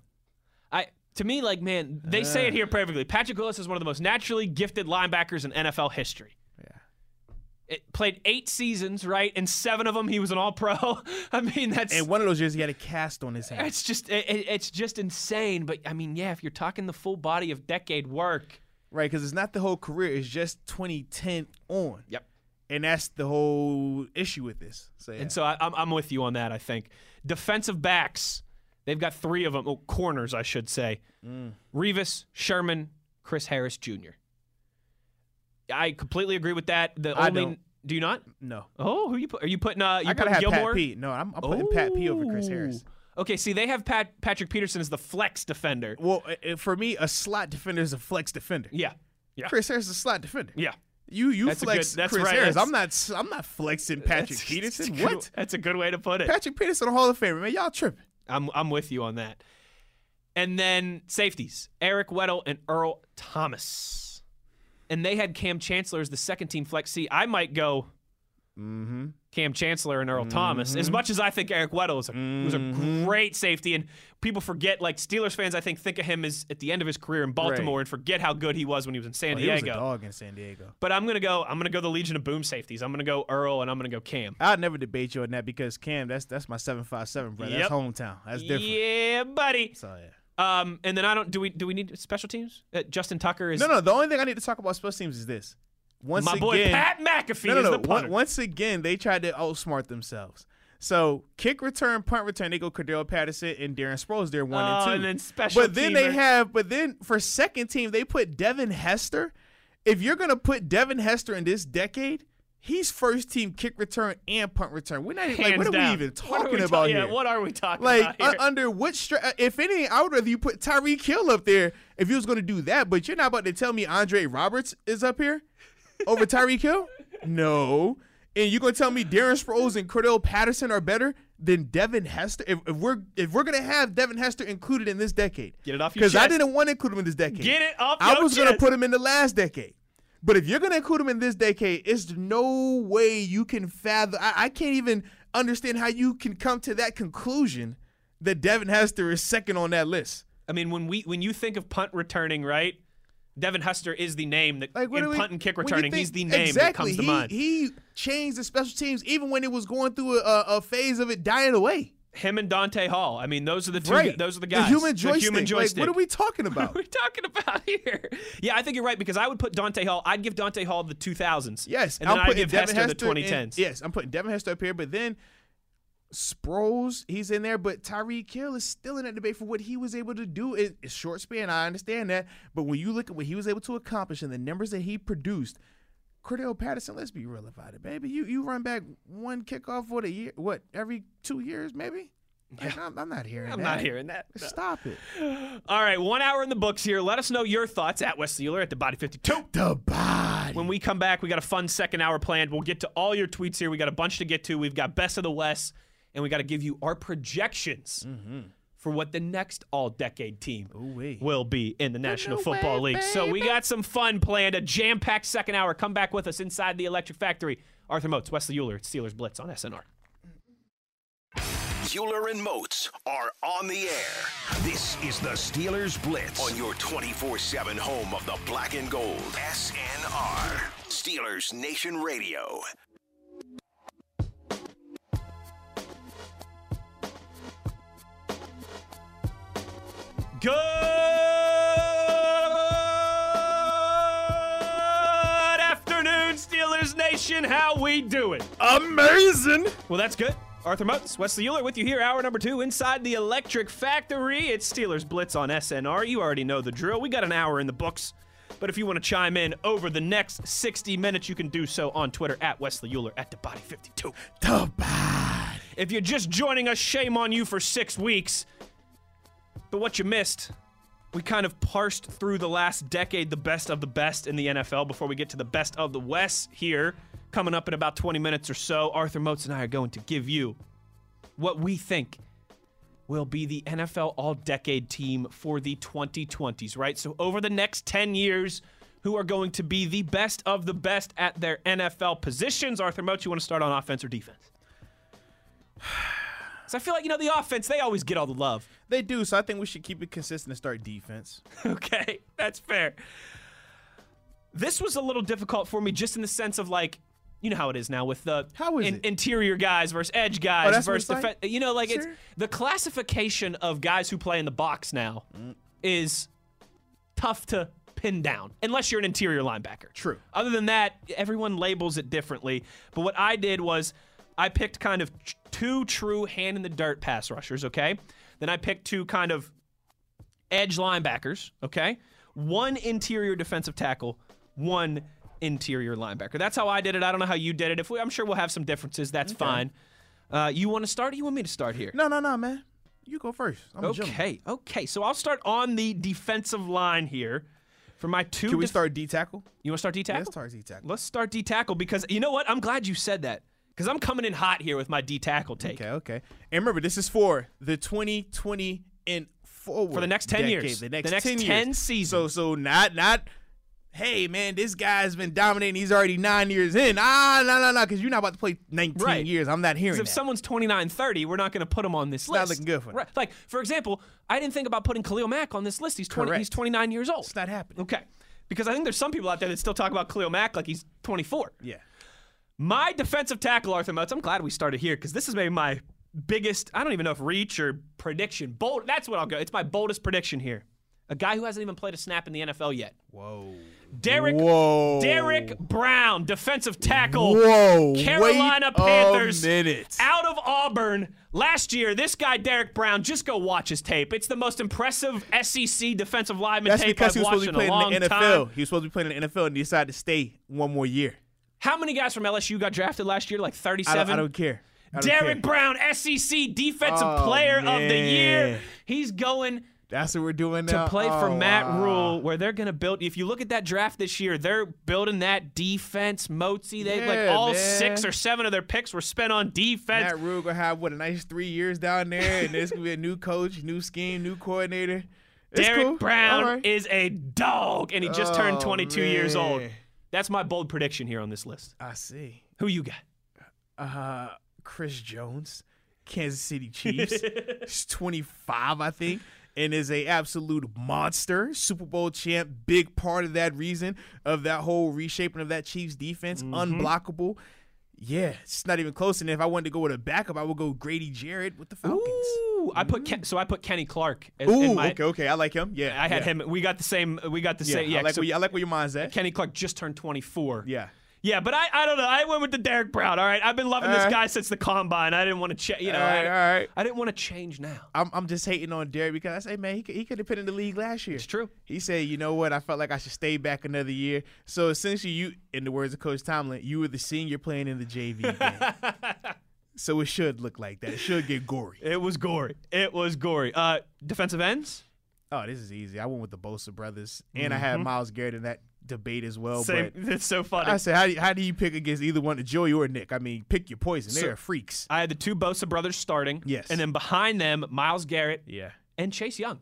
Speaker 2: I to me like man, they
Speaker 3: Uh.
Speaker 2: say it here perfectly. Patrick Willis is one of the most naturally gifted linebackers in NFL history.
Speaker 3: Yeah.
Speaker 2: It played 8 seasons, right? And 7 of them he was an all-pro. I mean, that's
Speaker 3: And one of those years he had a cast on his hand.
Speaker 2: it's just it, it- it's just insane, but I mean, yeah, if you're talking the full body of decade work,
Speaker 3: Right, because it's not the whole career; it's just 2010 on.
Speaker 2: Yep.
Speaker 3: And that's the whole issue with this. So, yeah.
Speaker 2: And so I, I'm, I'm with you on that, I think. Defensive backs, they've got three of them, oh, corners, I should say.
Speaker 3: Mm.
Speaker 2: Revis, Sherman, Chris Harris Jr. I completely agree with that. The
Speaker 3: I
Speaker 2: only,
Speaker 3: don't.
Speaker 2: Do you not?
Speaker 3: no,
Speaker 2: Oh, who you put? Are you putting? Uh, you
Speaker 3: I gotta
Speaker 2: putting
Speaker 3: have
Speaker 2: Gilmore?
Speaker 3: Pat P. No, I'm, I'm putting Pat P. over Chris Harris.
Speaker 2: Ooh. Okay, see, they have Pat Patrick Peterson as the flex defender.
Speaker 3: Well, i- i- for me, a slot defender is a flex defender.
Speaker 2: Yeah, yeah,
Speaker 3: Chris Harris is a slot defender.
Speaker 2: yeah.
Speaker 3: You you
Speaker 2: That's a
Speaker 3: flex
Speaker 2: good- that's
Speaker 3: Chris
Speaker 2: right,
Speaker 3: Harris.
Speaker 2: that's-
Speaker 3: I'm not s- I'm not flexing Patrick
Speaker 2: That's-
Speaker 3: Peterson.
Speaker 2: that's a good-
Speaker 3: What?
Speaker 2: That's a good way to put it.
Speaker 3: Patrick Peterson, a Hall of Famer, man. Y'all tripping.
Speaker 2: I'm I'm with you on that. And then safeties, Eric Weddle and Earl Thomas. And they had Cam Chancellor as the second team flex. See, I might go
Speaker 3: Mm-hmm.
Speaker 2: Cam Chancellor and Earl Thomas. As much as I think Eric Weddle is a, was
Speaker 3: Mm-hmm.
Speaker 2: a great safety, and people forget, like Steelers fans, I think think of him as at the end of his career in Baltimore and forget how good he was when he was in San
Speaker 3: Oh, he was a
Speaker 2: Diego.
Speaker 3: dog in San Diego.
Speaker 2: but I'm gonna go. I'm gonna go the Legion of Boom safeties. I'm gonna go Earl and I'm gonna go Cam.
Speaker 3: I'll never debate you on that because Cam, that's that's my seven five seven, brother.
Speaker 2: Yep.
Speaker 3: That's hometown. That's different.
Speaker 2: Yeah, buddy.
Speaker 3: So yeah.
Speaker 2: Um, and then I don't. Do we do we need special teams? Uh, Justin Tucker is
Speaker 3: No, no. The only thing I need to talk about special teams is this. Once
Speaker 2: my
Speaker 3: again,
Speaker 2: boy Pat McAfee
Speaker 3: no, no,
Speaker 2: is
Speaker 3: no.
Speaker 2: the
Speaker 3: on-
Speaker 2: punter.
Speaker 3: Once again, they tried to outsmart themselves. So kick return, punt return, they go Cordell Patterson and Darren Sproles. They're one
Speaker 2: Oh,
Speaker 3: and two.
Speaker 2: and then special
Speaker 3: But then they
Speaker 2: teamer.
Speaker 3: have. But then for second team, they put Devin Hester. If you're gonna put Devin Hester in this decade, he's first team kick return and punt return. We're not even like what
Speaker 2: Hands
Speaker 3: are
Speaker 2: down.
Speaker 3: we even
Speaker 2: What are
Speaker 3: talking
Speaker 2: we ta-
Speaker 3: about
Speaker 2: yeah,
Speaker 3: here?
Speaker 2: What are we talking
Speaker 3: Like uh,
Speaker 2: about here?
Speaker 3: un- under what stra- if anything, I would rather you put Tyreek Hill up there if you was gonna do that. But you're not about to tell me Andre Roberts is up here over Tyreek Hill. No, and you're gonna tell me Darren Sproles and Cordell Patterson are better than Devin Hester. If, if we're if we're gonna have Devin Hester included in this decade,
Speaker 2: Get it off your
Speaker 3: I
Speaker 2: chest.
Speaker 3: didn't want to include him in this decade.
Speaker 2: Get it off
Speaker 3: I
Speaker 2: your
Speaker 3: was gonna
Speaker 2: chest.
Speaker 3: put him in the last decade. But if you're gonna include him in this decade, it's no way you can fathom. I, I can't even understand how you can come to that conclusion that Devin Hester is second on that list.
Speaker 2: I mean, when we when you think of punt returning, right? Devin Hester is the name that
Speaker 3: Like what
Speaker 2: in
Speaker 3: do we-
Speaker 2: punt and kick
Speaker 3: when you
Speaker 2: returning.
Speaker 3: think-
Speaker 2: he's the name
Speaker 3: exactly,
Speaker 2: that comes to
Speaker 3: he,
Speaker 2: mind.
Speaker 3: He changed the special teams even when it was going through a, a, a phase of it dying away.
Speaker 2: Him and Dante Hall. I mean, those are the two.
Speaker 3: right.
Speaker 2: Those are the guys.
Speaker 3: The human joystick.
Speaker 2: joystick.
Speaker 3: Like, what are we talking
Speaker 2: What are
Speaker 3: about?
Speaker 2: we talking about here? Yeah, I think you're right because I would put Dante Hall. I'd give Dante Hall the 2000s.
Speaker 3: Yes,
Speaker 2: and then
Speaker 3: I'm
Speaker 2: I'd
Speaker 3: putting
Speaker 2: give
Speaker 3: Devin
Speaker 2: Hester,
Speaker 3: Hester
Speaker 2: the 2010s.
Speaker 3: In, yes, I'm putting Devin Hester up here, but then Sproles, he's in there, but Tyreek Hill is still in that debate for what he was able to do. It, it's short span, I understand that, but when you look at what he was able to accomplish and the numbers that he produced, Cordell Patterson, let's be real about it, baby. You you run back one kickoff what a year, what every two years maybe. Like, I'm, I'm not hearing.
Speaker 2: I'm
Speaker 3: that.
Speaker 2: not hearing that.
Speaker 3: Stop it.
Speaker 2: All right, one hour in the books here. Let us know your thoughts at Wes Euler at the Body 52.
Speaker 3: The body.
Speaker 2: When we come back, we got a fun second hour planned. We'll get to all your tweets here. We got a bunch to get to. We've got best of the West, and we got to give you our projections for what the next All Decade team
Speaker 3: Ooh-wee.
Speaker 2: will be in the National
Speaker 3: no
Speaker 2: Football
Speaker 3: way,
Speaker 2: League. So we got some fun planned. A jam-packed second hour. Come back with us inside the Electric Factory. Arthur Motes, Wesley Euler, it's Steelers Blitz on SNR.
Speaker 1: Euler and Moats are on the air. This is the Steelers Blitz on your 24 7 home of the black and gold. SNR. Steelers Nation Radio.
Speaker 2: Good afternoon, Steelers Nation. How we doing?
Speaker 4: Amazing.
Speaker 2: Well, that's good. Arthur Motes, Wesley Euler with you here, hour number two inside the Electric Factory. It's Steelers Blitz on SNR. You already know the drill. We got an hour in the books. But if you want to chime in over the next 60 minutes, you can do so on Twitter at Wesley Euler at the Body 52.
Speaker 3: The body.
Speaker 2: If you're just joining us, shame on you for six weeks. But what you missed, we kind of parsed through the last decade the best of the best in the NFL before we get to the best of the West here. Coming up in about 20 minutes or so, Arthur Motes and I are going to give you what we think will be the NFL all decade team for the 2020s, right? So, over the next 10 years, who are going to be the best of the best at their NFL positions? Arthur Motes, you want to start on offense or defense? So I feel like you know the offense, they always get all the love.
Speaker 3: They do, so I think we should keep it consistent and start defense.
Speaker 2: Okay, that's fair. This was a little difficult for me just in the sense of like you know how it is now with the
Speaker 3: How is it? Oh,
Speaker 2: interior guys versus edge guys
Speaker 3: that's what
Speaker 2: versus
Speaker 3: it's
Speaker 2: defe-
Speaker 3: like?
Speaker 2: you know like it's
Speaker 3: Sure.
Speaker 2: the classification of guys who play in the box now
Speaker 3: Mm.
Speaker 2: is tough to pin down unless you're an interior linebacker.
Speaker 3: True.
Speaker 2: Other than that, everyone labels it differently. But what I did was I picked kind of t- two true hand in the dirt pass rushers, okay? Then I picked two kind of edge linebackers, okay? One interior defensive tackle, one interior linebacker. That's how I did it. I don't know how you did it. If we, I'm sure we'll have some differences. That's fine. Uh, you want to start? Or you want me to start here?
Speaker 3: No, no, no, man. You go first. I'm a gentleman.
Speaker 2: Okay, okay. So I'll start on the defensive line here for my two.
Speaker 3: Can we
Speaker 2: def-
Speaker 3: start D tackle?
Speaker 2: You want to start D tackle?
Speaker 3: Let's start D tackle.
Speaker 2: Let's start D tackle because you know what? I'm glad you said that because I'm coming in hot here with my D tackle take.
Speaker 3: Okay, okay. And remember, this is for the 2020 and forward
Speaker 2: For the next 10
Speaker 3: decade,
Speaker 2: years.
Speaker 3: The next,
Speaker 2: The next
Speaker 3: 10,
Speaker 2: 10
Speaker 3: years.
Speaker 2: seasons.
Speaker 3: So, so not not. Hey man, this guy's been dominating. He's already nine years in. Ah, no, no, no, because you're not about to play 19
Speaker 2: Right.
Speaker 3: years. I'm not hearing
Speaker 2: Because
Speaker 3: that.
Speaker 2: if someone's 29 30, we're not going to put him on this list.
Speaker 3: not looking good for them.
Speaker 2: Right. Like, for example, I didn't think about putting Khalil Mack on this list. He's 20,
Speaker 3: Correct.
Speaker 2: he's 29 years old.
Speaker 3: it's not happening.
Speaker 2: okay. Because I think there's some people out there that still talk about Khalil Mack like he's 24.
Speaker 3: Yeah.
Speaker 2: My defensive tackle, Arthur Motes, I'm glad we started here because this is maybe my biggest, I don't even know if reach or prediction. Bold, that's what I'll go. It's my boldest prediction here. A guy who hasn't even played a snap in the NFL yet.
Speaker 3: Whoa.
Speaker 2: Derek
Speaker 3: Whoa.
Speaker 2: Derek Brown, defensive tackle.
Speaker 3: Whoa.
Speaker 2: Carolina
Speaker 3: wait
Speaker 2: Panthers.
Speaker 3: A minute.
Speaker 2: Out of Auburn last year, this guy Derek Brown. Just go watch his tape. It's the most impressive SEC defensive lineman
Speaker 3: That's
Speaker 2: tape
Speaker 3: because he
Speaker 2: I've
Speaker 3: was
Speaker 2: watched
Speaker 3: supposed
Speaker 2: in
Speaker 3: to be
Speaker 2: a long
Speaker 3: playing in the NFL.
Speaker 2: time.
Speaker 3: He was supposed to be playing in the NFL, and he decided to stay one more year.
Speaker 2: How many guys from LSU got drafted last year? Like
Speaker 3: I
Speaker 2: thirty-seven.
Speaker 3: don't, I don't care. I don't
Speaker 2: Derek
Speaker 3: care.
Speaker 2: Brown, SEC Defensive
Speaker 3: Oh,
Speaker 2: Player of the Year.
Speaker 3: man.
Speaker 2: He's going
Speaker 3: That's what we're doing
Speaker 2: to
Speaker 3: now.
Speaker 2: play for
Speaker 3: Oh,
Speaker 2: Matt
Speaker 3: wow.
Speaker 2: Rule, where they're going to build. If you look at that draft this year, they're building that defense. Motzi, they
Speaker 3: Yeah,
Speaker 2: like all
Speaker 3: man.
Speaker 2: six or seven of their picks were spent on defense.
Speaker 3: Matt Rule gonna have what a nice three years down there, and there's gonna be a new coach, new scheme, new coordinator. It's
Speaker 2: Derek
Speaker 3: cool.
Speaker 2: Brown
Speaker 3: All right.
Speaker 2: is a dog, and he just turned
Speaker 3: Oh,
Speaker 2: 22 years old.
Speaker 3: man.
Speaker 2: That's my bold prediction here on this list.
Speaker 3: I see.
Speaker 2: Who you got?
Speaker 3: Uh, Chris Jones, Kansas City Chiefs. He's 25, I think, and is a absolute monster, Super Bowl champ. Big part of that reason of that whole reshaping of that Chiefs defense,
Speaker 2: Mm-hmm.
Speaker 3: unblockable. Yeah, it's not even close. And if I wanted to go with a backup, I would go Grady Jarrett with the Falcons.
Speaker 2: Ooh, I put Ken, so I put Kenny Clark. As,
Speaker 3: Ooh,
Speaker 2: in my,
Speaker 3: okay, okay. I like him. Yeah,
Speaker 2: I had
Speaker 3: yeah.
Speaker 2: him. We got the same. We got the
Speaker 3: Yeah,
Speaker 2: same. Yeah,
Speaker 3: I like,
Speaker 2: so
Speaker 3: where you, I like where your mind's at.
Speaker 2: Kenny Clark just turned 24.
Speaker 3: Yeah,
Speaker 2: Yeah, but I, I don't know. I went with the Derek Brown. All right, I've been loving this
Speaker 3: Alright.
Speaker 2: guy since the combine. I didn't want to change. You know, I,
Speaker 3: Alright, alright.
Speaker 2: I didn't want to change now.
Speaker 3: I'm, I'm just hating on Derek because I say, man, he could, he could have been in the league last year.
Speaker 2: It's true.
Speaker 3: He said, you know what? I felt like I should stay back another year. So essentially, you, in the words of Coach Tomlin, you were the senior playing in the JV game. so it should look like that. It should get gory.
Speaker 2: It was gory. It was gory. Uh, defensive ends.
Speaker 3: Oh, this is easy. I went with the Bosa brothers, and I had Miles Garrett in that debate as well.
Speaker 2: Mm-hmm. Same.
Speaker 3: But
Speaker 2: It's so funny.
Speaker 3: Oh, I said, how do, you, how do you pick against either one, Joey or Nick? I mean, pick your poison. They're freaks.
Speaker 2: I had the two Bosa brothers starting.
Speaker 3: Yes.
Speaker 2: And then behind them, Miles Garrett
Speaker 3: Yeah.
Speaker 2: and Chase Young.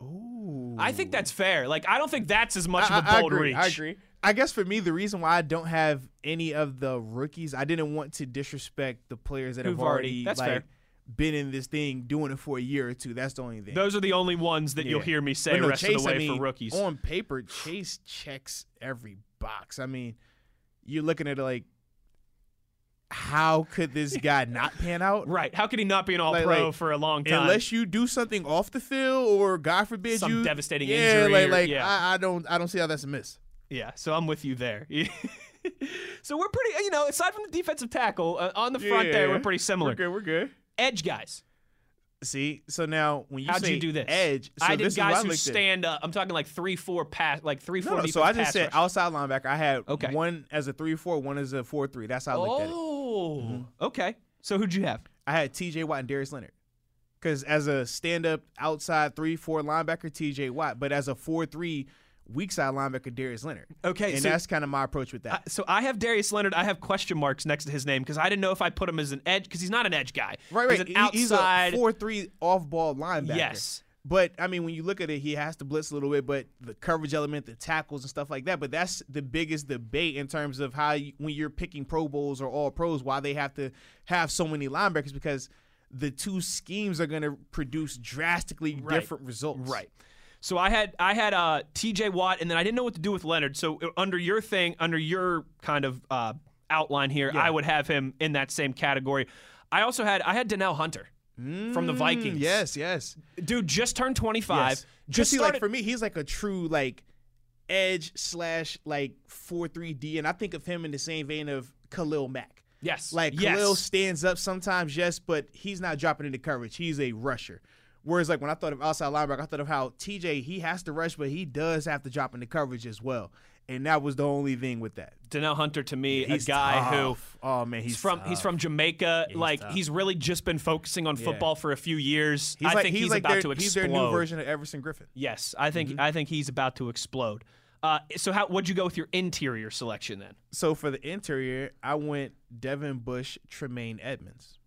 Speaker 3: Ooh.
Speaker 2: I think that's fair. Like, I don't think that's as much
Speaker 3: I,
Speaker 2: of
Speaker 3: I-
Speaker 2: a
Speaker 3: I
Speaker 2: bold
Speaker 3: agree.
Speaker 2: reach.
Speaker 3: I agree. I guess for me, the reason why I don't have any of the rookies, I didn't want to disrespect the players that
Speaker 2: Who've
Speaker 3: have
Speaker 2: already-
Speaker 3: already,
Speaker 2: that's
Speaker 3: like,
Speaker 2: fair.
Speaker 3: been in this thing doing it for a year or two. That's the only thing.
Speaker 2: Those are the only ones that you'll
Speaker 3: Yeah.
Speaker 2: hear me say
Speaker 3: But no,
Speaker 2: rest of
Speaker 3: Chase,
Speaker 2: the way
Speaker 3: I mean,
Speaker 2: for rookies.
Speaker 3: On paper, Chase checks every box. I mean, you're looking at it like, how could this guy not pan out?
Speaker 2: right. How could he not be an all
Speaker 3: Like-
Speaker 2: pro
Speaker 3: like,
Speaker 2: for a long time?
Speaker 3: Unless you do something off the field, or God forbid,
Speaker 2: Some
Speaker 3: you
Speaker 2: devastating
Speaker 3: yeah,
Speaker 2: injury
Speaker 3: Like,
Speaker 2: or-
Speaker 3: like
Speaker 2: yeah.
Speaker 3: I, I don't, I don't see how that's a miss.
Speaker 2: Yeah, so I'm with you there. so we're pretty, you know, aside from the defensive tackle uh, on the front there,
Speaker 3: Yeah.
Speaker 2: we're pretty similar.
Speaker 3: We're good. We're good.
Speaker 2: Edge guys.
Speaker 3: See, so now when you
Speaker 2: How'd
Speaker 3: say
Speaker 2: you do this?
Speaker 3: edge, so
Speaker 2: I did
Speaker 3: this is what
Speaker 2: guys
Speaker 3: I
Speaker 2: who
Speaker 3: looked at.
Speaker 2: stand up. I'm talking like three, four pass, like three,
Speaker 3: No,
Speaker 2: four.
Speaker 3: no, so
Speaker 2: defense
Speaker 3: I just
Speaker 2: pass
Speaker 3: said
Speaker 2: rush.
Speaker 3: outside linebacker. I had
Speaker 2: Okay.
Speaker 3: one as a three four, one as a four three. That's how I looked at it. Mm-hmm.
Speaker 2: Oh, okay. So who'd you have?
Speaker 3: I had T.J. Watt and Darius Leonard. Because as a stand up outside three four linebacker, T.J. Watt, but as a four three weak side linebacker, Darius Leonard.
Speaker 2: Okay,
Speaker 3: and
Speaker 2: so-
Speaker 3: that's kind of my approach with that.
Speaker 2: I- so I have Darius Leonard. I have question marks next to his name because I didn't know if I put him as an edge because he's not an edge guy.
Speaker 3: right,
Speaker 2: He's
Speaker 3: right.
Speaker 2: an
Speaker 3: He- He's
Speaker 2: outside.
Speaker 3: a four three off ball linebacker.
Speaker 2: Yes.
Speaker 3: But I mean, when you look at it, he has to blitz a little bit, but the coverage element, the tackles and stuff like that. But that's the biggest debate in terms of how you, when you're picking Pro Bowls or All Pros, why they have to have so many linebackers because the two schemes are going to produce drastically
Speaker 2: Right.
Speaker 3: different results.
Speaker 2: Right. So I had I had uh, T.J. Watt, and then I didn't know what to do with Leonard. So uh, under your thing, under your kind of uh, outline here, I would have him in that same category. I also had I had Donnell Hunter from the Vikings.
Speaker 3: Mm, Yes. Yes.
Speaker 2: dude, just turned twenty five.
Speaker 3: Yes.
Speaker 2: Just
Speaker 3: See,
Speaker 2: started.
Speaker 3: like for me, he's like a true like edge slash like four three D, and I think of him in the same vein of Khalil Mack.
Speaker 2: yes,
Speaker 3: Like
Speaker 2: yes.
Speaker 3: Khalil stands up sometimes, yes, but he's not dropping into coverage. He's a rusher. Whereas like when I thought of outside linebacker, I thought of how TJ he has to rush, but he does have to drop into coverage as well. And that was the only thing with that.
Speaker 2: Donnell Hunter to me,
Speaker 3: He's
Speaker 2: a guy who
Speaker 3: tough. oh man, he's
Speaker 2: He's from he's
Speaker 3: tough.
Speaker 2: from Jamaica. like he's really just been focusing on football for a few years.
Speaker 3: He's
Speaker 2: I
Speaker 3: like,
Speaker 2: think he's,
Speaker 3: like
Speaker 2: about
Speaker 3: their,
Speaker 2: to explode.
Speaker 3: He's their new version Mm-hmm. of Everson Griffin.
Speaker 2: Yes, I think I think he's about to explode. Uh, so how would you go with your interior selection then?
Speaker 3: So for the interior, I went Devin Bush, Tremaine Edmonds.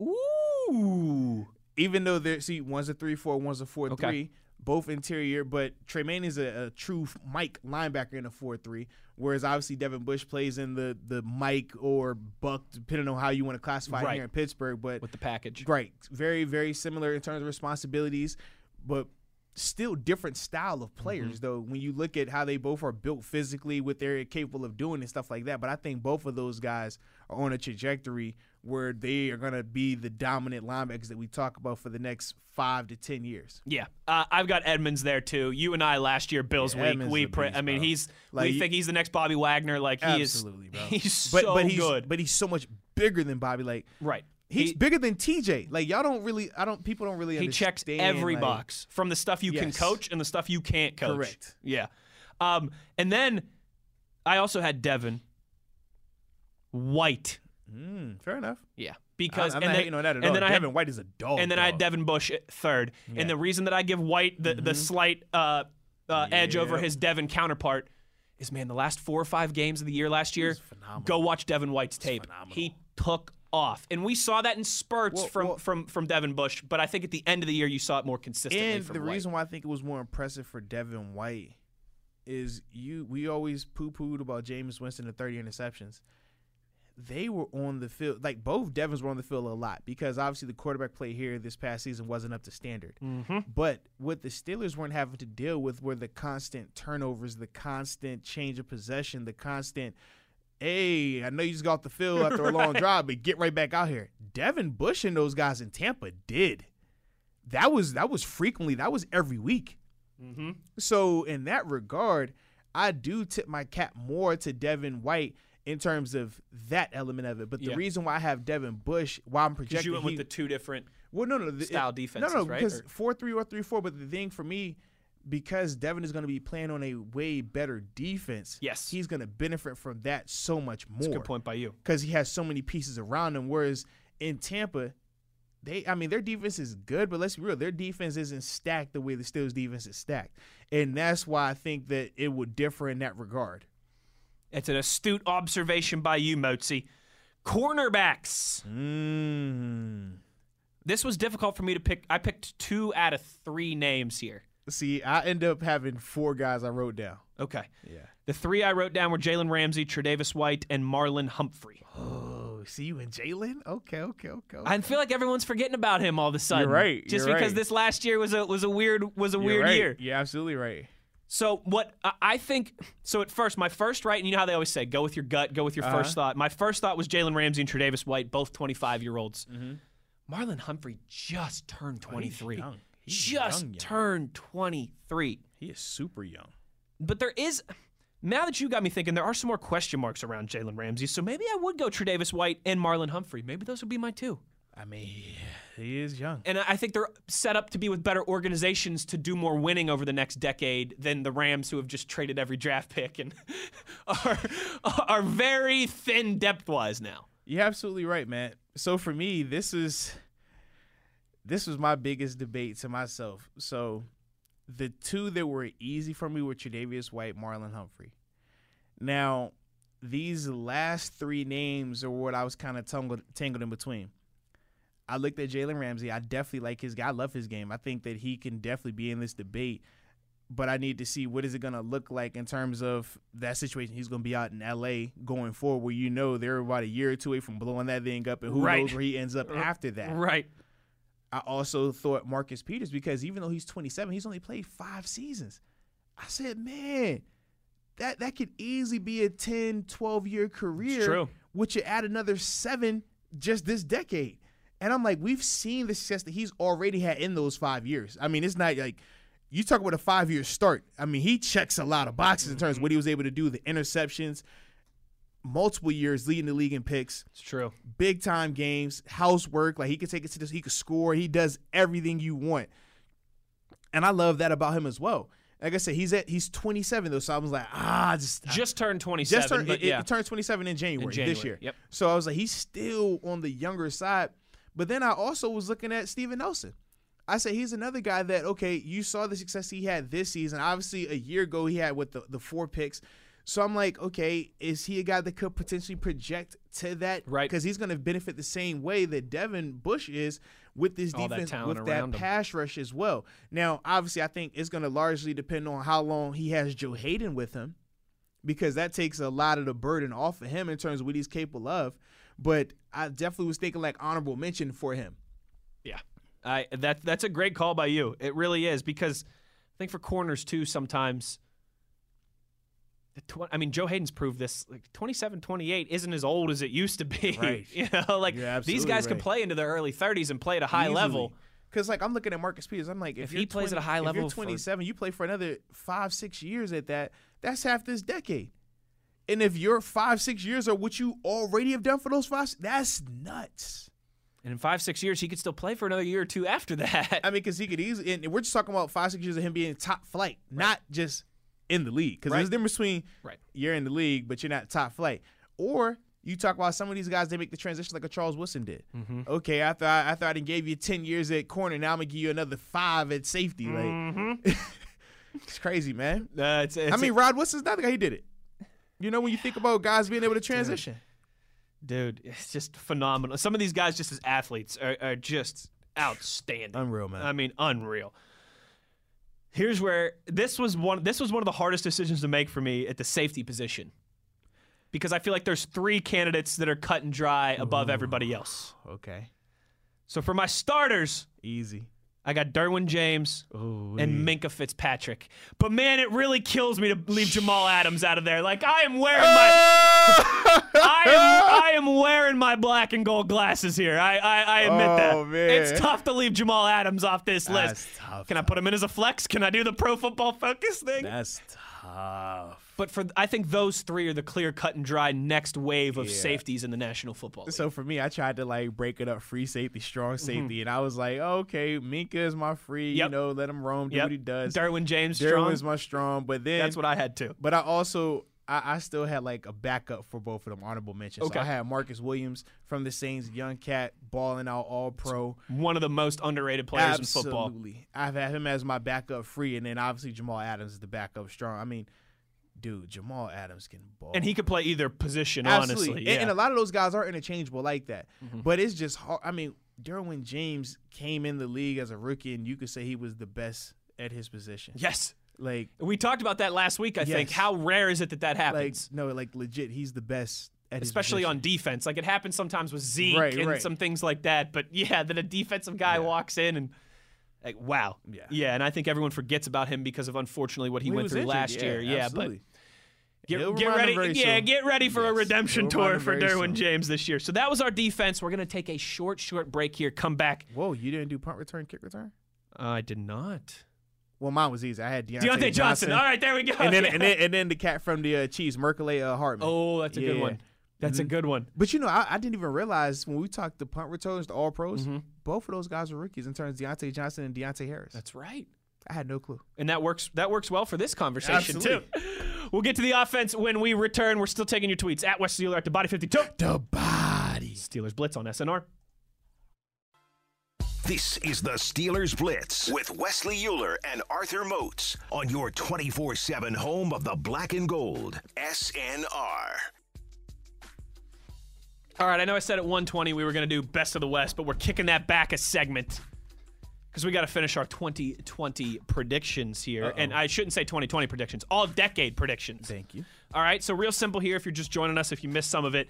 Speaker 2: Ooh,
Speaker 3: even though they're see one's a three four, one's a four
Speaker 2: Okay.
Speaker 3: three, both interior. But Tremaine is a, a true Mike linebacker in a four three, whereas obviously Devin Bush plays in the the Mike or Buck, depending on how you want to classify
Speaker 2: Right.
Speaker 3: it here in Pittsburgh. But
Speaker 2: with the package.
Speaker 3: right, very very similar in terms of responsibilities, but still different style of players
Speaker 2: Mm-hmm.
Speaker 3: though when you look at how they both are built physically what they're capable of doing and stuff like that but i think both of those guys are on a trajectory where they are going to be the dominant linebackers that we talk about for the next five to ten years
Speaker 2: Yeah, uh, I've got Edmonds there too. You and I last year, Bills
Speaker 3: Yeah,
Speaker 2: week.
Speaker 3: Edmonds
Speaker 2: we
Speaker 3: is a
Speaker 2: pre-
Speaker 3: beast,
Speaker 2: I mean,
Speaker 3: bro.
Speaker 2: he's
Speaker 3: Like,
Speaker 2: we
Speaker 3: you-
Speaker 2: think he's the next Bobby Wagner. Like he
Speaker 3: Absolutely,
Speaker 2: is,
Speaker 3: bro.
Speaker 2: he's
Speaker 3: but
Speaker 2: so
Speaker 3: but he's
Speaker 2: good.
Speaker 3: but he's so much bigger than bobby like
Speaker 2: right,
Speaker 3: he's
Speaker 2: He-
Speaker 3: bigger than tj like y'all don't really i don't people don't really
Speaker 2: He
Speaker 3: understand
Speaker 2: checks every
Speaker 3: like-
Speaker 2: box from the stuff you can
Speaker 3: Yes.
Speaker 2: coach and the stuff you can't coach.
Speaker 3: Correct.
Speaker 2: Yeah. Um, and then I also had Devin White.
Speaker 3: Mm, fair enough
Speaker 2: Yeah.
Speaker 3: I, i'm
Speaker 2: Because
Speaker 3: not
Speaker 2: and then,
Speaker 3: hating on that at
Speaker 2: and
Speaker 3: all
Speaker 2: then I had
Speaker 3: devin white is a dog
Speaker 2: and then I had
Speaker 3: dog.
Speaker 2: Devin Bush at third. And the reason that I give White the,
Speaker 3: Mm-hmm.
Speaker 2: the slight uh, uh, edge over his Devin counterpart is, man, the last four or five games of the year last year, go watch Devin White's tape. He took off. And we saw that in spurts
Speaker 3: Well-
Speaker 2: from,
Speaker 3: well-
Speaker 2: from from Devin Bush, but I think at the end of the year you saw it more consistently
Speaker 3: And
Speaker 2: from
Speaker 3: the
Speaker 2: White.
Speaker 3: reason why I think it was more impressive for Devin White is you we always poo pooed about James Winston and 30 interceptions. They were on the field like both Devins were on the field a lot because obviously the quarterback play here this past season wasn't up to standard.
Speaker 2: Mm-hmm.
Speaker 3: But what the Steelers weren't having to deal with were the constant turnovers, the constant change of possession, the constant hey, I know you just got off the field after a long drive, but get right back out here. Devin Bush and those guys in Tampa did.
Speaker 2: Mm-hmm.
Speaker 3: That was that was frequently. That was every week. So in that regard, I do tip my cap more to Devin White in terms of that element of it. But the
Speaker 2: Yeah.
Speaker 3: reason why I have Devin Bush, why I'm
Speaker 2: Because
Speaker 3: projecting,
Speaker 2: you went
Speaker 3: he-
Speaker 2: with the two different.
Speaker 3: well, no, no, the,
Speaker 4: style
Speaker 3: it-
Speaker 4: defenses,
Speaker 3: No, no,
Speaker 4: right?
Speaker 3: because
Speaker 4: Or-
Speaker 3: four three or three four. But the thing for me, because Devin is going to be playing on a way better defense.
Speaker 2: Yes.
Speaker 3: he's going to benefit from that so much more.
Speaker 2: Good point by you.
Speaker 3: Because he has so many pieces around him. Whereas in Tampa, they, I mean, their defense is good, but let's be real, their defense isn't stacked the way the Steelers' defense is stacked, and that's why I think that it would differ in that regard.
Speaker 2: It's an astute observation by you, Mozi. Cornerbacks.
Speaker 3: Mm.
Speaker 2: This was difficult for me to pick. I picked two out of three names here.
Speaker 3: See, I end up having four guys I wrote down.
Speaker 2: Okay.
Speaker 3: Yeah.
Speaker 2: The three I wrote down were Jalen Ramsey, Tredavis White, and Marlon Humphrey.
Speaker 3: Oh, see you and Jalen. Okay, okay, okay.
Speaker 2: I feel like everyone's forgetting about him all of a sudden.
Speaker 3: right,
Speaker 2: Just
Speaker 3: you're
Speaker 2: because
Speaker 3: right.
Speaker 2: this last year was a was a weird was a
Speaker 3: You're
Speaker 2: weird
Speaker 3: right.
Speaker 2: year.
Speaker 3: You're absolutely right.
Speaker 2: So what I- I think so at first my first right and you know how they always say go with your gut go with
Speaker 3: Uh-huh.
Speaker 2: your first thought my first thought was Jalen Ramsey and Tre'Davis White both 25 year olds Marlon Humphrey just turned 23
Speaker 3: young. Mm-hmm. Oh, He's
Speaker 2: just
Speaker 3: young, young.
Speaker 2: turned 23
Speaker 3: He is super young.
Speaker 2: but there is now that you got me thinking there are some more question marks around Jalen Ramsey so maybe I would go Tre'Davis White and Marlon Humphrey maybe those would be my two
Speaker 3: I mean, he is young.
Speaker 2: and I I think they're set up to be with better organizations to do more winning over the next decade than the Rams, who have just traded every draft pick and are are very thin depth wise now.
Speaker 3: You're absolutely right, man. So for me, this is this was my biggest debate to myself. So the two that were easy for me were Tre'Davious White, Marlon Humphrey. Now, these last three names are what I was kind of tangled, tangled in between. I looked at Jalen Ramsey. I definitely like his guy. I love his game. I think that he can definitely be in this debate. But I need to see what is it going to look like in terms of that situation. He's going to be out in L.A. going forward, where you know they're about a year or two away from blowing that thing up, and who
Speaker 2: Right.
Speaker 3: knows where he ends up after that.
Speaker 2: Right.
Speaker 3: I also thought Marcus Peters because even though he's 27, he's only played five seasons. I said, man, that that could easily be a 10, 12 year career.
Speaker 2: true.
Speaker 3: Which you add another seven just this decade. And I'm like, we've seen the success that he's already had in those five years. I mean, it's not like you talk about a five year start. I mean, he checks a lot of boxes in terms of what he was able to do, the interceptions, multiple years leading the league in picks
Speaker 2: It's true.
Speaker 3: big time games, housework. Like he could take it to this, he could score. He does everything you want, and I love that about him as well. Like I said, he's at he's 27 though, so I was like, ah, just
Speaker 2: Just turned 27.
Speaker 3: just turned
Speaker 2: but
Speaker 3: it,
Speaker 2: yeah.
Speaker 3: it turned 27 in January, this
Speaker 2: January,
Speaker 3: year.
Speaker 2: yep.
Speaker 3: So I was like, he's still on the younger side. But then I also was looking at Steven Nelson. I said he's another guy that okay, you saw the success he had this season. Obviously, a year ago he had with the, the four picks. So I'm like, okay, is he a guy that could potentially project to that?
Speaker 2: Right.
Speaker 3: Because he's going to benefit the same way that Devin Bush is with this
Speaker 2: All that
Speaker 3: defense,
Speaker 2: talent
Speaker 3: with that
Speaker 2: around him.
Speaker 3: pass rush as well. Now, obviously, I think it's going to largely depend on how long he has Joe Hayden with him because that takes a lot of the burden off of him in terms of what he's capable of. But I definitely was thinking like honorable mention for him.
Speaker 2: Yeah. I that that's a great call by you. It really is because I think for corners too sometimes the tw- I mean Joe Hayden's proved this like 27 28 isn't as old as it used to be.
Speaker 3: Right.
Speaker 2: You know, like
Speaker 3: You're
Speaker 2: these
Speaker 3: absolutely
Speaker 2: guys can
Speaker 3: right.
Speaker 2: play into their early 30s and play at a high level.
Speaker 3: Because like I'm looking at Marcus Peters, I'm like, if,
Speaker 2: If
Speaker 3: you're
Speaker 2: he plays at a
Speaker 3: 20
Speaker 2: high
Speaker 3: if you're
Speaker 2: level for-
Speaker 3: 27, you play for another five, six years at that. That's half this decade. And if your five, six years are what you already have done for those five, that's nuts.
Speaker 2: And in five, six years, he could still play for another year or two after that.
Speaker 3: I mean, because he could easily, and we're just talking about five, six years of him being top flight, not just in the league. Because there's a difference between
Speaker 2: Right.
Speaker 3: you're in the league, but you're not top flight. Or you talk about some of these guys, they make the transition like a Charles Wilson did. Okay, I thought I thought I gave you 10 years at corner, now I'm going to give you another five at safety. Like, Mm-hmm. it's crazy, man.
Speaker 2: Uh, it's, it's
Speaker 3: I mean, Rod Wilson's not the guy, he did it. You know, when you think about guys being able to transition.
Speaker 2: dude, it's just phenomenal. Some of these guys, just as athletes, are, are just outstanding.
Speaker 3: Unreal, man.
Speaker 2: I mean, unreal. Here's where this was one. This was one of the hardest decisions to make for me at the safety position, because I feel like there's three candidates that are cut and dry above everybody else.
Speaker 3: Okay,
Speaker 2: So for my starters,
Speaker 3: easy.
Speaker 2: I got Derwin James
Speaker 3: Ooh,
Speaker 2: and Minka Fitzpatrick. But man, it really kills me to leave Jamal Adams out of there. Like I am wearing my. I am I am wearing my black and gold glasses here. I I, I admit
Speaker 3: Oh,
Speaker 2: that.
Speaker 3: man.
Speaker 2: It's tough to leave Jamal Adams off this list.
Speaker 3: That's tough.
Speaker 2: Can I put him in as a flex? Can I do the pro football focus thing?
Speaker 3: That's tough. tough.
Speaker 2: But for I think those three are the clear cut and dry next wave of safeties in the National Football League.
Speaker 3: So for me, I tried to like break it up: free safety, strong safety, and I was like, okay, Minka is my free.
Speaker 2: Mm-hmm.
Speaker 3: You
Speaker 2: Yep.
Speaker 3: know, let him roam, do
Speaker 2: Yep.
Speaker 3: what he does.
Speaker 2: Derwin James, strong.
Speaker 3: Derwin's my strong, but then
Speaker 2: That's what I had too.
Speaker 3: But I also I, I still had like a backup for both of them honorable mentions.
Speaker 2: Okay.
Speaker 3: So I had Marcus Williams from the Saints, young cat, balling out all pro.
Speaker 2: One of the most underrated players in football.
Speaker 3: Absolutely. I've had him as my backup free, and then obviously Jamal Adams is the backup strong. I mean, dude, Jamal Adams can ball.
Speaker 2: And he could play either position,
Speaker 3: Absolutely.
Speaker 2: honestly.
Speaker 3: And-
Speaker 2: Yeah. Mm-hmm.
Speaker 3: And, a lot of those guys are interchangeable like that. But it's just hard. I mean, Derwin James came in the league as a rookie, and you could say he was the best at his position.
Speaker 2: yes.
Speaker 3: Like,
Speaker 2: We talked about that last week, I think.
Speaker 3: Yes.
Speaker 2: How rare is it that
Speaker 3: like
Speaker 2: that happens?
Speaker 3: no, like legit, he's the best at his
Speaker 2: Especially
Speaker 3: position.
Speaker 2: on defense. Like it happens sometimes with Zeke
Speaker 3: Right,
Speaker 2: and
Speaker 3: right.
Speaker 2: some things like that. But yeah, then a defensive guy walks in and like wow.
Speaker 3: Yeah.
Speaker 2: Yeah, and I think everyone forgets about him because of unfortunately what he,
Speaker 3: When
Speaker 2: went
Speaker 3: was
Speaker 2: through
Speaker 3: injured,
Speaker 2: last year. Yeah, but
Speaker 3: absolutely. He'll
Speaker 2: Get, get
Speaker 3: remind
Speaker 2: ready,
Speaker 3: him very
Speaker 2: yeah.
Speaker 3: soon.
Speaker 2: Get ready for a
Speaker 3: Yes,
Speaker 2: redemption
Speaker 3: he'll
Speaker 2: tour
Speaker 3: remind him
Speaker 2: for
Speaker 3: very
Speaker 2: Derwin
Speaker 3: soon.
Speaker 2: James this year. So that was our defense. We're gonna take a short, short break here. Come back.
Speaker 3: Whoa, you didn't do punt return, kick return?
Speaker 2: I did not.
Speaker 3: Well, mine was easy. I had Deontay,
Speaker 2: Deontay Johnson. All right, there we go.
Speaker 3: And then,
Speaker 2: Yeah.
Speaker 3: and then and then the cat from the uh, Chiefs, Merkle uh, Hartman.
Speaker 2: oh, that's a good
Speaker 3: Yeah. Mm-hmm.
Speaker 2: one. That's a good one.
Speaker 3: But you know, I, I didn't even realize when we talked the punt returns to all pros,
Speaker 2: Mm-hmm.
Speaker 3: both of those guys were rookies in terms of Deontay Johnson and Deontay Harris.
Speaker 2: That's right.
Speaker 3: I had no clue.
Speaker 2: And that works. That works well for this conversation
Speaker 3: Absolutely.
Speaker 2: too. We'll get to the offense when we return. We're still taking your tweets at West Steeler at the Body Fifty Two.
Speaker 3: The body.
Speaker 2: Steelers Blitz on SNR.
Speaker 1: This is the Steelers Blitz with Wesley Euler and Arthur Moats on your 24 7 home of the black and gold, SNR.
Speaker 2: All right, I know I said at 120 we were going to do best of the West, but we're kicking that back a segment because we got to finish our 2020 predictions here. And I shouldn't say 2020 predictions, all decade predictions.
Speaker 3: Thank you.
Speaker 2: All right, so real simple here if you're just joining us, if you missed some of it.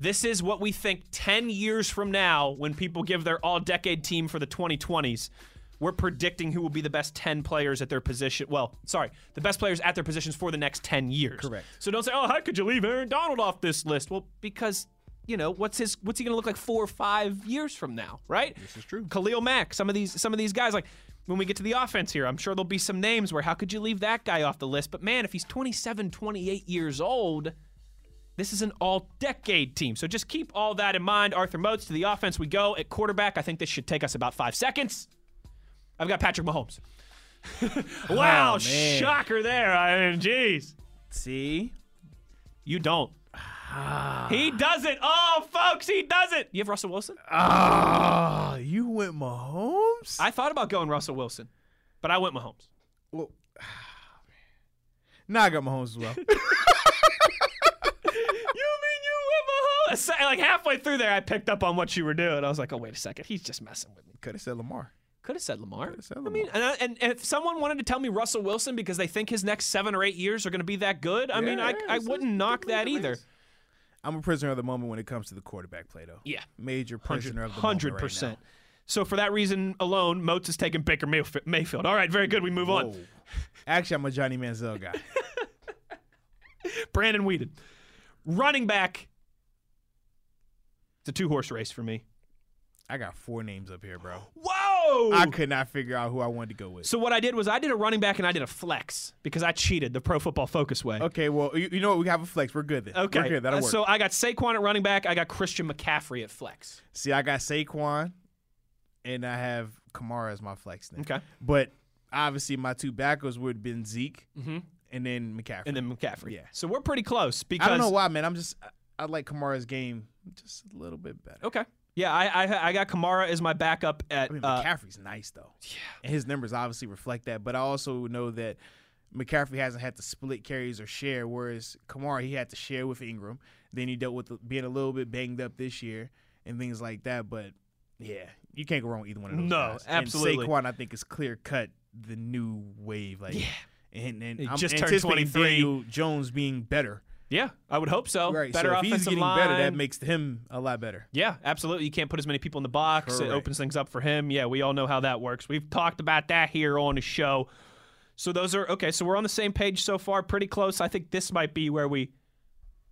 Speaker 2: This is what we think 10 years from now, when people give their all decade team for the 2020s, we're predicting who will be the best 10 players at their position. Well, sorry, the best players at their positions for the next 10 years.
Speaker 3: Correct.
Speaker 2: So don't say, oh, how could you leave Aaron Donald off this list? Well, because. You know what's his? What's he going to look like four or five years from now? Right. This is true. Khalil Mack. Some of these. Some of these guys. Like when we get to the offense here, I'm sure there'll be some names where how could you leave that guy off the list? But man, if he's 27, 28 years old, this is an all decade team. So just keep all that in mind. Arthur Motes to the offense we go. At quarterback, I think this should take us about five seconds. I've got Patrick Mahomes. wow,
Speaker 3: Oh, man.
Speaker 2: shocker there. I mean, jeez.
Speaker 3: See?
Speaker 2: You don't. he does it. Oh, folks, he does it. You have Russell Wilson?
Speaker 3: Ah, you went Mahomes?
Speaker 2: I thought about going Russell Wilson, but I went Mahomes.
Speaker 3: well, Ah, nah, I got Mahomes as well.
Speaker 2: You mean you went Mahomes? Like halfway through there, I picked up on what you were doing. I was like, oh, wait a second. He's just messing with me.
Speaker 3: Could have said Lamar.
Speaker 2: Could have said Lamar.
Speaker 3: said
Speaker 2: I mean, and, I- and, and if someone wanted to tell me Russell Wilson because they think his next seven or eight years are going to be that good, I mean, I,
Speaker 3: Yeah,
Speaker 2: I
Speaker 3: it's-
Speaker 2: wouldn't
Speaker 3: it's
Speaker 2: knock that
Speaker 3: definitely
Speaker 2: either.
Speaker 3: the I'm a prisoner of the moment when it comes to the quarterback play, though.
Speaker 2: Yeah.
Speaker 3: Major prisoner of the moment.
Speaker 2: Hundred
Speaker 3: right
Speaker 2: percent.
Speaker 3: now.
Speaker 2: So for that reason alone, Moats is taking Baker Mayf- Mayfield. All right, very good. We move on.
Speaker 3: Whoa. Actually, I'm a Johnny Manziel guy.
Speaker 2: Brandon Whedon, running back. It's a two-horse race for me.
Speaker 3: I got four names up here, bro.
Speaker 2: Whoa!
Speaker 3: I could not figure out who I wanted to go with.
Speaker 2: so what I did was I did a running back and I did a flex because I cheated the Pro Football Focus way.
Speaker 3: Okay, well, you, you know what? We have a flex. We're good then.
Speaker 2: Okay.
Speaker 3: We're good. That'll
Speaker 2: Uh,
Speaker 3: work.
Speaker 2: So I got Saquon at running back. I got Christian McCaffrey at flex.
Speaker 3: See, I got Saquon, and I have Kamara as my flex name.
Speaker 2: Okay.
Speaker 3: But obviously, my two backers would have been Zeke and then McCaffrey.
Speaker 2: Mm-hmm. and then McCaffrey.
Speaker 3: Yeah.
Speaker 2: So we're pretty close because
Speaker 3: I don't know why, man. I'm just, I- I like Kamara's game just a little bit better.
Speaker 2: Okay. Yeah, I, I I got Kamara as my backup at
Speaker 3: I mean,
Speaker 2: uh,
Speaker 3: McCaffrey's nice though. Yeah, and his numbers obviously reflect that. But I also know that McCaffrey hasn't had to split carries or share, whereas Kamara he had to share with Ingram. Then he dealt with the- being a little bit banged up this year and things like that. But yeah, you can't go wrong with either one of those.
Speaker 2: No,
Speaker 3: guys.
Speaker 2: absolutely.
Speaker 3: And Saquon, I think, is clear cut the new wave. Like, yeah. And, and
Speaker 2: He
Speaker 3: I'm
Speaker 2: just turned
Speaker 3: anticipating
Speaker 2: 23.
Speaker 3: Daniel Jones being better.
Speaker 2: yeah. I would hope so.
Speaker 3: Right.
Speaker 2: Better
Speaker 3: so if
Speaker 2: offensive
Speaker 3: he's getting
Speaker 2: line.
Speaker 3: better, that makes him a lot better.
Speaker 2: yeah, absolutely. You can't put as many people in the box. It
Speaker 3: Correct.
Speaker 2: opens things up for him. Yeah, we all know how that works. We've talked about that here on the show. So those are okay. So we're on the same page so far, pretty close. I think this might be where we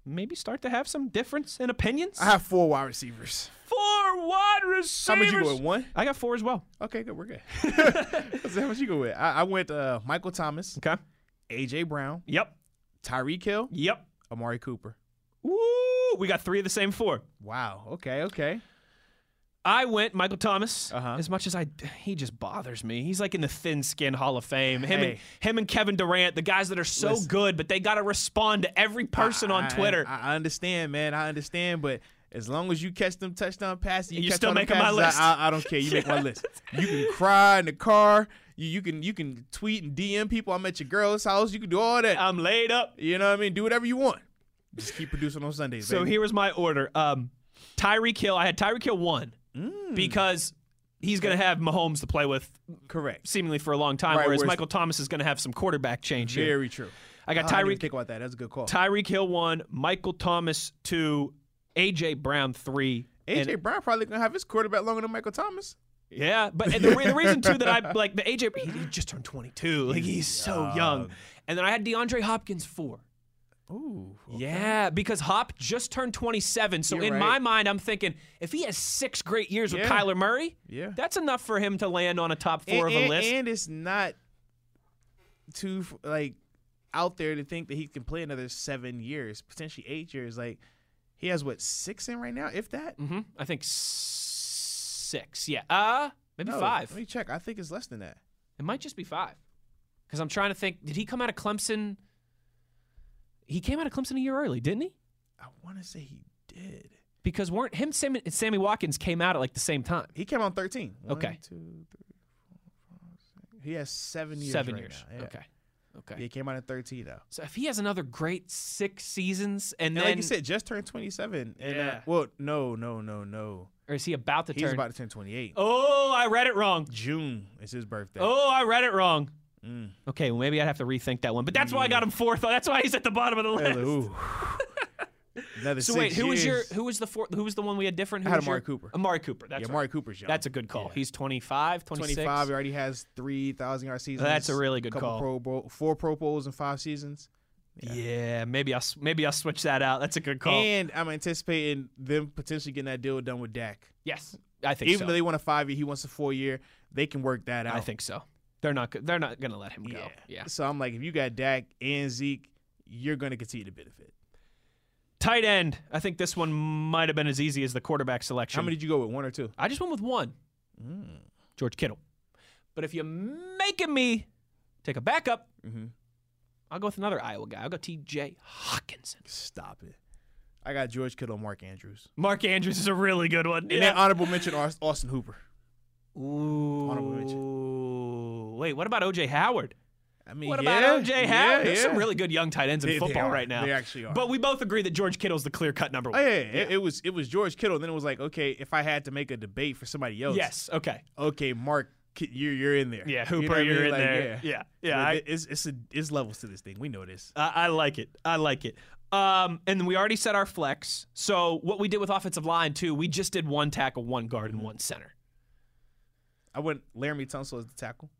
Speaker 2: maybe start to have some difference in opinions.
Speaker 3: I have four wide receivers.
Speaker 2: four wide receivers.
Speaker 3: How much you go with one?
Speaker 2: I got four as well.
Speaker 3: Okay, good. We're good. so how much you go with? I, I went uh, Michael Thomas,
Speaker 2: Okay.
Speaker 3: AJ Brown,
Speaker 2: Yep.
Speaker 3: Tyreek Hill,
Speaker 2: Yep.
Speaker 3: Amari Cooper.
Speaker 2: Woo! We got three of the same four.
Speaker 3: Wow. Okay. Okay.
Speaker 2: I went Michael Thomas.
Speaker 3: Uh-huh.
Speaker 2: As much as I, he just bothers me. He's like in the thin skin Hall of Fame. Him
Speaker 3: Hey.
Speaker 2: and him and Kevin Durant, the guys that are so
Speaker 3: Listen.
Speaker 2: good, but they got to respond to every person
Speaker 3: I-
Speaker 2: on Twitter.
Speaker 3: I, I understand, man. I understand, but as long as you catch them touchdown passes, you,
Speaker 2: You
Speaker 3: catch
Speaker 2: still
Speaker 3: all them
Speaker 2: making my
Speaker 3: passes, I,
Speaker 2: list.
Speaker 3: I, I don't care. You make my list. You can cry in the car. You you can you can tweet and DM people. I'm at your girl's house. You can do all that.
Speaker 2: I, am laid up.
Speaker 3: you know what I mean? Do whatever you want. Just keep producing on Sundays.
Speaker 2: So
Speaker 3: baby.
Speaker 2: here was my order. Um, Tyreek Hill. I had Tyreek Hill one
Speaker 3: Mm.
Speaker 2: because he's going to have Mahomes to play with
Speaker 3: correct.
Speaker 2: seemingly for a long time,
Speaker 3: Right,
Speaker 2: whereas
Speaker 3: whereas-
Speaker 2: Michael Thomas is going to have some quarterback change here.
Speaker 3: Very true.
Speaker 2: I
Speaker 3: I
Speaker 2: got
Speaker 3: didn't even
Speaker 2: Tyreek
Speaker 3: think about that. That's a good call.
Speaker 2: Tyreek Hill one, Michael Thomas two, AJ Brown three. and-
Speaker 3: AJ Brown probably gonna have his quarterback longer than Michael Thomas.
Speaker 2: Yeah, but and the, re- the reason too that I like the AJ he, he just turned 22, like he's so young,
Speaker 3: young.
Speaker 2: and then I had DeAndre Hopkins four.
Speaker 3: Ooh.
Speaker 2: Yeah, because Hop just turned 27, so
Speaker 3: You're
Speaker 2: in
Speaker 3: right.
Speaker 2: my mind I'm thinking if he has six great years with
Speaker 3: Yeah.
Speaker 2: Kyler Murray,
Speaker 3: Yeah.
Speaker 2: that's enough for him to land on a top four
Speaker 3: and,
Speaker 2: of a
Speaker 3: and-
Speaker 2: list.
Speaker 3: and it's not too f- like out there to think that he can play another seven years, potentially eight years. Like he has what six in right now, if that.
Speaker 2: hmm I think s- six. Yeah, uh, maybe
Speaker 3: No,
Speaker 2: five.
Speaker 3: Oh, Let me check. I think it's less than that.
Speaker 2: It might just be five. Because I'm trying to think, did he come out of Clemson? He came out of Clemson a year early, didn't he?
Speaker 3: I want to say he did.
Speaker 2: Because weren't him Sam, and Sammy Watkins came out at like the same time.
Speaker 3: He came on thirteen. One,
Speaker 2: Okay.
Speaker 3: two, three, four, five, six. He has seven years.
Speaker 2: Seven
Speaker 3: right
Speaker 2: years.
Speaker 3: now, yeah.
Speaker 2: Okay. Okay.
Speaker 3: Yeah, he came out at thirteen though.
Speaker 2: So if he has another great six seasons and,
Speaker 3: And,
Speaker 2: then
Speaker 3: like you said, just turned twenty-seven. And uh,
Speaker 2: Yeah.
Speaker 3: well, no, no, no, no.
Speaker 2: or is he about to
Speaker 3: He's
Speaker 2: turn
Speaker 3: about to turn twenty-eight.
Speaker 2: Oh, I read it wrong.
Speaker 3: June is his birthday.
Speaker 2: Oh, I read it wrong.
Speaker 3: Mm.
Speaker 2: Okay, well maybe I'd have to rethink that one. But that's why I got him fourth. That's why he's at the bottom of the
Speaker 3: Hella,
Speaker 2: list.
Speaker 3: ooh. Another
Speaker 2: So
Speaker 3: six
Speaker 2: wait, who was your
Speaker 3: years.
Speaker 2: who was the fourth who was the one we had different? Who
Speaker 3: I had
Speaker 2: was your-
Speaker 3: Amari Cooper.
Speaker 2: Amari Cooper. That's
Speaker 3: yeah,
Speaker 2: right.
Speaker 3: Amari Cooper's young.
Speaker 2: That's a good call.
Speaker 3: Yeah.
Speaker 2: He's 25, 26.
Speaker 3: 25. He already has 3,000 yard seasons.
Speaker 2: That's a really good
Speaker 3: couple
Speaker 2: call.
Speaker 3: Pro Bowl, four Pro Bowls in five seasons.
Speaker 2: Yeah. maybe I'll maybe I'll switch that out. That's a good call.
Speaker 3: And I'm anticipating them potentially getting that deal done with Dak.
Speaker 2: yes, I think
Speaker 3: Even
Speaker 2: so.
Speaker 3: though they want a five year, he wants a four year. They can work that out.
Speaker 2: I think so. They're not go- they're not gonna let him
Speaker 3: Oh. Yeah.
Speaker 2: go. Yeah.
Speaker 3: So I'm like, if you got Dak and Zeke, you're going to continue to benefit.
Speaker 2: Tight end. I think this one might have been as easy as the quarterback selection.
Speaker 3: How many Mm. did you go with? One or two?
Speaker 2: I just went with one. George Kittle. But if you're making me take a backup,
Speaker 3: Mhm.
Speaker 2: I'll go with another Iowa guy. I'll go T.J. Hawkinson.
Speaker 3: Stop it. I got George Kittle, Mark Andrews.
Speaker 2: Mark Andrews is a really good one.
Speaker 3: And then uh, honorable mention, Aus- Austin Hooper. Honorable mention.
Speaker 2: Ooh. Wait, what about O.J. Howard?
Speaker 3: I mean,
Speaker 2: What
Speaker 3: yeah,
Speaker 2: about O.J.
Speaker 3: yeah,
Speaker 2: Howard? There's
Speaker 3: yeah.
Speaker 2: some really good young tight ends in
Speaker 3: They- they
Speaker 2: football
Speaker 3: are.
Speaker 2: right now.
Speaker 3: They actually are.
Speaker 2: But we both agree that George Kittle's the clear-cut number
Speaker 3: Oh,
Speaker 2: one.
Speaker 3: yeah, yeah, It, it was it was George Kittle. And then it was like, okay, if I had to make a debate for somebody else,
Speaker 2: Yes. Okay.
Speaker 3: okay, Mark, Ki- you're you're in there.
Speaker 2: Yeah.
Speaker 3: You know
Speaker 2: Hooper,
Speaker 3: what I
Speaker 2: you're
Speaker 3: mean?
Speaker 2: in
Speaker 3: Like,
Speaker 2: there.
Speaker 3: Yeah,
Speaker 2: Yeah. Yeah. I-
Speaker 3: It- it's it's a, it's levels to this thing. We know this.
Speaker 2: I, I like it. I like it. Um, and we already set our flex. So what we did with offensive line too, we just did one tackle, one guard,
Speaker 3: Mm-hmm.
Speaker 2: and one center.
Speaker 3: I went Laramie Tunsil as the tackle.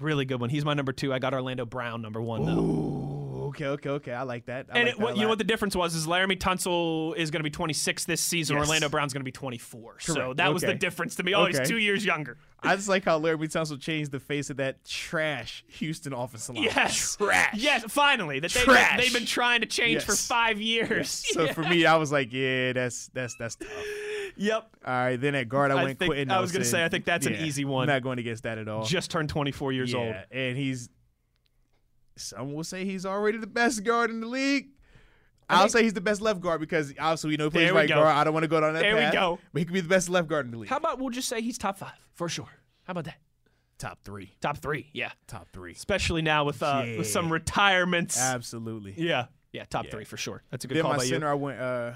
Speaker 2: Really good one. He's my number two. I got Orlando Brown number one though.
Speaker 3: Ooh, okay, okay, okay. I like that. I
Speaker 2: and
Speaker 3: like
Speaker 2: it,
Speaker 3: that a
Speaker 2: what, you know
Speaker 3: lot.
Speaker 2: what the difference was is Laramie Tunsil is going to be 26 this season.
Speaker 3: Yes.
Speaker 2: Orlando Brown's going to be 24. So
Speaker 3: Correct.
Speaker 2: that was the
Speaker 3: Okay.
Speaker 2: difference to me. Oh,
Speaker 3: Okay.
Speaker 2: he's two years younger.
Speaker 3: I just like how Laramie Tunsil changed the face of that trash Houston offensive line.
Speaker 2: Yes.
Speaker 3: Oh, trash.
Speaker 2: Yes. Finally, that they've,
Speaker 3: Trash.
Speaker 2: they've been trying to change for
Speaker 3: Yes.
Speaker 2: five years.
Speaker 3: So for me, I was like, yeah, that's that's that's tough.
Speaker 2: yep.
Speaker 3: All right, then at guard, I,
Speaker 2: I
Speaker 3: went
Speaker 2: think-
Speaker 3: Quentin.
Speaker 2: I was gonna
Speaker 3: Nelson.
Speaker 2: say, I think that's an
Speaker 3: Yeah,
Speaker 2: easy one.
Speaker 3: I'm not going against that at all.
Speaker 2: Just turned 24 years
Speaker 3: yeah,
Speaker 2: old.
Speaker 3: and he's some will say he's already the best guard in the league.
Speaker 2: I
Speaker 3: I'll
Speaker 2: think-
Speaker 3: say he's the best left guard because obviously we know he plays
Speaker 2: There we
Speaker 3: right
Speaker 2: go.
Speaker 3: guard. I don't want to go down that
Speaker 2: There we
Speaker 3: path,
Speaker 2: go.
Speaker 3: But he could be the best left guard in the league.
Speaker 2: How about we'll just say he's top five for sure? How about that?
Speaker 3: top three.
Speaker 2: Top three. Yeah.
Speaker 3: Top three.
Speaker 2: especially now with uh,
Speaker 3: Yeah.
Speaker 2: with some retirements.
Speaker 3: Absolutely.
Speaker 2: yeah, yeah, top
Speaker 3: Yeah.
Speaker 2: three for sure. That's a good
Speaker 3: Then
Speaker 2: call
Speaker 3: my
Speaker 2: by
Speaker 3: center, I went. Uh,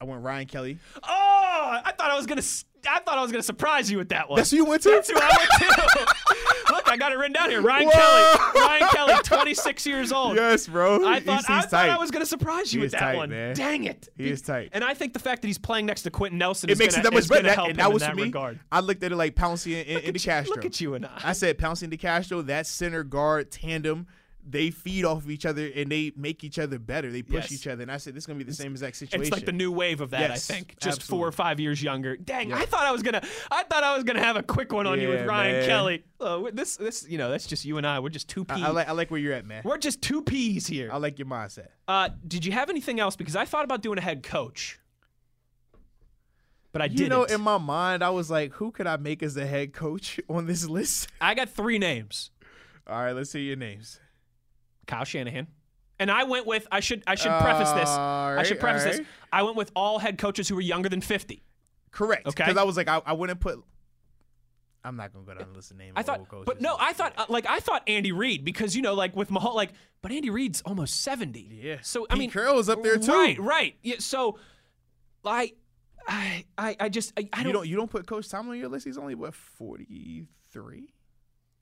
Speaker 3: I went Ryan Kelly.
Speaker 2: you. Oh, I thought I was gonna, s- I thought I was gonna surprise you with that one.
Speaker 3: That's who you went to.
Speaker 2: That's who I went to. Look, I got it written down here. Ryan
Speaker 3: Whoa.
Speaker 2: Kelly. Ryan Kelly, 26 years old.
Speaker 3: yes, bro.
Speaker 2: I
Speaker 3: He-
Speaker 2: thought
Speaker 3: he's,
Speaker 2: I
Speaker 3: he's
Speaker 2: thought
Speaker 3: tight.
Speaker 2: I was gonna surprise you
Speaker 3: He
Speaker 2: with
Speaker 3: is
Speaker 2: that
Speaker 3: tight,
Speaker 2: one.
Speaker 3: man.
Speaker 2: Dang it.
Speaker 3: He is tight.
Speaker 2: And I think the fact that he's playing next to Quentin Nelson
Speaker 3: it
Speaker 2: is
Speaker 3: makes
Speaker 2: gonna,
Speaker 3: it that much
Speaker 2: is gonna
Speaker 3: better. That-
Speaker 2: help
Speaker 3: and
Speaker 2: him
Speaker 3: that
Speaker 2: in
Speaker 3: was
Speaker 2: that
Speaker 3: to me.
Speaker 2: regard.
Speaker 3: I looked at it like pouncing in, in, in
Speaker 2: Look
Speaker 3: the
Speaker 2: at you-
Speaker 3: Castro.
Speaker 2: Look at you and I.
Speaker 3: I said pouncing DeCastro, that center guard tandem they feed off of each other and they make each other better. They push
Speaker 2: Yes.
Speaker 3: each other. And I said this is gonna be the same exact situation.
Speaker 2: It's like the new wave of that,
Speaker 3: Yes,
Speaker 2: I think. Just
Speaker 3: absolutely.
Speaker 2: four or five years younger. Dang, I thought I was gonna, I thought I was gonna have a quick one on you
Speaker 3: Yeah,
Speaker 2: with Ryan
Speaker 3: man.
Speaker 2: Kelly. Oh, we- this, this, you know, that's just you and I. We're just two peas.
Speaker 3: I, I like I like where you're at, man.
Speaker 2: We're just two peas here.
Speaker 3: I like your mindset.
Speaker 2: Uh, did you have anything else? Because I thought about doing a head coach, but I
Speaker 3: You
Speaker 2: didn't.
Speaker 3: know, in my mind, I was like, who could I make as the head coach on this list?
Speaker 2: I got three names:
Speaker 3: All right, let's hear your names.
Speaker 2: Kyle Shanahan, and I went with. I should. I should preface this. I should
Speaker 3: Alright,
Speaker 2: preface this.
Speaker 3: Uh, alright.
Speaker 2: I went with all head coaches who were younger than fifty.
Speaker 3: Correct.
Speaker 2: Okay.
Speaker 3: Because I was like, I, I wouldn't put. I'm not gonna go down and list the name.
Speaker 2: I
Speaker 3: of
Speaker 2: thought,
Speaker 3: old coaches.
Speaker 2: but no, I thought uh, like I thought Andy Reid because you know like with Mahal like, but Andy Reid's almost seventy.
Speaker 3: Yeah.
Speaker 2: So I
Speaker 3: Pete
Speaker 2: mean,
Speaker 3: Carroll was up there too.
Speaker 2: Right. Right. Yeah. So, like, I, I, I just I, I
Speaker 3: you don't you don't put Coach Tomlin on your list. He's only what 43.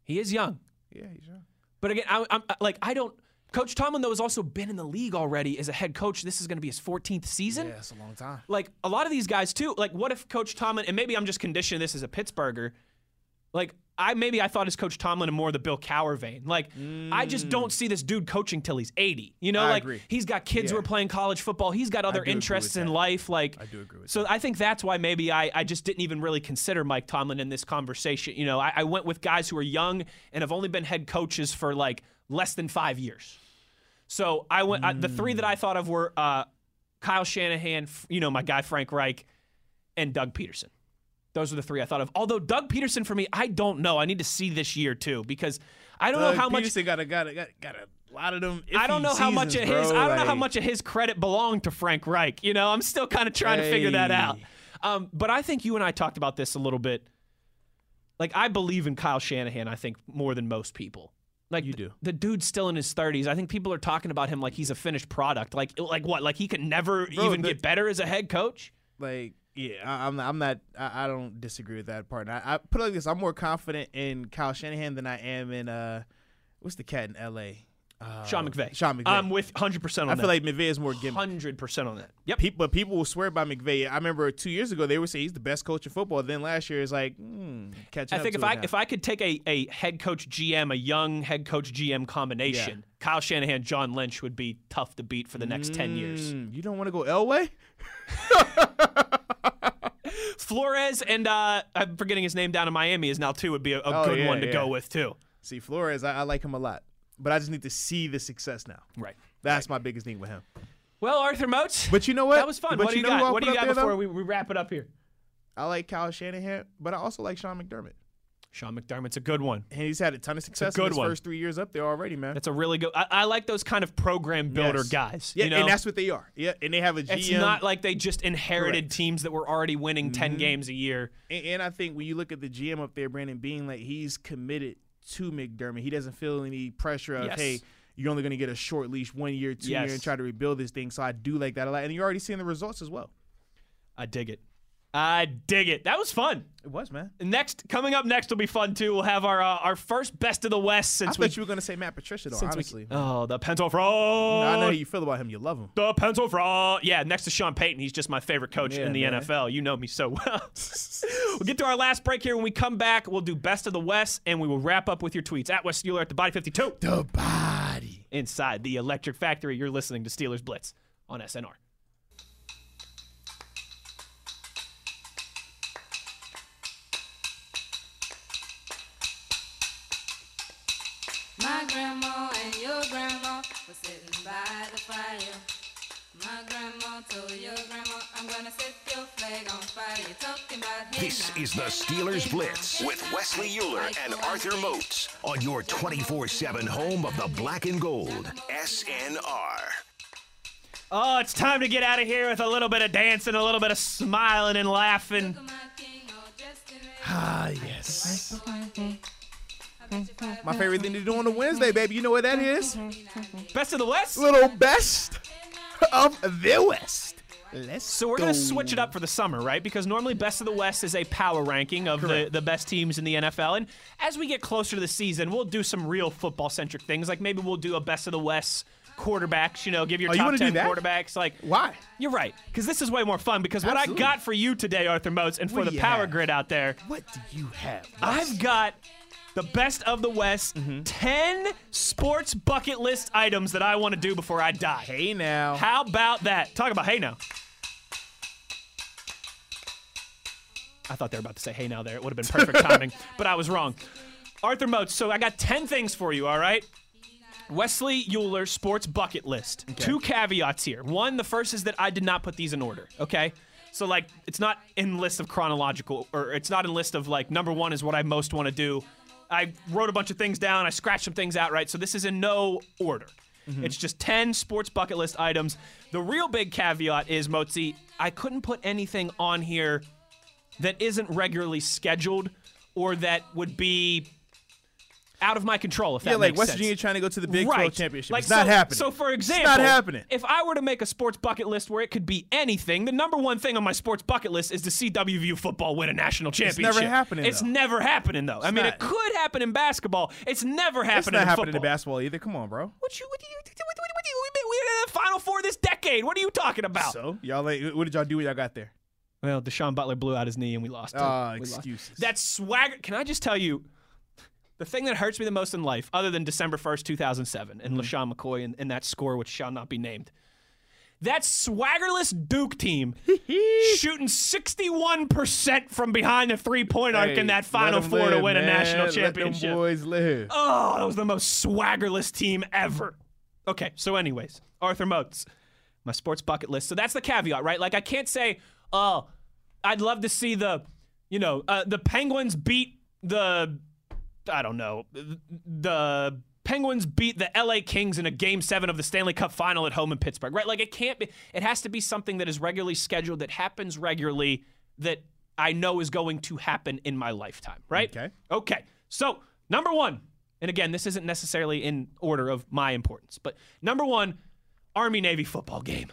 Speaker 2: He is young.
Speaker 3: Yeah, he's young.
Speaker 2: But again, I, I'm like I don't. Coach Tomlin though has also been in the league already as a head coach. This is going to be his 14th season.
Speaker 3: Yeah, that's a long time.
Speaker 2: Like a lot of these guys too. Like what if Coach Tomlin and maybe I'm just conditioning this as a Pittsburgher. Like I maybe I thought as Coach Tomlin and more the Bill Cower vein. Like I just don't see this dude coaching till he's 80. You know,
Speaker 3: Mm. I
Speaker 2: like
Speaker 3: agree.
Speaker 2: he's got kids who
Speaker 3: Yeah.
Speaker 2: are playing college football. He's got other
Speaker 3: agree
Speaker 2: interests
Speaker 3: with
Speaker 2: in
Speaker 3: that.
Speaker 2: life. Like
Speaker 3: I do agree with
Speaker 2: so I think that's why maybe I, I just didn't even really consider Mike Tomlin in this conversation. You know, I, I went with guys who are young and have only been head coaches for like less than five years. So I went I, the three that I thought of were uh, Kyle Shanahan, f- you know, my guy Frank Reich, and Doug Peterson. Those are the three I thought of. Although Doug Peterson for me, I don't know. I need to see this year too because I don't
Speaker 3: Doug
Speaker 2: know how much
Speaker 3: Peterson got a got a got, got a lot of them.
Speaker 2: I don't know how much of
Speaker 3: it
Speaker 2: his
Speaker 3: is.
Speaker 2: I don't know how much of his credit belonged to Frank Reich. You know, I'm still kind of trying to figure that out.
Speaker 3: Hey.
Speaker 2: Um, but I think you and I talked about this a little bit. Like I believe in Kyle Shanahan. I think more than most people. Like
Speaker 3: You
Speaker 2: th-
Speaker 3: do.
Speaker 2: The dude's still in his 30s. I think people are talking about him like he's a finished product. Like like what? Like he can never
Speaker 3: Bro,
Speaker 2: even
Speaker 3: the-
Speaker 2: get better as a head coach.
Speaker 3: Like, yeah, I, I'm not, I'm not I, I don't disagree with that part. And I, I put it like this: I'm more confident in Kyle Shanahan than I am in uh, what's the cat in L.A. Uh,
Speaker 2: Sean McVay.
Speaker 3: Sean McVay.
Speaker 2: I'm with 100 percent
Speaker 3: I
Speaker 2: on
Speaker 3: feel like
Speaker 2: that.
Speaker 3: McVay is more gimmick.
Speaker 2: 100 percent on that. Yep.
Speaker 3: People, but people will swear by McVay. I remember two years ago they would say he's the best coach in football. Then last year it's like, hmm, catching
Speaker 2: I think if I if I could take a, a head coach GM, a young head coach GM combination, Kyle Shanahan, John Lynch would be tough to beat for the next ten years.
Speaker 3: Hmm, you don't want to go Elway.
Speaker 2: Flores and uh, I'm forgetting his name down in Miami is now too would be a, a
Speaker 3: Oh,
Speaker 2: good
Speaker 3: yeah,
Speaker 2: one to
Speaker 3: yeah.
Speaker 2: go with too.
Speaker 3: See Flores, I, I like him a lot, but I just need to see the success now.
Speaker 2: Right.
Speaker 3: That's my biggest thing with him.
Speaker 2: Well, Arthur Motes,
Speaker 3: But you know what?
Speaker 2: that was fun.
Speaker 3: But
Speaker 2: what do you
Speaker 3: know who I
Speaker 2: got? What
Speaker 3: put
Speaker 2: do you
Speaker 3: up there,
Speaker 2: got before
Speaker 3: though?
Speaker 2: we, we wrap it up here?
Speaker 3: I like Kyle Shanahan, but I also like Sean McDermott,
Speaker 2: Sean McDermott's a good one.
Speaker 3: and he's had a ton of success
Speaker 2: good
Speaker 3: in his
Speaker 2: one.
Speaker 3: first three years up there already, man.
Speaker 2: That's a really good. I, I like those kind of program builder
Speaker 3: Yes.
Speaker 2: guys.
Speaker 3: yeah,
Speaker 2: you know?
Speaker 3: and that's what they are. Yeah, and they have a GM.
Speaker 2: it's not like they just inherited
Speaker 3: Correct. Mm-hmm.
Speaker 2: teams that were already winning 10 games a year.
Speaker 3: And, and I think when you look at the GM up there, Brandon Bean, like he's committed to McDermott. He doesn't feel any pressure of,
Speaker 2: Yes.
Speaker 3: hey, you're only going to get a short leash one year, two
Speaker 2: Yes.
Speaker 3: year, and try to rebuild this thing. So I do like that a lot. And you're already seeing the results as well.
Speaker 2: I dig it. I dig it. That was fun.
Speaker 3: It was, man.
Speaker 2: Next, coming up next will be fun too. We'll have our uh, our first best of the West
Speaker 3: I
Speaker 2: since we.
Speaker 3: thought you were going to say Matt Patricia, though, honestly.
Speaker 2: oh, the Pentel
Speaker 3: I know how
Speaker 2: Frog.
Speaker 3: you feel about him. You love him.
Speaker 2: the Pentel Frog. Yeah, next to Sean Payton, he's just my favorite coach
Speaker 3: Yeah,
Speaker 2: in the
Speaker 3: man.
Speaker 2: NFL. You know me so well. we'll get to our last break here. When we come back, we'll do best of the West, and we will wrap up with your tweets at West Steeler at the Body Fifty Two.
Speaker 3: The body.
Speaker 2: Inside the Electric Factory, you're listening to Steelers Blitz on SNR.
Speaker 4: My grandma and your grandma were sitting by the fire. My grandma told your grandma, I'm gonna set your flag on fire. You're talking about hey
Speaker 1: This
Speaker 4: now,
Speaker 1: is the
Speaker 4: hey now,
Speaker 1: Steelers
Speaker 4: hey now,
Speaker 1: Blitz
Speaker 4: hey
Speaker 1: with
Speaker 4: now.
Speaker 1: Wesley Euler
Speaker 4: Like
Speaker 1: and
Speaker 4: one
Speaker 1: Arthur
Speaker 4: day.
Speaker 1: Moats on your 24 7 home of the black and gold, SNR.
Speaker 2: Oh, it's time to get out of here with a little bit of dancing, a little bit of smiling and laughing.
Speaker 4: Look at my king, oh, just in it.
Speaker 3: Ah, yes.
Speaker 4: One day. I bet you five
Speaker 3: My favorite thing to do on a Wednesday, baby. You know what that is?
Speaker 2: Best of the West.
Speaker 3: Little best of the West. Let's
Speaker 2: So we're going
Speaker 3: go.
Speaker 2: to switch it up for the summer, right? Because normally Best of the West is a power ranking of the, the best teams in the NFL. And as we get closer to the season, we'll do some real football centric things. Like maybe we'll do a Best of the West quarterbacks, you know, give your
Speaker 3: Oh, you
Speaker 2: top
Speaker 3: wanna do
Speaker 2: 10
Speaker 3: that?
Speaker 2: quarterbacks. Like,
Speaker 3: Why?
Speaker 2: You're right. Because this is way more fun. Because what
Speaker 3: Absolutely.
Speaker 2: I got for you today, Arthur Motes, and for
Speaker 3: What do
Speaker 2: the
Speaker 3: you
Speaker 2: power
Speaker 3: have?
Speaker 2: grid out there,
Speaker 3: What do you have?
Speaker 2: I've got the best of the West,
Speaker 3: Mm-hmm.
Speaker 2: 10 sports bucket list items that I want to do before I die.
Speaker 3: Hey now.
Speaker 2: How about that? Talk about hey now. I thought they were about to say hey now there. It would have been perfect timing, but I was wrong. Arthur Moats, so I got 10 things for you, all right? Wesley Euler sports bucket list. Two caveats here. One, the first is that I did not put these in order, okay? So like it's not in list of chronological or it's not in list of like number 1 is what I most want to do. I wrote a bunch of things down, I scratched some things out, right? So this is in no order. It's just 10 sports bucket list items. The real big caveat is Mozi, I couldn't put anything on here that isn't regularly scheduled or that would be out of my control if
Speaker 3: yeah,
Speaker 2: that
Speaker 3: like
Speaker 2: makes
Speaker 3: West
Speaker 2: sense
Speaker 3: Virginia trying to go to the Big
Speaker 2: right.
Speaker 3: Twelve championship.
Speaker 2: Like,
Speaker 3: it's not
Speaker 2: so,
Speaker 3: happening.
Speaker 2: So, for
Speaker 3: It's
Speaker 2: example,
Speaker 3: not happening.
Speaker 2: If I were to make a sports bucket list where it could be anything, the number one thing on my sports bucket list is to see WVU football win a national championship.
Speaker 3: never happening,
Speaker 2: It's
Speaker 3: though.
Speaker 2: never happening though. I mean,
Speaker 3: not.
Speaker 2: it could happen in basketball. It's never happening.
Speaker 3: it's not
Speaker 2: in
Speaker 3: happening in
Speaker 2: football.
Speaker 3: basketball either. Come on, bro.
Speaker 2: What you? What you? What you? What you? What you we've been, we're in the final four this decade. What are you talking about?
Speaker 3: So y'all, ain't- what did y'all do when y'all got there?
Speaker 2: Well, Deshaun Butler blew out his knee and we lost.
Speaker 3: Ah,
Speaker 2: We lost.
Speaker 3: excuses.
Speaker 2: That swagger. Can I just tell you, the thing that hurts me the most in life, other than December 1st, 2007,
Speaker 3: Mm-hmm.
Speaker 2: and LaShawn McCoy and, and that score, which shall not be named, that swaggerless Duke team shooting 61% from behind the three point arc
Speaker 3: Hey,
Speaker 2: in that
Speaker 3: let
Speaker 2: final
Speaker 3: 'em
Speaker 2: four to
Speaker 3: live,
Speaker 2: win a
Speaker 3: man.
Speaker 2: national
Speaker 3: Let them
Speaker 2: championship.
Speaker 3: boys live.
Speaker 2: Oh, that was the most swaggerless team ever. Okay, so anyways, Arthur Motes, my sports bucket list. So that's the caveat, right? Like I can't say, oh, I'd love to see the, you know, uh, the Penguins beat the, I don't know, the Penguins beat the LA Kings in a game seven of the Stanley Cup final at home in Pittsburgh, right? Like it can't be, it has to be something that is regularly scheduled, that happens regularly, that I know is going to happen in my lifetime, right?
Speaker 3: Okay.
Speaker 2: Okay. So, number one, and again, this isn't necessarily in order of my importance, but number one, Army Navy football game.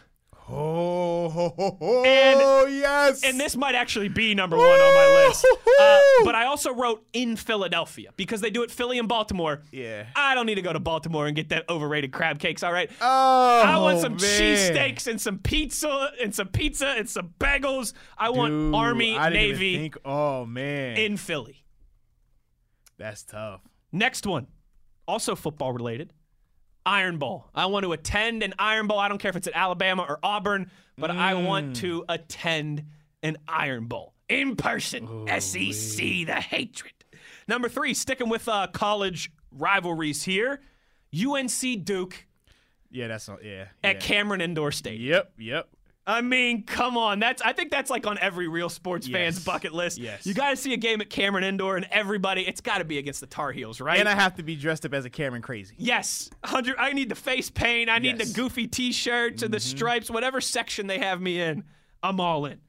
Speaker 3: Oh, ho, ho, ho,
Speaker 2: And-
Speaker 3: yes.
Speaker 2: And this might actually be number one on my list. Uh, but I also wrote in Philadelphia because they do it Philly and Baltimore.
Speaker 3: Yeah.
Speaker 2: I don't need to go to Baltimore and get that overrated crab cakes, all right?
Speaker 3: oh,
Speaker 2: I want some
Speaker 3: man.
Speaker 2: cheesesteaks and some pizza and some pizza and some bagels. I
Speaker 3: Dude,
Speaker 2: want Army
Speaker 3: I didn't even
Speaker 2: Navy
Speaker 3: think- oh man,
Speaker 2: in Philly.
Speaker 3: that's tough.
Speaker 2: Next one, also football related. Iron Bowl. I want to attend an Iron Bowl. I don't care if it's at Alabama or Auburn, but I
Speaker 3: Mm.
Speaker 2: want to attend an Iron Bowl in person. SEC, the hatred. Number three, sticking with uh, college rivalries here. UNC Duke
Speaker 3: Yeah, that's not. Yeah.
Speaker 2: at
Speaker 3: yeah.
Speaker 2: Cameron Indoor Stadium.
Speaker 3: Yep. Yep.
Speaker 2: I mean, come on. That's I think that's like on every real sports fan's
Speaker 3: Yes.
Speaker 2: bucket list.
Speaker 3: Yes.
Speaker 2: You got to see a game at Cameron Indoor, and everybody, it's got to be against the Tar Heels, right?
Speaker 3: And I have to be dressed up as a Cameron crazy.
Speaker 2: Yes, hundred. I need the face paint. I need
Speaker 3: Yes.
Speaker 2: the goofy T-shirts and the stripes. Whatever section they have me in, I'm all in.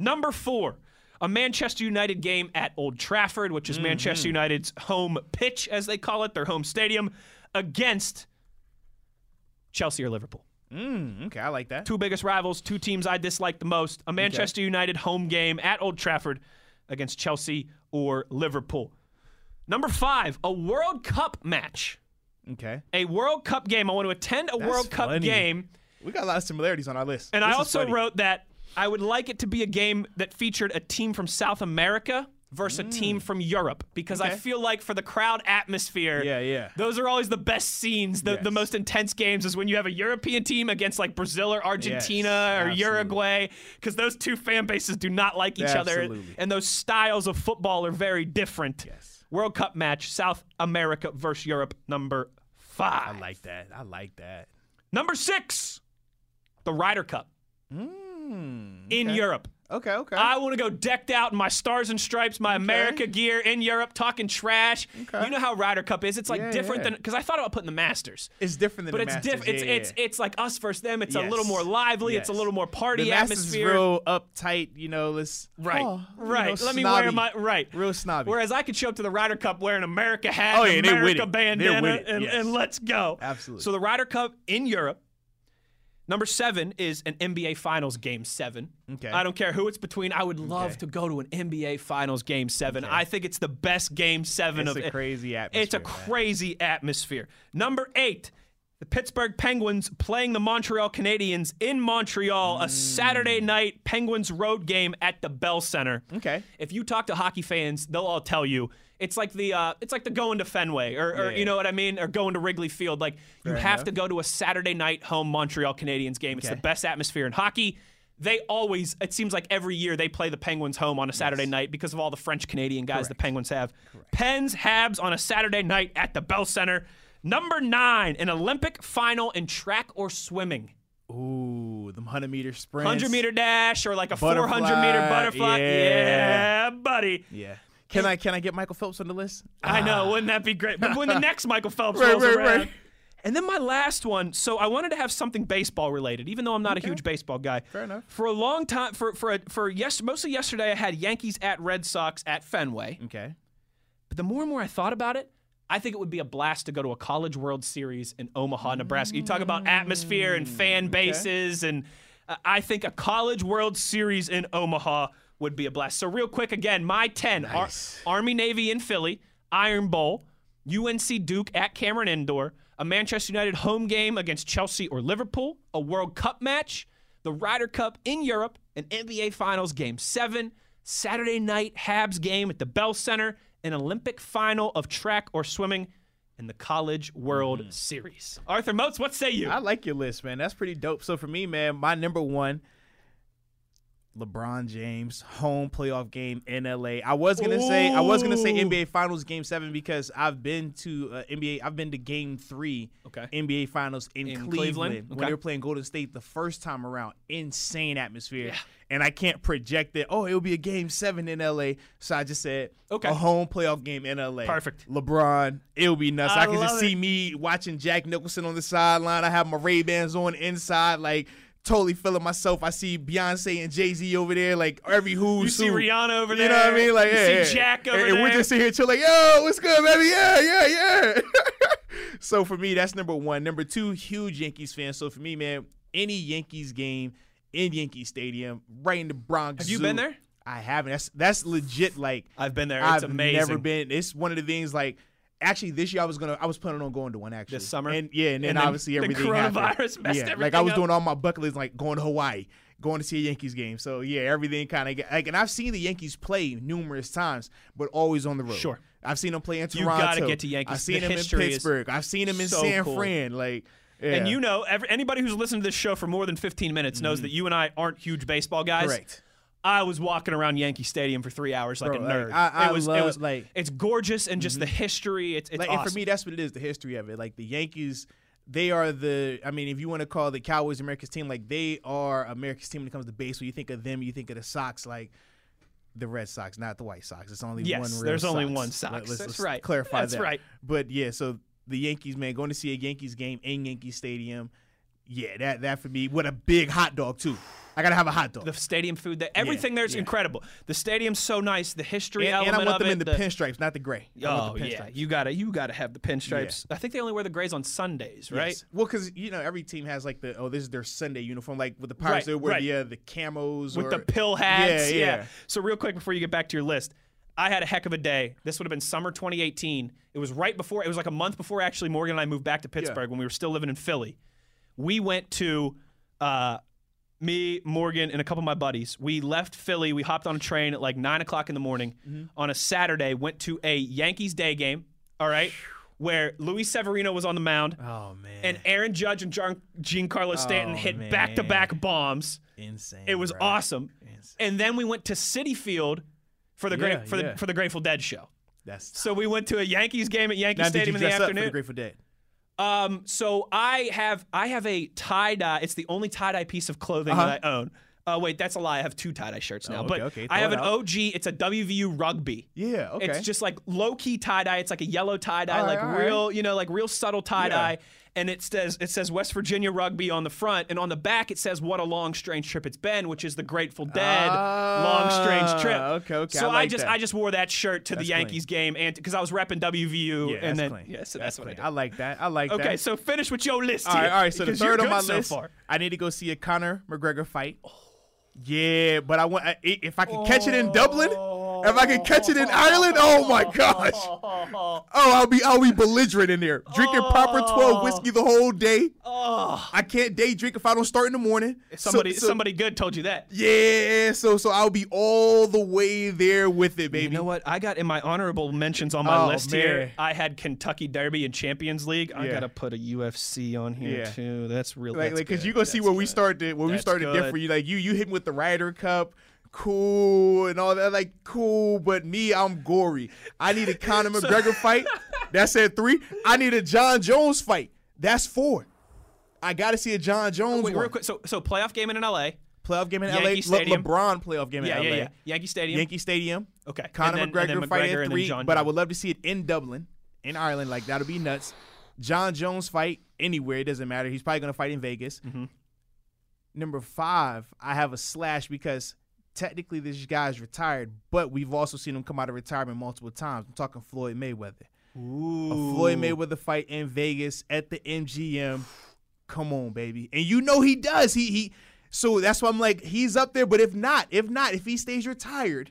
Speaker 2: Number four, a Manchester United game at Old Trafford, which is Manchester United's home pitch, as they call it, their home stadium, against Chelsea or Liverpool.
Speaker 3: Mm, okay, I like that.
Speaker 2: Two biggest rivals, two teams I dislike the most. A Manchester United home game at Old Trafford against Chelsea or Liverpool. Number five, a World Cup match
Speaker 3: Okay,
Speaker 2: a World Cup game. I want to attend a World Cup
Speaker 3: funny.
Speaker 2: game.
Speaker 3: we got a lot of similarities on our list.
Speaker 2: And
Speaker 3: This
Speaker 2: I
Speaker 3: is
Speaker 2: also
Speaker 3: funny.
Speaker 2: wrote that I would like it to be a game that featured a team from South America versus a team from Europe because I
Speaker 3: Mm. Okay.
Speaker 2: feel like for the crowd atmosphere,
Speaker 3: Yeah, yeah.
Speaker 2: those are always the best scenes. The, the
Speaker 3: Yes.
Speaker 2: most intense games is when you have a European team against like Brazil or Argentina or
Speaker 3: absolutely.
Speaker 2: Uruguay because those two fan bases do not like each other
Speaker 3: Absolutely.
Speaker 2: and those styles of football are very different.
Speaker 3: Yes.
Speaker 2: World Cup match, South America versus Europe, number five.
Speaker 3: I like that. I like that.
Speaker 2: Number six, the Ryder Cup
Speaker 3: Mm,
Speaker 2: in
Speaker 3: okay.
Speaker 2: Europe.
Speaker 3: Okay, okay.
Speaker 2: I want to go decked out in my stars and stripes, my America gear in Europe, talking trash.
Speaker 3: Okay.
Speaker 2: You know how Ryder Cup is. It's like
Speaker 3: Yeah,
Speaker 2: different
Speaker 3: yeah.
Speaker 2: than because I thought about putting the Masters.
Speaker 3: it's different than
Speaker 2: But
Speaker 3: the
Speaker 2: it's
Speaker 3: Masters.
Speaker 2: different. It's,
Speaker 3: yeah,
Speaker 2: it's
Speaker 3: yeah.
Speaker 2: it's like us versus them. It's a
Speaker 3: Yes.
Speaker 2: little more lively. It's a
Speaker 3: Yes.
Speaker 2: little more party
Speaker 3: the Masters is
Speaker 2: atmosphere.
Speaker 3: real uptight. You know, let's
Speaker 2: Right,
Speaker 3: oh, you
Speaker 2: right.
Speaker 3: know,
Speaker 2: Let me wear
Speaker 3: snobby.
Speaker 2: my right.
Speaker 3: real snobby.
Speaker 2: Whereas I could show up to the Ryder Cup wearing America hat,
Speaker 3: Oh,
Speaker 2: and
Speaker 3: yeah, they're with
Speaker 2: America
Speaker 3: it. They're with
Speaker 2: bandana,
Speaker 3: it,
Speaker 2: and,
Speaker 3: yes.
Speaker 2: and let's go.
Speaker 3: Absolutely.
Speaker 2: So the Ryder Cup in Europe. Number seven is an NBA Finals Game Seven.
Speaker 3: Okay.
Speaker 2: I don't care who it's between. I would love
Speaker 3: Okay.
Speaker 2: to go to an NBA Finals Game Seven. I think it's the best Game Seven
Speaker 3: it's
Speaker 2: of
Speaker 3: a crazy atmosphere.
Speaker 2: It's a
Speaker 3: man.
Speaker 2: crazy atmosphere. Number eight, The Pittsburgh Penguins playing the Montreal Canadiens in Montreal, a
Speaker 3: Mm.
Speaker 2: Saturday night Penguins road game at the Bell Center.
Speaker 3: Okay.
Speaker 2: If you talk to hockey fans, they'll all tell you it's like the uh, it's like the going to Fenway or, or you know what I mean, or going to Wrigley Field. Like you have to go to a Saturday night home Montreal Canadiens game. It's the
Speaker 3: Okay.
Speaker 2: best atmosphere in hockey. They always it seems like every year they play the Penguins home on a Saturday night because of all the French Canadian guys the Penguins have. Pens Habs on a Saturday night at the Bell Center. Number nine, an Olympic final in track or swimming.
Speaker 3: Ooh, them hundred meter sprints.
Speaker 2: 100 meter dash or like a 400
Speaker 3: Butterfly,
Speaker 2: meter butterfly.
Speaker 3: yeah.
Speaker 2: yeah buddy.
Speaker 3: Yeah. Can I can I get Michael Phelps on the list?
Speaker 2: I know, wouldn't that be great? But when the next Michael Phelps
Speaker 3: Ah. Right,
Speaker 2: rolls
Speaker 3: right,
Speaker 2: around.
Speaker 3: right.
Speaker 2: And then my last one. So I wanted to have something baseball related, even though I'm not a huge baseball guy.
Speaker 3: Fair enough.
Speaker 2: For a long time, for for for yes, mostly yesterday, I had Yankees at Red Sox at Fenway.
Speaker 3: Okay.
Speaker 2: But the more and more I thought about it, I think it would be a blast to go to a College World Series in Omaha, Nebraska. You talk about atmosphere
Speaker 3: Mm,
Speaker 2: and fan bases, and uh, I think a College World Series in Omaha would be a blast. So, real quick again, my 10 Ar-
Speaker 3: Nice.
Speaker 2: Army, Navy in Philly, Iron Bowl, UNC Duke at Cameron Indoor, a Manchester United home game against Chelsea or Liverpool, a World Cup match, the Ryder Cup in Europe, an NBA Finals game seven, Saturday night Habs game at the Bell Center, an Olympic final of track or swimming, and the College World Series. Arthur Motes, what say you?
Speaker 3: Mm-hmm. I like your list, man. That's pretty dope. So for me, man, my number one, LeBron James home playoff game in LA. I was gonna say I was gonna say
Speaker 2: Ooh.
Speaker 3: NBA Finals Game Seven because I've been to uh, NBA. I've been to Game Three,
Speaker 2: Okay.
Speaker 3: NBA Finals in, Cleveland,
Speaker 2: In Cleveland?
Speaker 3: when
Speaker 2: Okay.
Speaker 3: they were playing Golden State the first time around. Insane atmosphere, and I can't project that. Oh, it'll be a Game Seven in LA. So I just said,
Speaker 2: Okay.
Speaker 3: a home playoff game in LA.
Speaker 2: Perfect.
Speaker 3: LeBron, it'll be nuts.
Speaker 2: I
Speaker 3: I, can just
Speaker 2: love
Speaker 3: see
Speaker 2: it.
Speaker 3: me watching Jack Nicholson on the sideline. I have my Ray Bans on inside, like totally feeling myself. I see Beyonce and Jay Z over there, like every who's
Speaker 2: you see
Speaker 3: who.
Speaker 2: Rihanna over there.
Speaker 3: You know what I mean? Like,
Speaker 2: you
Speaker 3: yeah,
Speaker 2: see
Speaker 3: yeah.
Speaker 2: Jack over
Speaker 3: and,
Speaker 2: there.
Speaker 3: and we're just sitting here chilling, like, yo, what's good, baby? Yeah, yeah, yeah. so for me, that's number one. Number two, huge Yankees fan. So for me, man, any Yankees game in Yankee Stadium, right in the Bronx.
Speaker 2: Have you
Speaker 3: Zoo,
Speaker 2: been there?
Speaker 3: I haven't. That's that's legit. Like
Speaker 2: I've been there.
Speaker 3: I've
Speaker 2: It's amazing.
Speaker 3: never been. It's one of the things like actually this year I was gonna I was planning on going to one actually
Speaker 2: This summer?
Speaker 3: and yeah and then,
Speaker 2: And then
Speaker 3: obviously
Speaker 2: the
Speaker 3: everything
Speaker 2: coronavirus
Speaker 3: happened.
Speaker 2: messed
Speaker 3: yeah, like I
Speaker 2: everything
Speaker 3: was
Speaker 2: up.
Speaker 3: doing all my bucket list like going to Hawaii, going to see a Yankees game. So yeah, everything kind of like and I've seen the Yankees play numerous times, but always on the road.
Speaker 2: Sure.
Speaker 3: I've seen them play in
Speaker 2: You
Speaker 3: Toronto.
Speaker 2: gotta get to Yankees.
Speaker 3: I've seen
Speaker 2: The
Speaker 3: them in
Speaker 2: history is
Speaker 3: Pittsburgh. I've seen them in
Speaker 2: so
Speaker 3: San
Speaker 2: cool.
Speaker 3: Fran. Like yeah. Mm-hmm.
Speaker 2: And you know, every, anybody who's listened to this show for more than 15 minutes knows that you and I aren't huge baseball guys.
Speaker 3: Correct.
Speaker 2: I was walking around Yankee Stadium for three hours like
Speaker 3: Bro,
Speaker 2: a
Speaker 3: like,
Speaker 2: nerd.
Speaker 3: I- I
Speaker 2: it was, it
Speaker 3: love,
Speaker 2: was
Speaker 3: like- mm-hmm.
Speaker 2: it's gorgeous and just the history. It's, it's
Speaker 3: like
Speaker 2: awesome.
Speaker 3: and for me that's what it is the history of it like the yankees they are the i mean if you want to call the cowboys america's team like they are america's team when it comes to baseball you think of them you think of the sox like the red sox not the white sox it's only
Speaker 2: Yes,
Speaker 3: one real
Speaker 2: there's only
Speaker 3: Sox.
Speaker 2: one Sox.
Speaker 3: Let-
Speaker 2: That's right.
Speaker 3: clarify
Speaker 2: That's
Speaker 3: that.
Speaker 2: right.
Speaker 3: but yeah so the yankees man going to see a yankees game in yankee stadium yeah that that for me what a big hot dog too i gotta have a hot dog
Speaker 2: the stadium food, the, everything there's
Speaker 3: yeah. incredible.
Speaker 2: incredible. The stadium's so nice. The history
Speaker 3: and, and
Speaker 2: element
Speaker 3: i want
Speaker 2: of
Speaker 3: them
Speaker 2: it.
Speaker 3: in the,
Speaker 2: the-
Speaker 3: pinstripes not the gray I
Speaker 2: Oh
Speaker 3: want the
Speaker 2: yeah,
Speaker 3: pinstripes.
Speaker 2: you gotta you gotta have the pinstripes. I think they only wear the grays on Sundays, right?
Speaker 3: Yes. Well, because you know every team has like the oh this is their Sunday uniform like with the Pirates
Speaker 2: Right,
Speaker 3: they wear
Speaker 2: right.
Speaker 3: the uh, the camos
Speaker 2: with
Speaker 3: or,
Speaker 2: the pill hats.
Speaker 3: Yeah, yeah.
Speaker 2: So real quick before you get back to your list, I had a heck of a day. This would have been summer 2018. It was right before. It was like a month before actually Morgan and I moved back to Pittsburgh when we were still living in Philly. We went to. Uh, me, Morgan, and a couple of my buddies, we left Philly. We hopped on a train at like nine o'clock in the morning
Speaker 3: Mm-hmm.
Speaker 2: on a Saturday. Went to a Yankees day game. All right, where Luis Severino was on the mound,
Speaker 3: Oh man,
Speaker 2: and Aaron Judge and Gian- Giancarlo Stanton
Speaker 3: Oh,
Speaker 2: hit
Speaker 3: man.
Speaker 2: back to back bombs.
Speaker 3: insane.
Speaker 2: It was
Speaker 3: bro.
Speaker 2: awesome. And then we went to City Field for the Gra-
Speaker 3: Yeah,
Speaker 2: for
Speaker 3: yeah.
Speaker 2: the for the Grateful Dead show.
Speaker 3: That's
Speaker 2: So we went to a Yankees game at Yankee
Speaker 3: now, did you
Speaker 2: Stadium in the
Speaker 3: dress up for the
Speaker 2: afternoon.
Speaker 3: Grateful Dead?
Speaker 2: um, so I have I have a tie dye. It's the only tie dye piece of clothing that I own. Oh wait, that's a lie. I have two tie dye shirts now.
Speaker 3: Uh-huh. Oh, okay,
Speaker 2: but
Speaker 3: okay.
Speaker 2: I have
Speaker 3: Throw
Speaker 2: an
Speaker 3: it out.
Speaker 2: OG. It's a WVU rugby.
Speaker 3: Yeah, okay.
Speaker 2: It's just like low key tie dye. It's like a yellow tie dye,
Speaker 3: All right,
Speaker 2: like
Speaker 3: all right.
Speaker 2: real, you know, like real subtle tie dye. And it says it says West Virginia rugby on the front, and on the back it says "What a long strange trip it's been," which is the Grateful Dead long strange trip.
Speaker 3: Ah, okay, okay, I
Speaker 2: So I,
Speaker 3: like
Speaker 2: just
Speaker 3: that.
Speaker 2: I just wore that shirt to
Speaker 3: That's
Speaker 2: the Yankees game, and because I was repping WVU,
Speaker 3: yeah,
Speaker 2: and
Speaker 3: that's
Speaker 2: then
Speaker 3: clean.
Speaker 2: yeah, so that's, what
Speaker 3: clean.
Speaker 2: I did.
Speaker 3: like that. I like that.
Speaker 2: okay, so finish with your list.
Speaker 3: all right,
Speaker 2: here,
Speaker 3: all right. So the
Speaker 2: because you're
Speaker 3: third on
Speaker 2: good
Speaker 3: my
Speaker 2: so
Speaker 3: list,
Speaker 2: far.
Speaker 3: I need to go see a
Speaker 2: Oh.
Speaker 3: Conor McGregor fight. Yeah, but I want I- if I can catch it in Dublin, If I can catch it in Ireland, oh my gosh. Oh, I'll be I'll be belligerent in there. Drinking proper
Speaker 2: Oh.
Speaker 3: 12 whiskey the whole day. I can't day drink if I don't start in the morning. So-
Speaker 2: Somebody,
Speaker 3: so-
Speaker 2: somebody good told you that.
Speaker 3: Yeah, so so I'll be all the way there with it, baby.
Speaker 2: You know what? I got in my honorable mentions on my
Speaker 3: Oh,
Speaker 2: list
Speaker 3: man.
Speaker 2: here. I had Kentucky Derby and Champions League. I
Speaker 3: Yeah.
Speaker 2: gotta put a UFC on here
Speaker 3: Yeah.
Speaker 2: too. That's real.
Speaker 3: like,
Speaker 2: that's
Speaker 3: like, cause
Speaker 2: good.
Speaker 3: you go see
Speaker 2: That's
Speaker 3: where we
Speaker 2: good.
Speaker 3: started, where we
Speaker 2: That's
Speaker 3: started
Speaker 2: good.
Speaker 3: different. You like you, you hit me with the Ryder Cup, cool and all that, like cool. But me, I'm gory. I need a Conor McGregor fight. That's at three. I need a John Jones fight. That's four. I gotta see a John Jones
Speaker 2: Oh, Wait,
Speaker 3: one.
Speaker 2: real quick. So, so playoff game in an LA.
Speaker 3: Playoff game in
Speaker 2: Yankee
Speaker 3: LA. Le-
Speaker 2: Stadium.
Speaker 3: LeBron playoff game
Speaker 2: Yeah,
Speaker 3: in
Speaker 2: yeah,
Speaker 3: LA.
Speaker 2: yeah. Yankee Stadium.
Speaker 3: Yankee Stadium.
Speaker 2: Okay.
Speaker 3: Conor
Speaker 2: And
Speaker 3: McGregor
Speaker 2: then- and then
Speaker 3: fight
Speaker 2: McGregor and
Speaker 3: at
Speaker 2: then
Speaker 3: three,
Speaker 2: John
Speaker 3: but I
Speaker 2: Jones.
Speaker 3: would love to see it in Dublin, in Ireland. Like that'll be nuts. John Jones fight anywhere. It doesn't matter. He's probably gonna fight in Vegas.
Speaker 2: Mm-hmm.
Speaker 3: Number five, I have a slash because technically this guy's retired, but we've also seen him come out of retirement multiple times. I'm talking Floyd Mayweather. A Floyd Mayweather fight in Vegas at the MGM. Come on, baby. And you know he does. He he so that's why I'm like, he's up there, but if not, if not, if he stays retired,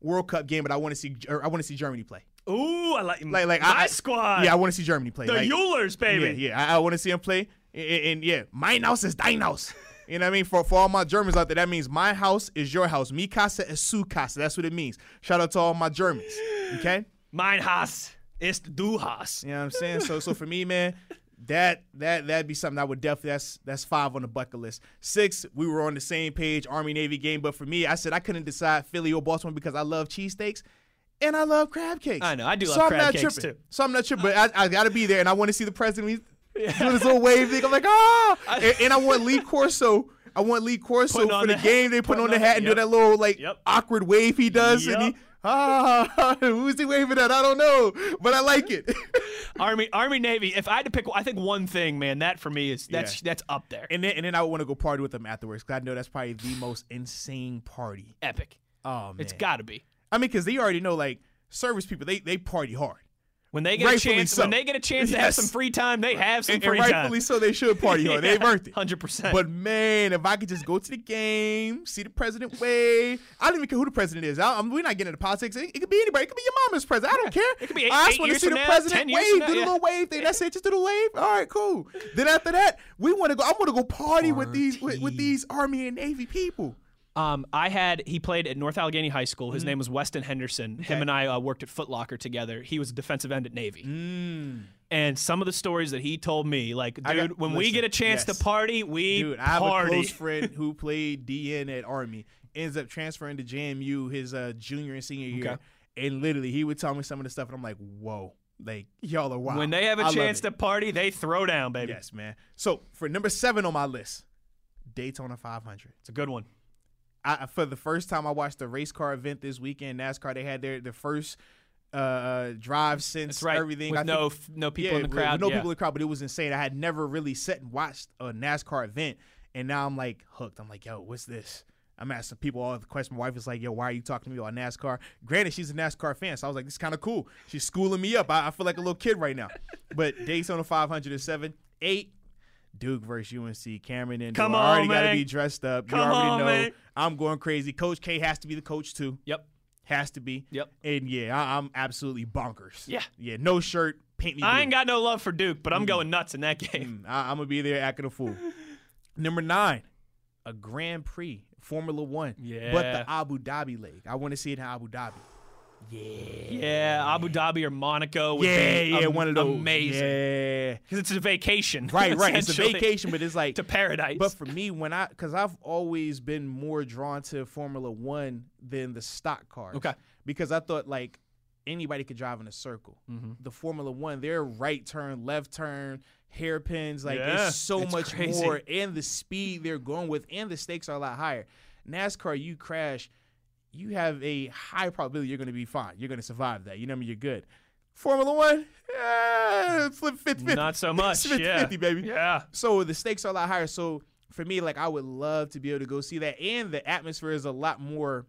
Speaker 3: World Cup game, but I want to see or I want to see Germany play.
Speaker 2: Ooh, I like
Speaker 3: Like like
Speaker 2: my
Speaker 3: I, I-
Speaker 2: squad.
Speaker 3: Yeah, I want to see Germany play.
Speaker 2: the
Speaker 3: like,
Speaker 2: Eulers,
Speaker 3: yeah,
Speaker 2: baby.
Speaker 3: yeah. I, I want to see him play. And, and- and yeah, my house is thine house. You know what I mean? For, for all my Germans out there, that means my house is your house. Mi casa es su casa. That's what it means. Shout out to all my Germans. Okay?
Speaker 2: Mein Haas ist du Haas.
Speaker 3: You know what I'm saying? So so for me, man, that that that'd be something I would definitely that's that's five on the bucket list. Six, we were on the same page, Army Navy game, but for me, I said I couldn't decide Philly or Baltimore because I love cheesesteaks. And I love crab cakes.
Speaker 2: I know, I do
Speaker 3: so
Speaker 2: love
Speaker 3: I'm
Speaker 2: crab
Speaker 3: not
Speaker 2: cakes,
Speaker 3: tripping.
Speaker 2: too.
Speaker 3: So I'm not tripping, but I, I got to be there, and I want to see the president he's doing his little wave thing. I'm like, ah! and, and I want Lee Corso. I want Lee Corso
Speaker 2: Putting
Speaker 3: for the,
Speaker 2: on the hat.
Speaker 3: game. They put
Speaker 2: Putting
Speaker 3: on the
Speaker 2: on-
Speaker 3: hat and do
Speaker 2: yep.
Speaker 3: that little like
Speaker 2: Yep.
Speaker 3: awkward wave he does, and he
Speaker 2: Yep.
Speaker 3: ah, who's he waving at? I don't know, but I like it.
Speaker 2: Army, Army, Navy. If I had to pick, I think one thing, man, that for me is that's that's up there.
Speaker 3: and then and then I would want to go party with them afterwards because I know that's probably the most insane party.
Speaker 2: Epic.
Speaker 3: Oh man,
Speaker 2: It's got to be.
Speaker 3: I mean, because they already know like service people they they party hard.
Speaker 2: When they get
Speaker 3: Rightfully
Speaker 2: a chance,
Speaker 3: so.
Speaker 2: when they get a chance to have
Speaker 3: Yes.
Speaker 2: some free time, they have some
Speaker 3: And, and
Speaker 2: free
Speaker 3: rightfully so, they should party
Speaker 2: time.
Speaker 3: hard. They've earned it.
Speaker 2: Hundred percent.
Speaker 3: But man, if I could just go to the game, see the president wave. I don't even care who the president is. I, I'm, we're not getting into politics. It, it could be anybody. It could be your mama's president. I don't care.
Speaker 2: It could be eight-
Speaker 3: I
Speaker 2: eight
Speaker 3: just want to
Speaker 2: years
Speaker 3: see the
Speaker 2: from now,
Speaker 3: president
Speaker 2: 10 years
Speaker 3: wave, do
Speaker 2: from
Speaker 3: the
Speaker 2: now, yeah.
Speaker 3: little wave thing. That's it. Just do the wave. All right, cool. Then after that, we want to go. I want to go party with these with, with
Speaker 2: Party.
Speaker 3: these army and navy people.
Speaker 2: Um, I had he played at North Allegheny High School.
Speaker 3: Mm-hmm.
Speaker 2: His name was Weston Henderson. Him and I uh, worked at Foot Locker together. He was a defensive end at Navy. And some of the stories that he told me, like, dude,
Speaker 3: Mm. I got-
Speaker 2: when we
Speaker 3: listen,
Speaker 2: get a chance
Speaker 3: yes.
Speaker 2: to party, we
Speaker 3: Dude, I have a
Speaker 2: party.
Speaker 3: close friend who played DN at Army, ends up transferring to JMU his uh, junior and senior year, and literally he would tell me some of the stuff, and I'm like, whoa, like y'all are wild.
Speaker 2: When they have
Speaker 3: a
Speaker 2: a chance to party, they throw down, baby.
Speaker 3: yes, man. So for number seven on my list, Daytona 500.
Speaker 2: It's a good one.
Speaker 3: I, for the first time, I watched the race car event this weekend. NASCAR they had their the first uh, drive since
Speaker 2: That's right.
Speaker 3: everything.
Speaker 2: With
Speaker 3: I
Speaker 2: no
Speaker 3: think-
Speaker 2: f- no people in the
Speaker 3: with- with
Speaker 2: crowd.
Speaker 3: no
Speaker 2: yeah.
Speaker 3: people in the crowd, but it was insane. I had never really sat and watched a NASCAR event, and now I'm like hooked. I'm like, yo, what's this? I'm asking people all the questions. My wife is like, yo, why are you talking to me about NASCAR? Granted, she's a NASCAR fan, so I was like, this is kind of cool. She's schooling me up. I, I feel like a little kid right now. But Daytona 500 is seven, eight. Duke versus UNC. Cameron and
Speaker 2: Come
Speaker 3: I already
Speaker 2: on,
Speaker 3: got to
Speaker 2: man.
Speaker 3: be dressed up. you
Speaker 2: Come
Speaker 3: already
Speaker 2: on,
Speaker 3: know
Speaker 2: man.
Speaker 3: I'm going crazy. Coach K has to be the coach too.
Speaker 2: Yep.
Speaker 3: Has to be.
Speaker 2: Yep.
Speaker 3: And yeah, I, I'm absolutely bonkers.
Speaker 2: Yeah.
Speaker 3: Yeah. No shirt. Paint me.
Speaker 2: I
Speaker 3: blue.
Speaker 2: ain't got no love for Duke,
Speaker 3: Mm-hmm.
Speaker 2: but I'm going nuts in that game.
Speaker 3: I, I'm gonna be there acting a fool. Number nine, a Grand Prix, Formula One. But
Speaker 2: Yeah.
Speaker 3: the Abu Dhabi leg. I want to see it in Abu Dhabi. Mm-hmm.
Speaker 2: Yeah, Abu Dhabi or Monaco would be am- amazing.
Speaker 3: Yeah.
Speaker 2: Because it's a vacation.
Speaker 3: Right, right. It's a
Speaker 2: essentially,
Speaker 3: vacation, but it's like
Speaker 2: to paradise.
Speaker 3: But for me, when I because I've always been more drawn to Formula One than the stock cars.
Speaker 2: Okay.
Speaker 3: Because I thought like anybody could drive in a circle.
Speaker 2: Mm-hmm.
Speaker 3: The Formula One, their right turn, left turn, hairpins, like
Speaker 2: Yeah,
Speaker 3: it's so
Speaker 2: it's
Speaker 3: much
Speaker 2: crazy.
Speaker 3: more, and the speed they're going with, and the stakes are a lot higher. NASCAR, you crash, you have a high probability you're going to be fine. You're going to survive that. You know what I mean? You're good. Formula One, eh, flip 50
Speaker 2: Not so much.
Speaker 3: 50,
Speaker 2: yeah.
Speaker 3: 50, baby.
Speaker 2: Yeah.
Speaker 3: So the stakes are a lot higher. So for me, like I would love to be able to go see that, and the atmosphere is a lot more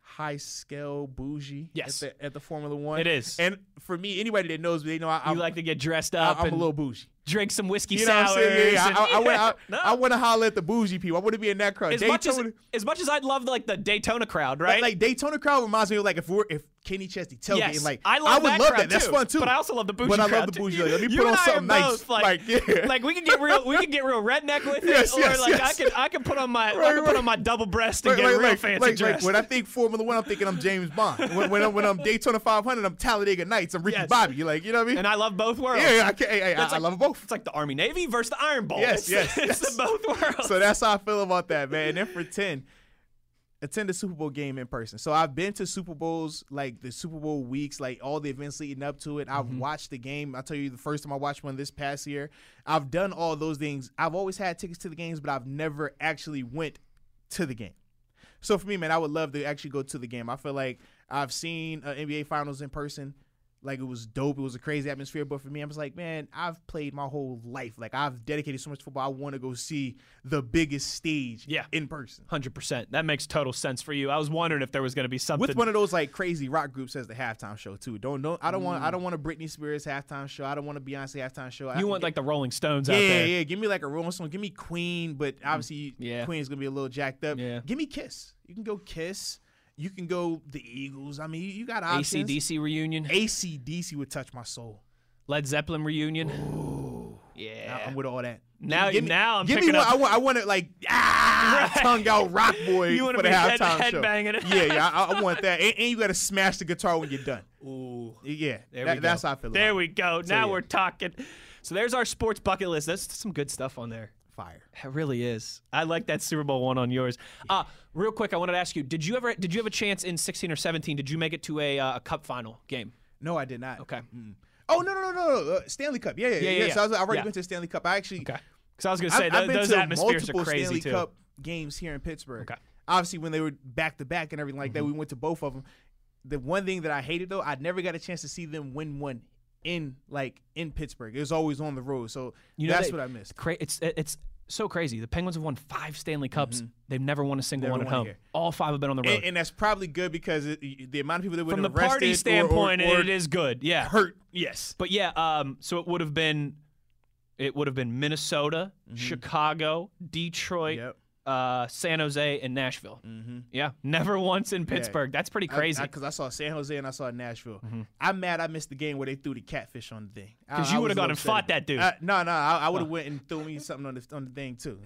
Speaker 3: high scale bougie
Speaker 2: Yes.
Speaker 3: at, the, at the Formula One.
Speaker 2: It is.
Speaker 3: And for me, anybody that knows me, they know I,
Speaker 2: You
Speaker 3: I'm,
Speaker 2: like to get dressed up
Speaker 3: I, am
Speaker 2: and
Speaker 3: a little bougie.
Speaker 2: drink some whiskey
Speaker 3: You know
Speaker 2: sours.
Speaker 3: what I'm saying? Yeah, yeah.
Speaker 2: and-
Speaker 3: I, I, wanna- I,
Speaker 2: No.
Speaker 3: I want to holler at the bougie people. I want to be in that crowd.
Speaker 2: as much as
Speaker 3: Daytona-
Speaker 2: as much as I'd love like the Daytona crowd,
Speaker 3: like-
Speaker 2: right?
Speaker 3: Like, Daytona crowd reminds me of like if we're if Kenny Chesty tailgating.
Speaker 2: Yes.
Speaker 3: Like
Speaker 2: I love
Speaker 3: would
Speaker 2: that
Speaker 3: love
Speaker 2: crowd
Speaker 3: that. That's
Speaker 2: too,
Speaker 3: fun too.
Speaker 2: but I also love the bougie
Speaker 3: But I
Speaker 2: crowd
Speaker 3: love the
Speaker 2: too.
Speaker 3: bougie. Like, let me
Speaker 2: You
Speaker 3: put
Speaker 2: and
Speaker 3: on
Speaker 2: I are
Speaker 3: something nice.
Speaker 2: both, like-
Speaker 3: yeah.
Speaker 2: Like we can get real, we can get real redneck with it,
Speaker 3: Yes,
Speaker 2: or
Speaker 3: yes,
Speaker 2: like
Speaker 3: yes.
Speaker 2: I can, I can put on my, I
Speaker 3: Right,
Speaker 2: can
Speaker 3: right.
Speaker 2: put on my double breast and
Speaker 3: Like,
Speaker 2: get
Speaker 3: like,
Speaker 2: real
Speaker 3: like,
Speaker 2: fancy
Speaker 3: like, like,
Speaker 2: dressed.
Speaker 3: when I think Formula One, I'm thinking I'm James Bond. When, when, I'm, when I'm Daytona 500, I'm Talladega Nights. I'm Ricky
Speaker 2: Yes.
Speaker 3: Bobby. Like you know what I mean?
Speaker 2: and I love both worlds.
Speaker 3: yeah, yeah. I, can't, hey, hey, I,
Speaker 2: That's
Speaker 3: I
Speaker 2: like-
Speaker 3: love 'em both.
Speaker 2: It's like the Army Navy versus the Iron Bowl.
Speaker 3: Yes,
Speaker 2: It's-
Speaker 3: yes,
Speaker 2: it's
Speaker 3: yes.
Speaker 2: the both worlds.
Speaker 3: so that's how I feel about that, man. And then for 10, attend a Super Bowl game in person. So I've been to Super Bowls, like the Super Bowl weeks, like all the events leading up to it.
Speaker 2: Mm-hmm.
Speaker 3: I've watched the game. I'll tell you the first time I watched one this past year. I've done all those things. I've always had tickets to the games, but I've never actually went to the game. So for me, man, I would love to actually go to the game. I feel like I've seen uh, NBA Finals in person. Like it was dope. It was a crazy atmosphere. But for me, I'm just like, man, I've played my whole life. Like I've dedicated so much to football. I want to go see the biggest stage
Speaker 2: Yeah.
Speaker 3: in person.
Speaker 2: Hundred percent. That makes total sense for you. I was wondering if there was going to be something.
Speaker 3: With one of those like crazy rock groups as the halftime show too. Don't don't I don't want I don't want a Britney Spears halftime show. I don't want a Beyonce halftime show. I,
Speaker 2: you want like the Rolling Stones
Speaker 3: yeah,
Speaker 2: out there. Mm.
Speaker 3: yeah. Give me like a Rolling Stone. Give me Queen, but obviously
Speaker 2: Yeah.
Speaker 3: Queen's gonna be a little jacked up.
Speaker 2: Yeah.
Speaker 3: Give me Kiss. You can go Kiss. You can go the Eagles. I mean, you, you got options.
Speaker 2: ACDC reunion,
Speaker 3: ACDC would touch my soul.
Speaker 2: Led Zeppelin reunion.
Speaker 3: I-
Speaker 2: Yeah.
Speaker 3: I'm with all that.
Speaker 2: Now-
Speaker 3: give me,
Speaker 2: now I'm
Speaker 3: give
Speaker 2: picking
Speaker 3: me what
Speaker 2: up-
Speaker 3: I want. I want to like ah,
Speaker 2: Right.
Speaker 3: tongue out rock boy
Speaker 2: You wanna
Speaker 3: for the
Speaker 2: be head-
Speaker 3: halftime
Speaker 2: head
Speaker 3: show.
Speaker 2: banging it.
Speaker 3: Yeah, yeah. I, I want that, and, and you got to smash the guitar when you're done.
Speaker 2: Ooh.
Speaker 3: Yeah,
Speaker 2: There
Speaker 3: that-
Speaker 2: we go.
Speaker 3: that's how I feel.
Speaker 2: There
Speaker 3: about
Speaker 2: we
Speaker 3: it.
Speaker 2: go. now
Speaker 3: yeah.
Speaker 2: we're talking. So there's our sports bucket list. That's some good stuff on there.
Speaker 3: fire.
Speaker 2: It really is. I like that Super Bowl one on yours. Uh, real quick, I wanted to ask you: Did you ever? Did you have a chance in 16 or 17? Did you make it to a, uh, a cup final game?
Speaker 3: No, I did not.
Speaker 2: Okay.
Speaker 3: Oh no no no no! no. Uh, Stanley Cup. Yeah yeah yeah.
Speaker 2: yeah,
Speaker 3: yeah. So I was, I've already
Speaker 2: yeah.
Speaker 3: been to Stanley Cup. I actually
Speaker 2: Okay. Because I was gonna
Speaker 3: I've-
Speaker 2: say
Speaker 3: I've
Speaker 2: tho-
Speaker 3: been
Speaker 2: those
Speaker 3: to
Speaker 2: atmospheres are
Speaker 3: multiple
Speaker 2: crazy
Speaker 3: Stanley
Speaker 2: too.
Speaker 3: Cup games here in Pittsburgh.
Speaker 2: Okay. Mm-hmm.
Speaker 3: Obviously, when they were back to back and everything like that, we went to both of them. The one thing that I hated though, I never got a chance to see them win one in like in Pittsburgh. It was always on the road, so
Speaker 2: You know
Speaker 3: that's
Speaker 2: they-
Speaker 3: what I missed.
Speaker 2: Cra- it's it- it's so crazy. The Penguins have won five Stanley Cups. They've never won a single
Speaker 3: Mm-hmm. Never
Speaker 2: one at
Speaker 3: won
Speaker 2: home.
Speaker 3: here.
Speaker 2: All five have been on the road.
Speaker 3: And, and that's probably good because it, the amount of people that would
Speaker 2: From the
Speaker 3: have
Speaker 2: party
Speaker 3: arrested or- or-
Speaker 2: standpoint,
Speaker 3: or
Speaker 2: it is good. Yeah.
Speaker 3: hurt. Yes.
Speaker 2: But yeah, um, so it would have been, it would have been Minnesota, Chicago, Detroit,
Speaker 3: Mm-hmm. Yep.
Speaker 2: uh, San Jose, and Nashville. Yeah, never once in Pittsburgh. That's pretty crazy. Mm-hmm.
Speaker 3: Because I, saw San Jose and I saw Nashville. I'm mad I missed the game where they threw the catfish on the thing. I-
Speaker 2: 'Cause
Speaker 3: I
Speaker 2: you
Speaker 3: was
Speaker 2: would've
Speaker 3: a
Speaker 2: gone
Speaker 3: little
Speaker 2: and fought
Speaker 3: upset.
Speaker 2: that dude.
Speaker 3: Uh, no, no, I, I would have went and threw me something on the on the thing too.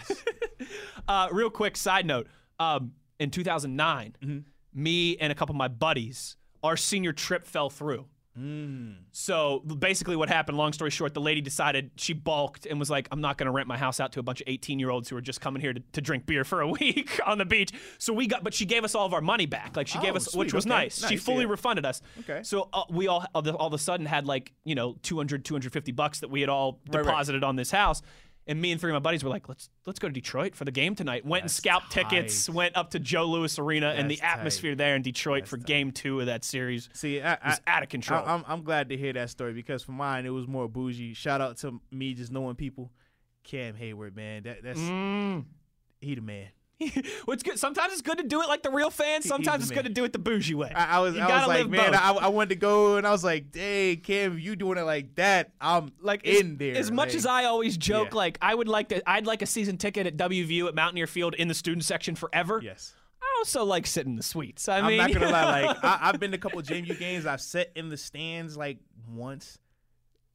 Speaker 2: uh, real quick side note: um, in 2009,
Speaker 3: Mm-hmm.
Speaker 2: me and a couple of my buddies, our senior trip fell through.
Speaker 3: Mm.
Speaker 2: So basically, what happened? Long story short, the lady decided she balked and was like, "I'm not going to rent my house out to a bunch of 18 year olds who are just coming here to, to drink beer for a week on the beach." So we got, but she gave us all of our money back. Like she gave
Speaker 3: Oh,
Speaker 2: us, which
Speaker 3: sweet,
Speaker 2: was
Speaker 3: okay.
Speaker 2: nice. She
Speaker 3: Nice,
Speaker 2: fully
Speaker 3: yeah.
Speaker 2: refunded us.
Speaker 3: Okay.
Speaker 2: So uh, we all all of, all of a sudden had like you know 200 250 bucks that we had all
Speaker 3: right.
Speaker 2: deposited on this house. And me and three of my buddies were like, let's let's go to Detroit for the game tonight. Went and scalped tickets. Went up to Joe Louis Arena and the
Speaker 3: That's tight.
Speaker 2: atmosphere there in Detroit for Game Two of that series.
Speaker 3: See, I, I,
Speaker 2: was out of control.
Speaker 3: I, am I'm glad to hear that story because for mine it was more bougie. Shout out to me just knowing people. Cam Hayward, man, that, that's Mm. he the man.
Speaker 2: What's good? Sometimes it's good to do it like the real fan. Sometimes
Speaker 3: the
Speaker 2: it's
Speaker 3: man.
Speaker 2: good to do it the bougie way.
Speaker 3: I, I was,
Speaker 2: You
Speaker 3: I
Speaker 2: gotta
Speaker 3: was like,
Speaker 2: live
Speaker 3: man,
Speaker 2: both.
Speaker 3: I, I wanted to go, and I was like, dang, Cam, you doing it like that? I'm like
Speaker 2: as-
Speaker 3: in there.
Speaker 2: As much
Speaker 3: like-
Speaker 2: as I always joke,
Speaker 3: Yeah.
Speaker 2: like I would like to, I'd like a season ticket at WVU at Mountaineer Field in the student section forever.
Speaker 3: yes.
Speaker 2: I also like sitting in the suites. I
Speaker 3: I'm
Speaker 2: mean,
Speaker 3: not gonna
Speaker 2: you
Speaker 3: lie.
Speaker 2: know.
Speaker 3: Like I, I've been to a couple JMU games. I've sat in the stands like once,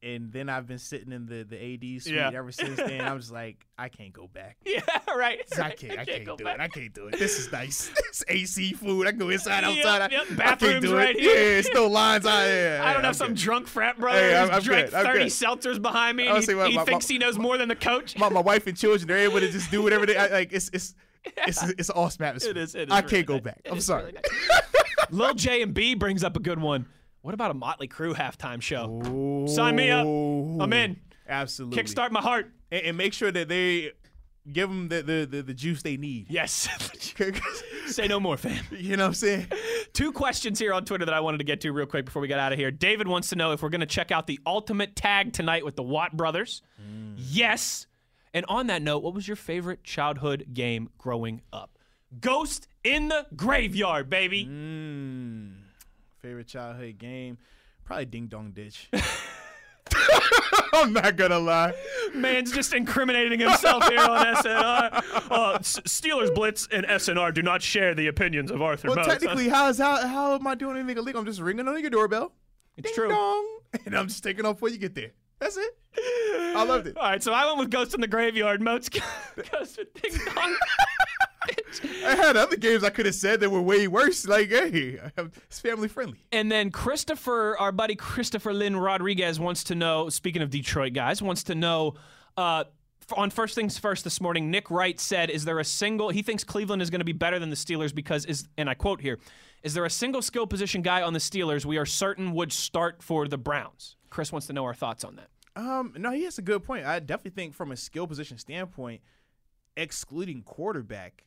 Speaker 3: and then I've been sitting in the the AD suite
Speaker 2: Yeah.
Speaker 3: ever since then. I'm just like, I can't go back.
Speaker 2: yeah, right.
Speaker 3: I can't, I can't, do it. I can't do it. This is nice. This AC food. I can go inside,
Speaker 2: Yep,
Speaker 3: outside.
Speaker 2: yep,
Speaker 3: I, I can't
Speaker 2: bathrooms
Speaker 3: do
Speaker 2: right
Speaker 3: it.
Speaker 2: here.
Speaker 3: Yeah, it's no lines out here.
Speaker 2: I don't
Speaker 3: Yeah,
Speaker 2: have some
Speaker 3: I'm good.
Speaker 2: drunk frat brother who
Speaker 3: I'm- I'm
Speaker 2: drank
Speaker 3: good, I'm
Speaker 2: 30
Speaker 3: good.
Speaker 2: seltzers behind me.
Speaker 3: I'll
Speaker 2: And he
Speaker 3: say what
Speaker 2: he
Speaker 3: my- my-
Speaker 2: thinks he knows more than the coach.
Speaker 3: My, my wife and children, they're able to just do whatever they. I, like it's it's. It's, it's an awesome atmosphere.
Speaker 2: It is- it is
Speaker 3: I
Speaker 2: really
Speaker 3: can't go
Speaker 2: nice.
Speaker 3: back.
Speaker 2: It
Speaker 3: I'm
Speaker 2: is
Speaker 3: sorry.
Speaker 2: really Lil J and B brings up a good one. What about a Motley Crue halftime show? Sign me up. I'm in.
Speaker 3: Absolutely.
Speaker 2: Kickstart my heart.
Speaker 3: and, and make sure that they give them the the, the, the juice they need.
Speaker 2: Yes.
Speaker 3: you
Speaker 2: Say no more, fam.
Speaker 3: know what I'm saying?
Speaker 2: Two questions here on Twitter that I wanted to get to real quick before we got out of here. David wants to know if we're going to check out the ultimate tag tonight with the Watt brothers.
Speaker 3: Mm.
Speaker 2: Yes. And on that note, what was your favorite childhood game growing up? Ghost in the Graveyard, baby.
Speaker 3: Mm, favorite childhood game? Probably Ding Dong Ditch. I'm not gonna lie.
Speaker 2: Man's just incriminating himself here on SNR. Uh, S- Steelers Blitz and SNR do not share the opinions of Arthur
Speaker 3: Well,
Speaker 2: Motes.
Speaker 3: technically, how's how how am I doing anything illegal? I'm just ringing on your doorbell.
Speaker 2: it's
Speaker 3: Ding
Speaker 2: true.
Speaker 3: dong, and I'm just taking off before you get there. That's it. I loved it.
Speaker 2: All right, so I went with Ghost in the Graveyard. Motes goes with Ding Dong.
Speaker 3: I had other games I could have said that were way worse. Like, hey, it's family friendly.
Speaker 2: And then Christopher, our buddy Christopher Lynn Rodriguez wants to know, speaking of Detroit guys, wants to know uh, f- on First Things First this morning, Nick Wright said, Is there a single, he thinks Cleveland is going to be better than the Steelers because, is, and I quote here, is there a single skill position guy on the Steelers we are certain would start for the Browns? Chris wants to know our thoughts on that.
Speaker 3: Um, no, he has a good point. I definitely think from a skill position standpoint, excluding quarterback,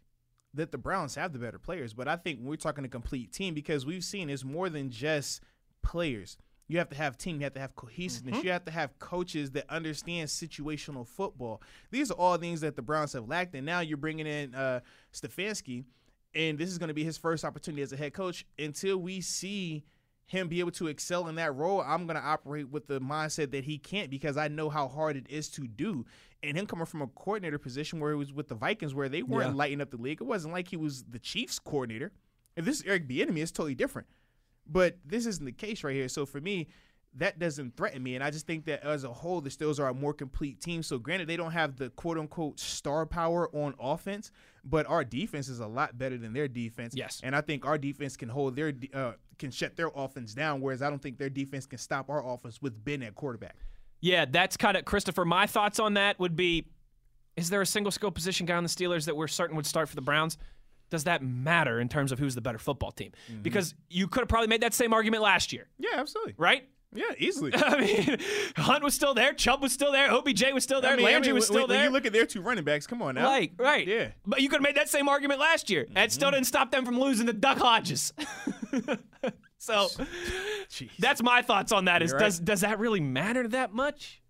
Speaker 3: that the Browns have the better players. But I think when we're talking a complete team, because we've seen it's more than just players. You have to have team, you have to have cohesiveness, you have to have coaches that understand situational football. These are all things that the Browns have lacked, and now you're bringing in uh, Stefanski, and this is going to be his first opportunity as a head coach. Until we see him be able to excel in that role, I'm going to operate with the mindset that he can't because I know how hard it is to do. And him coming from a coordinator position where he was with the Vikings, where they weren't
Speaker 2: Yeah.
Speaker 3: lighting up the league, it wasn't like he was the Chiefs coordinator. If this is Eric Bieniemy, it's totally different. But this isn't the case right here. So for me, that doesn't threaten me. And I just think that as a whole, the Steelers are a more complete team. So granted, they don't have the quote unquote star power on offense, but our defense is a lot better than their defense.
Speaker 2: Yes.
Speaker 3: And I think our defense can hold their de- uh, can shut their offense down, whereas I don't think their defense can stop our offense with Ben at quarterback.
Speaker 2: Yeah, that's kind of Christopher. My thoughts on that would be Is there a single skill position guy on the Steelers that we're certain would start for the Browns? Does that matter in terms of who's the better football team?
Speaker 3: Mm-hmm.
Speaker 2: Because you could have probably made that same argument last year,
Speaker 3: Yeah, absolutely.
Speaker 2: right?
Speaker 3: Yeah, easily.
Speaker 2: I mean, Hunt was still there, Chubb was still there, OBJ was still there, Landry was still
Speaker 3: when,
Speaker 2: there.
Speaker 3: When you look at their two running backs, come on now.
Speaker 2: right, right.
Speaker 3: Yeah. Mm-hmm.
Speaker 2: But you could have made that same argument last year. That still didn't stop them from losing to Duck Hodges. so
Speaker 3: Jeez.
Speaker 2: that's my thoughts on that. Is
Speaker 3: You're right.
Speaker 2: does does that really matter that much?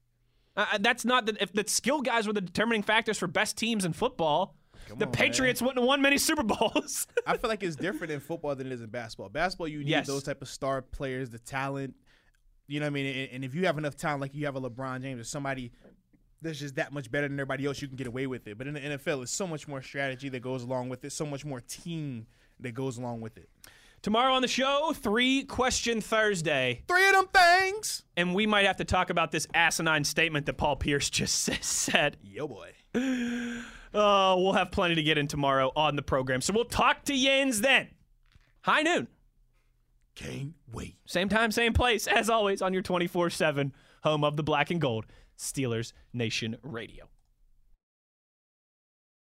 Speaker 2: Uh, uh, that's not the if the skill guys were the determining factors for best teams in football. the
Speaker 3: on, man.
Speaker 2: Patriots wouldn't have won many Super Bowls.
Speaker 3: I feel like it's different in football than it is in basketball. Basketball, you need
Speaker 2: Yes.
Speaker 3: those type of star players, the talent. You know what I mean? And, and if you have enough talent, like you have a LeBron James or somebody that's just that much better than everybody else, you can get away with it. But in the NFL, it's so much more strategy that goes along with it, so much more team that goes along with it.
Speaker 2: Tomorrow on the show, three question Thursday,
Speaker 3: Three of them things.
Speaker 2: and we might have to talk about this asinine statement that Paul Pierce just said.
Speaker 3: Yo, boy.
Speaker 2: Uh, we'll have plenty to get in tomorrow on the program. So we'll talk to Yens then. High noon.
Speaker 3: Can't wait.
Speaker 2: Same time, same place, as always, on your 24 7 home of the black and gold, Steelers Nation Radio.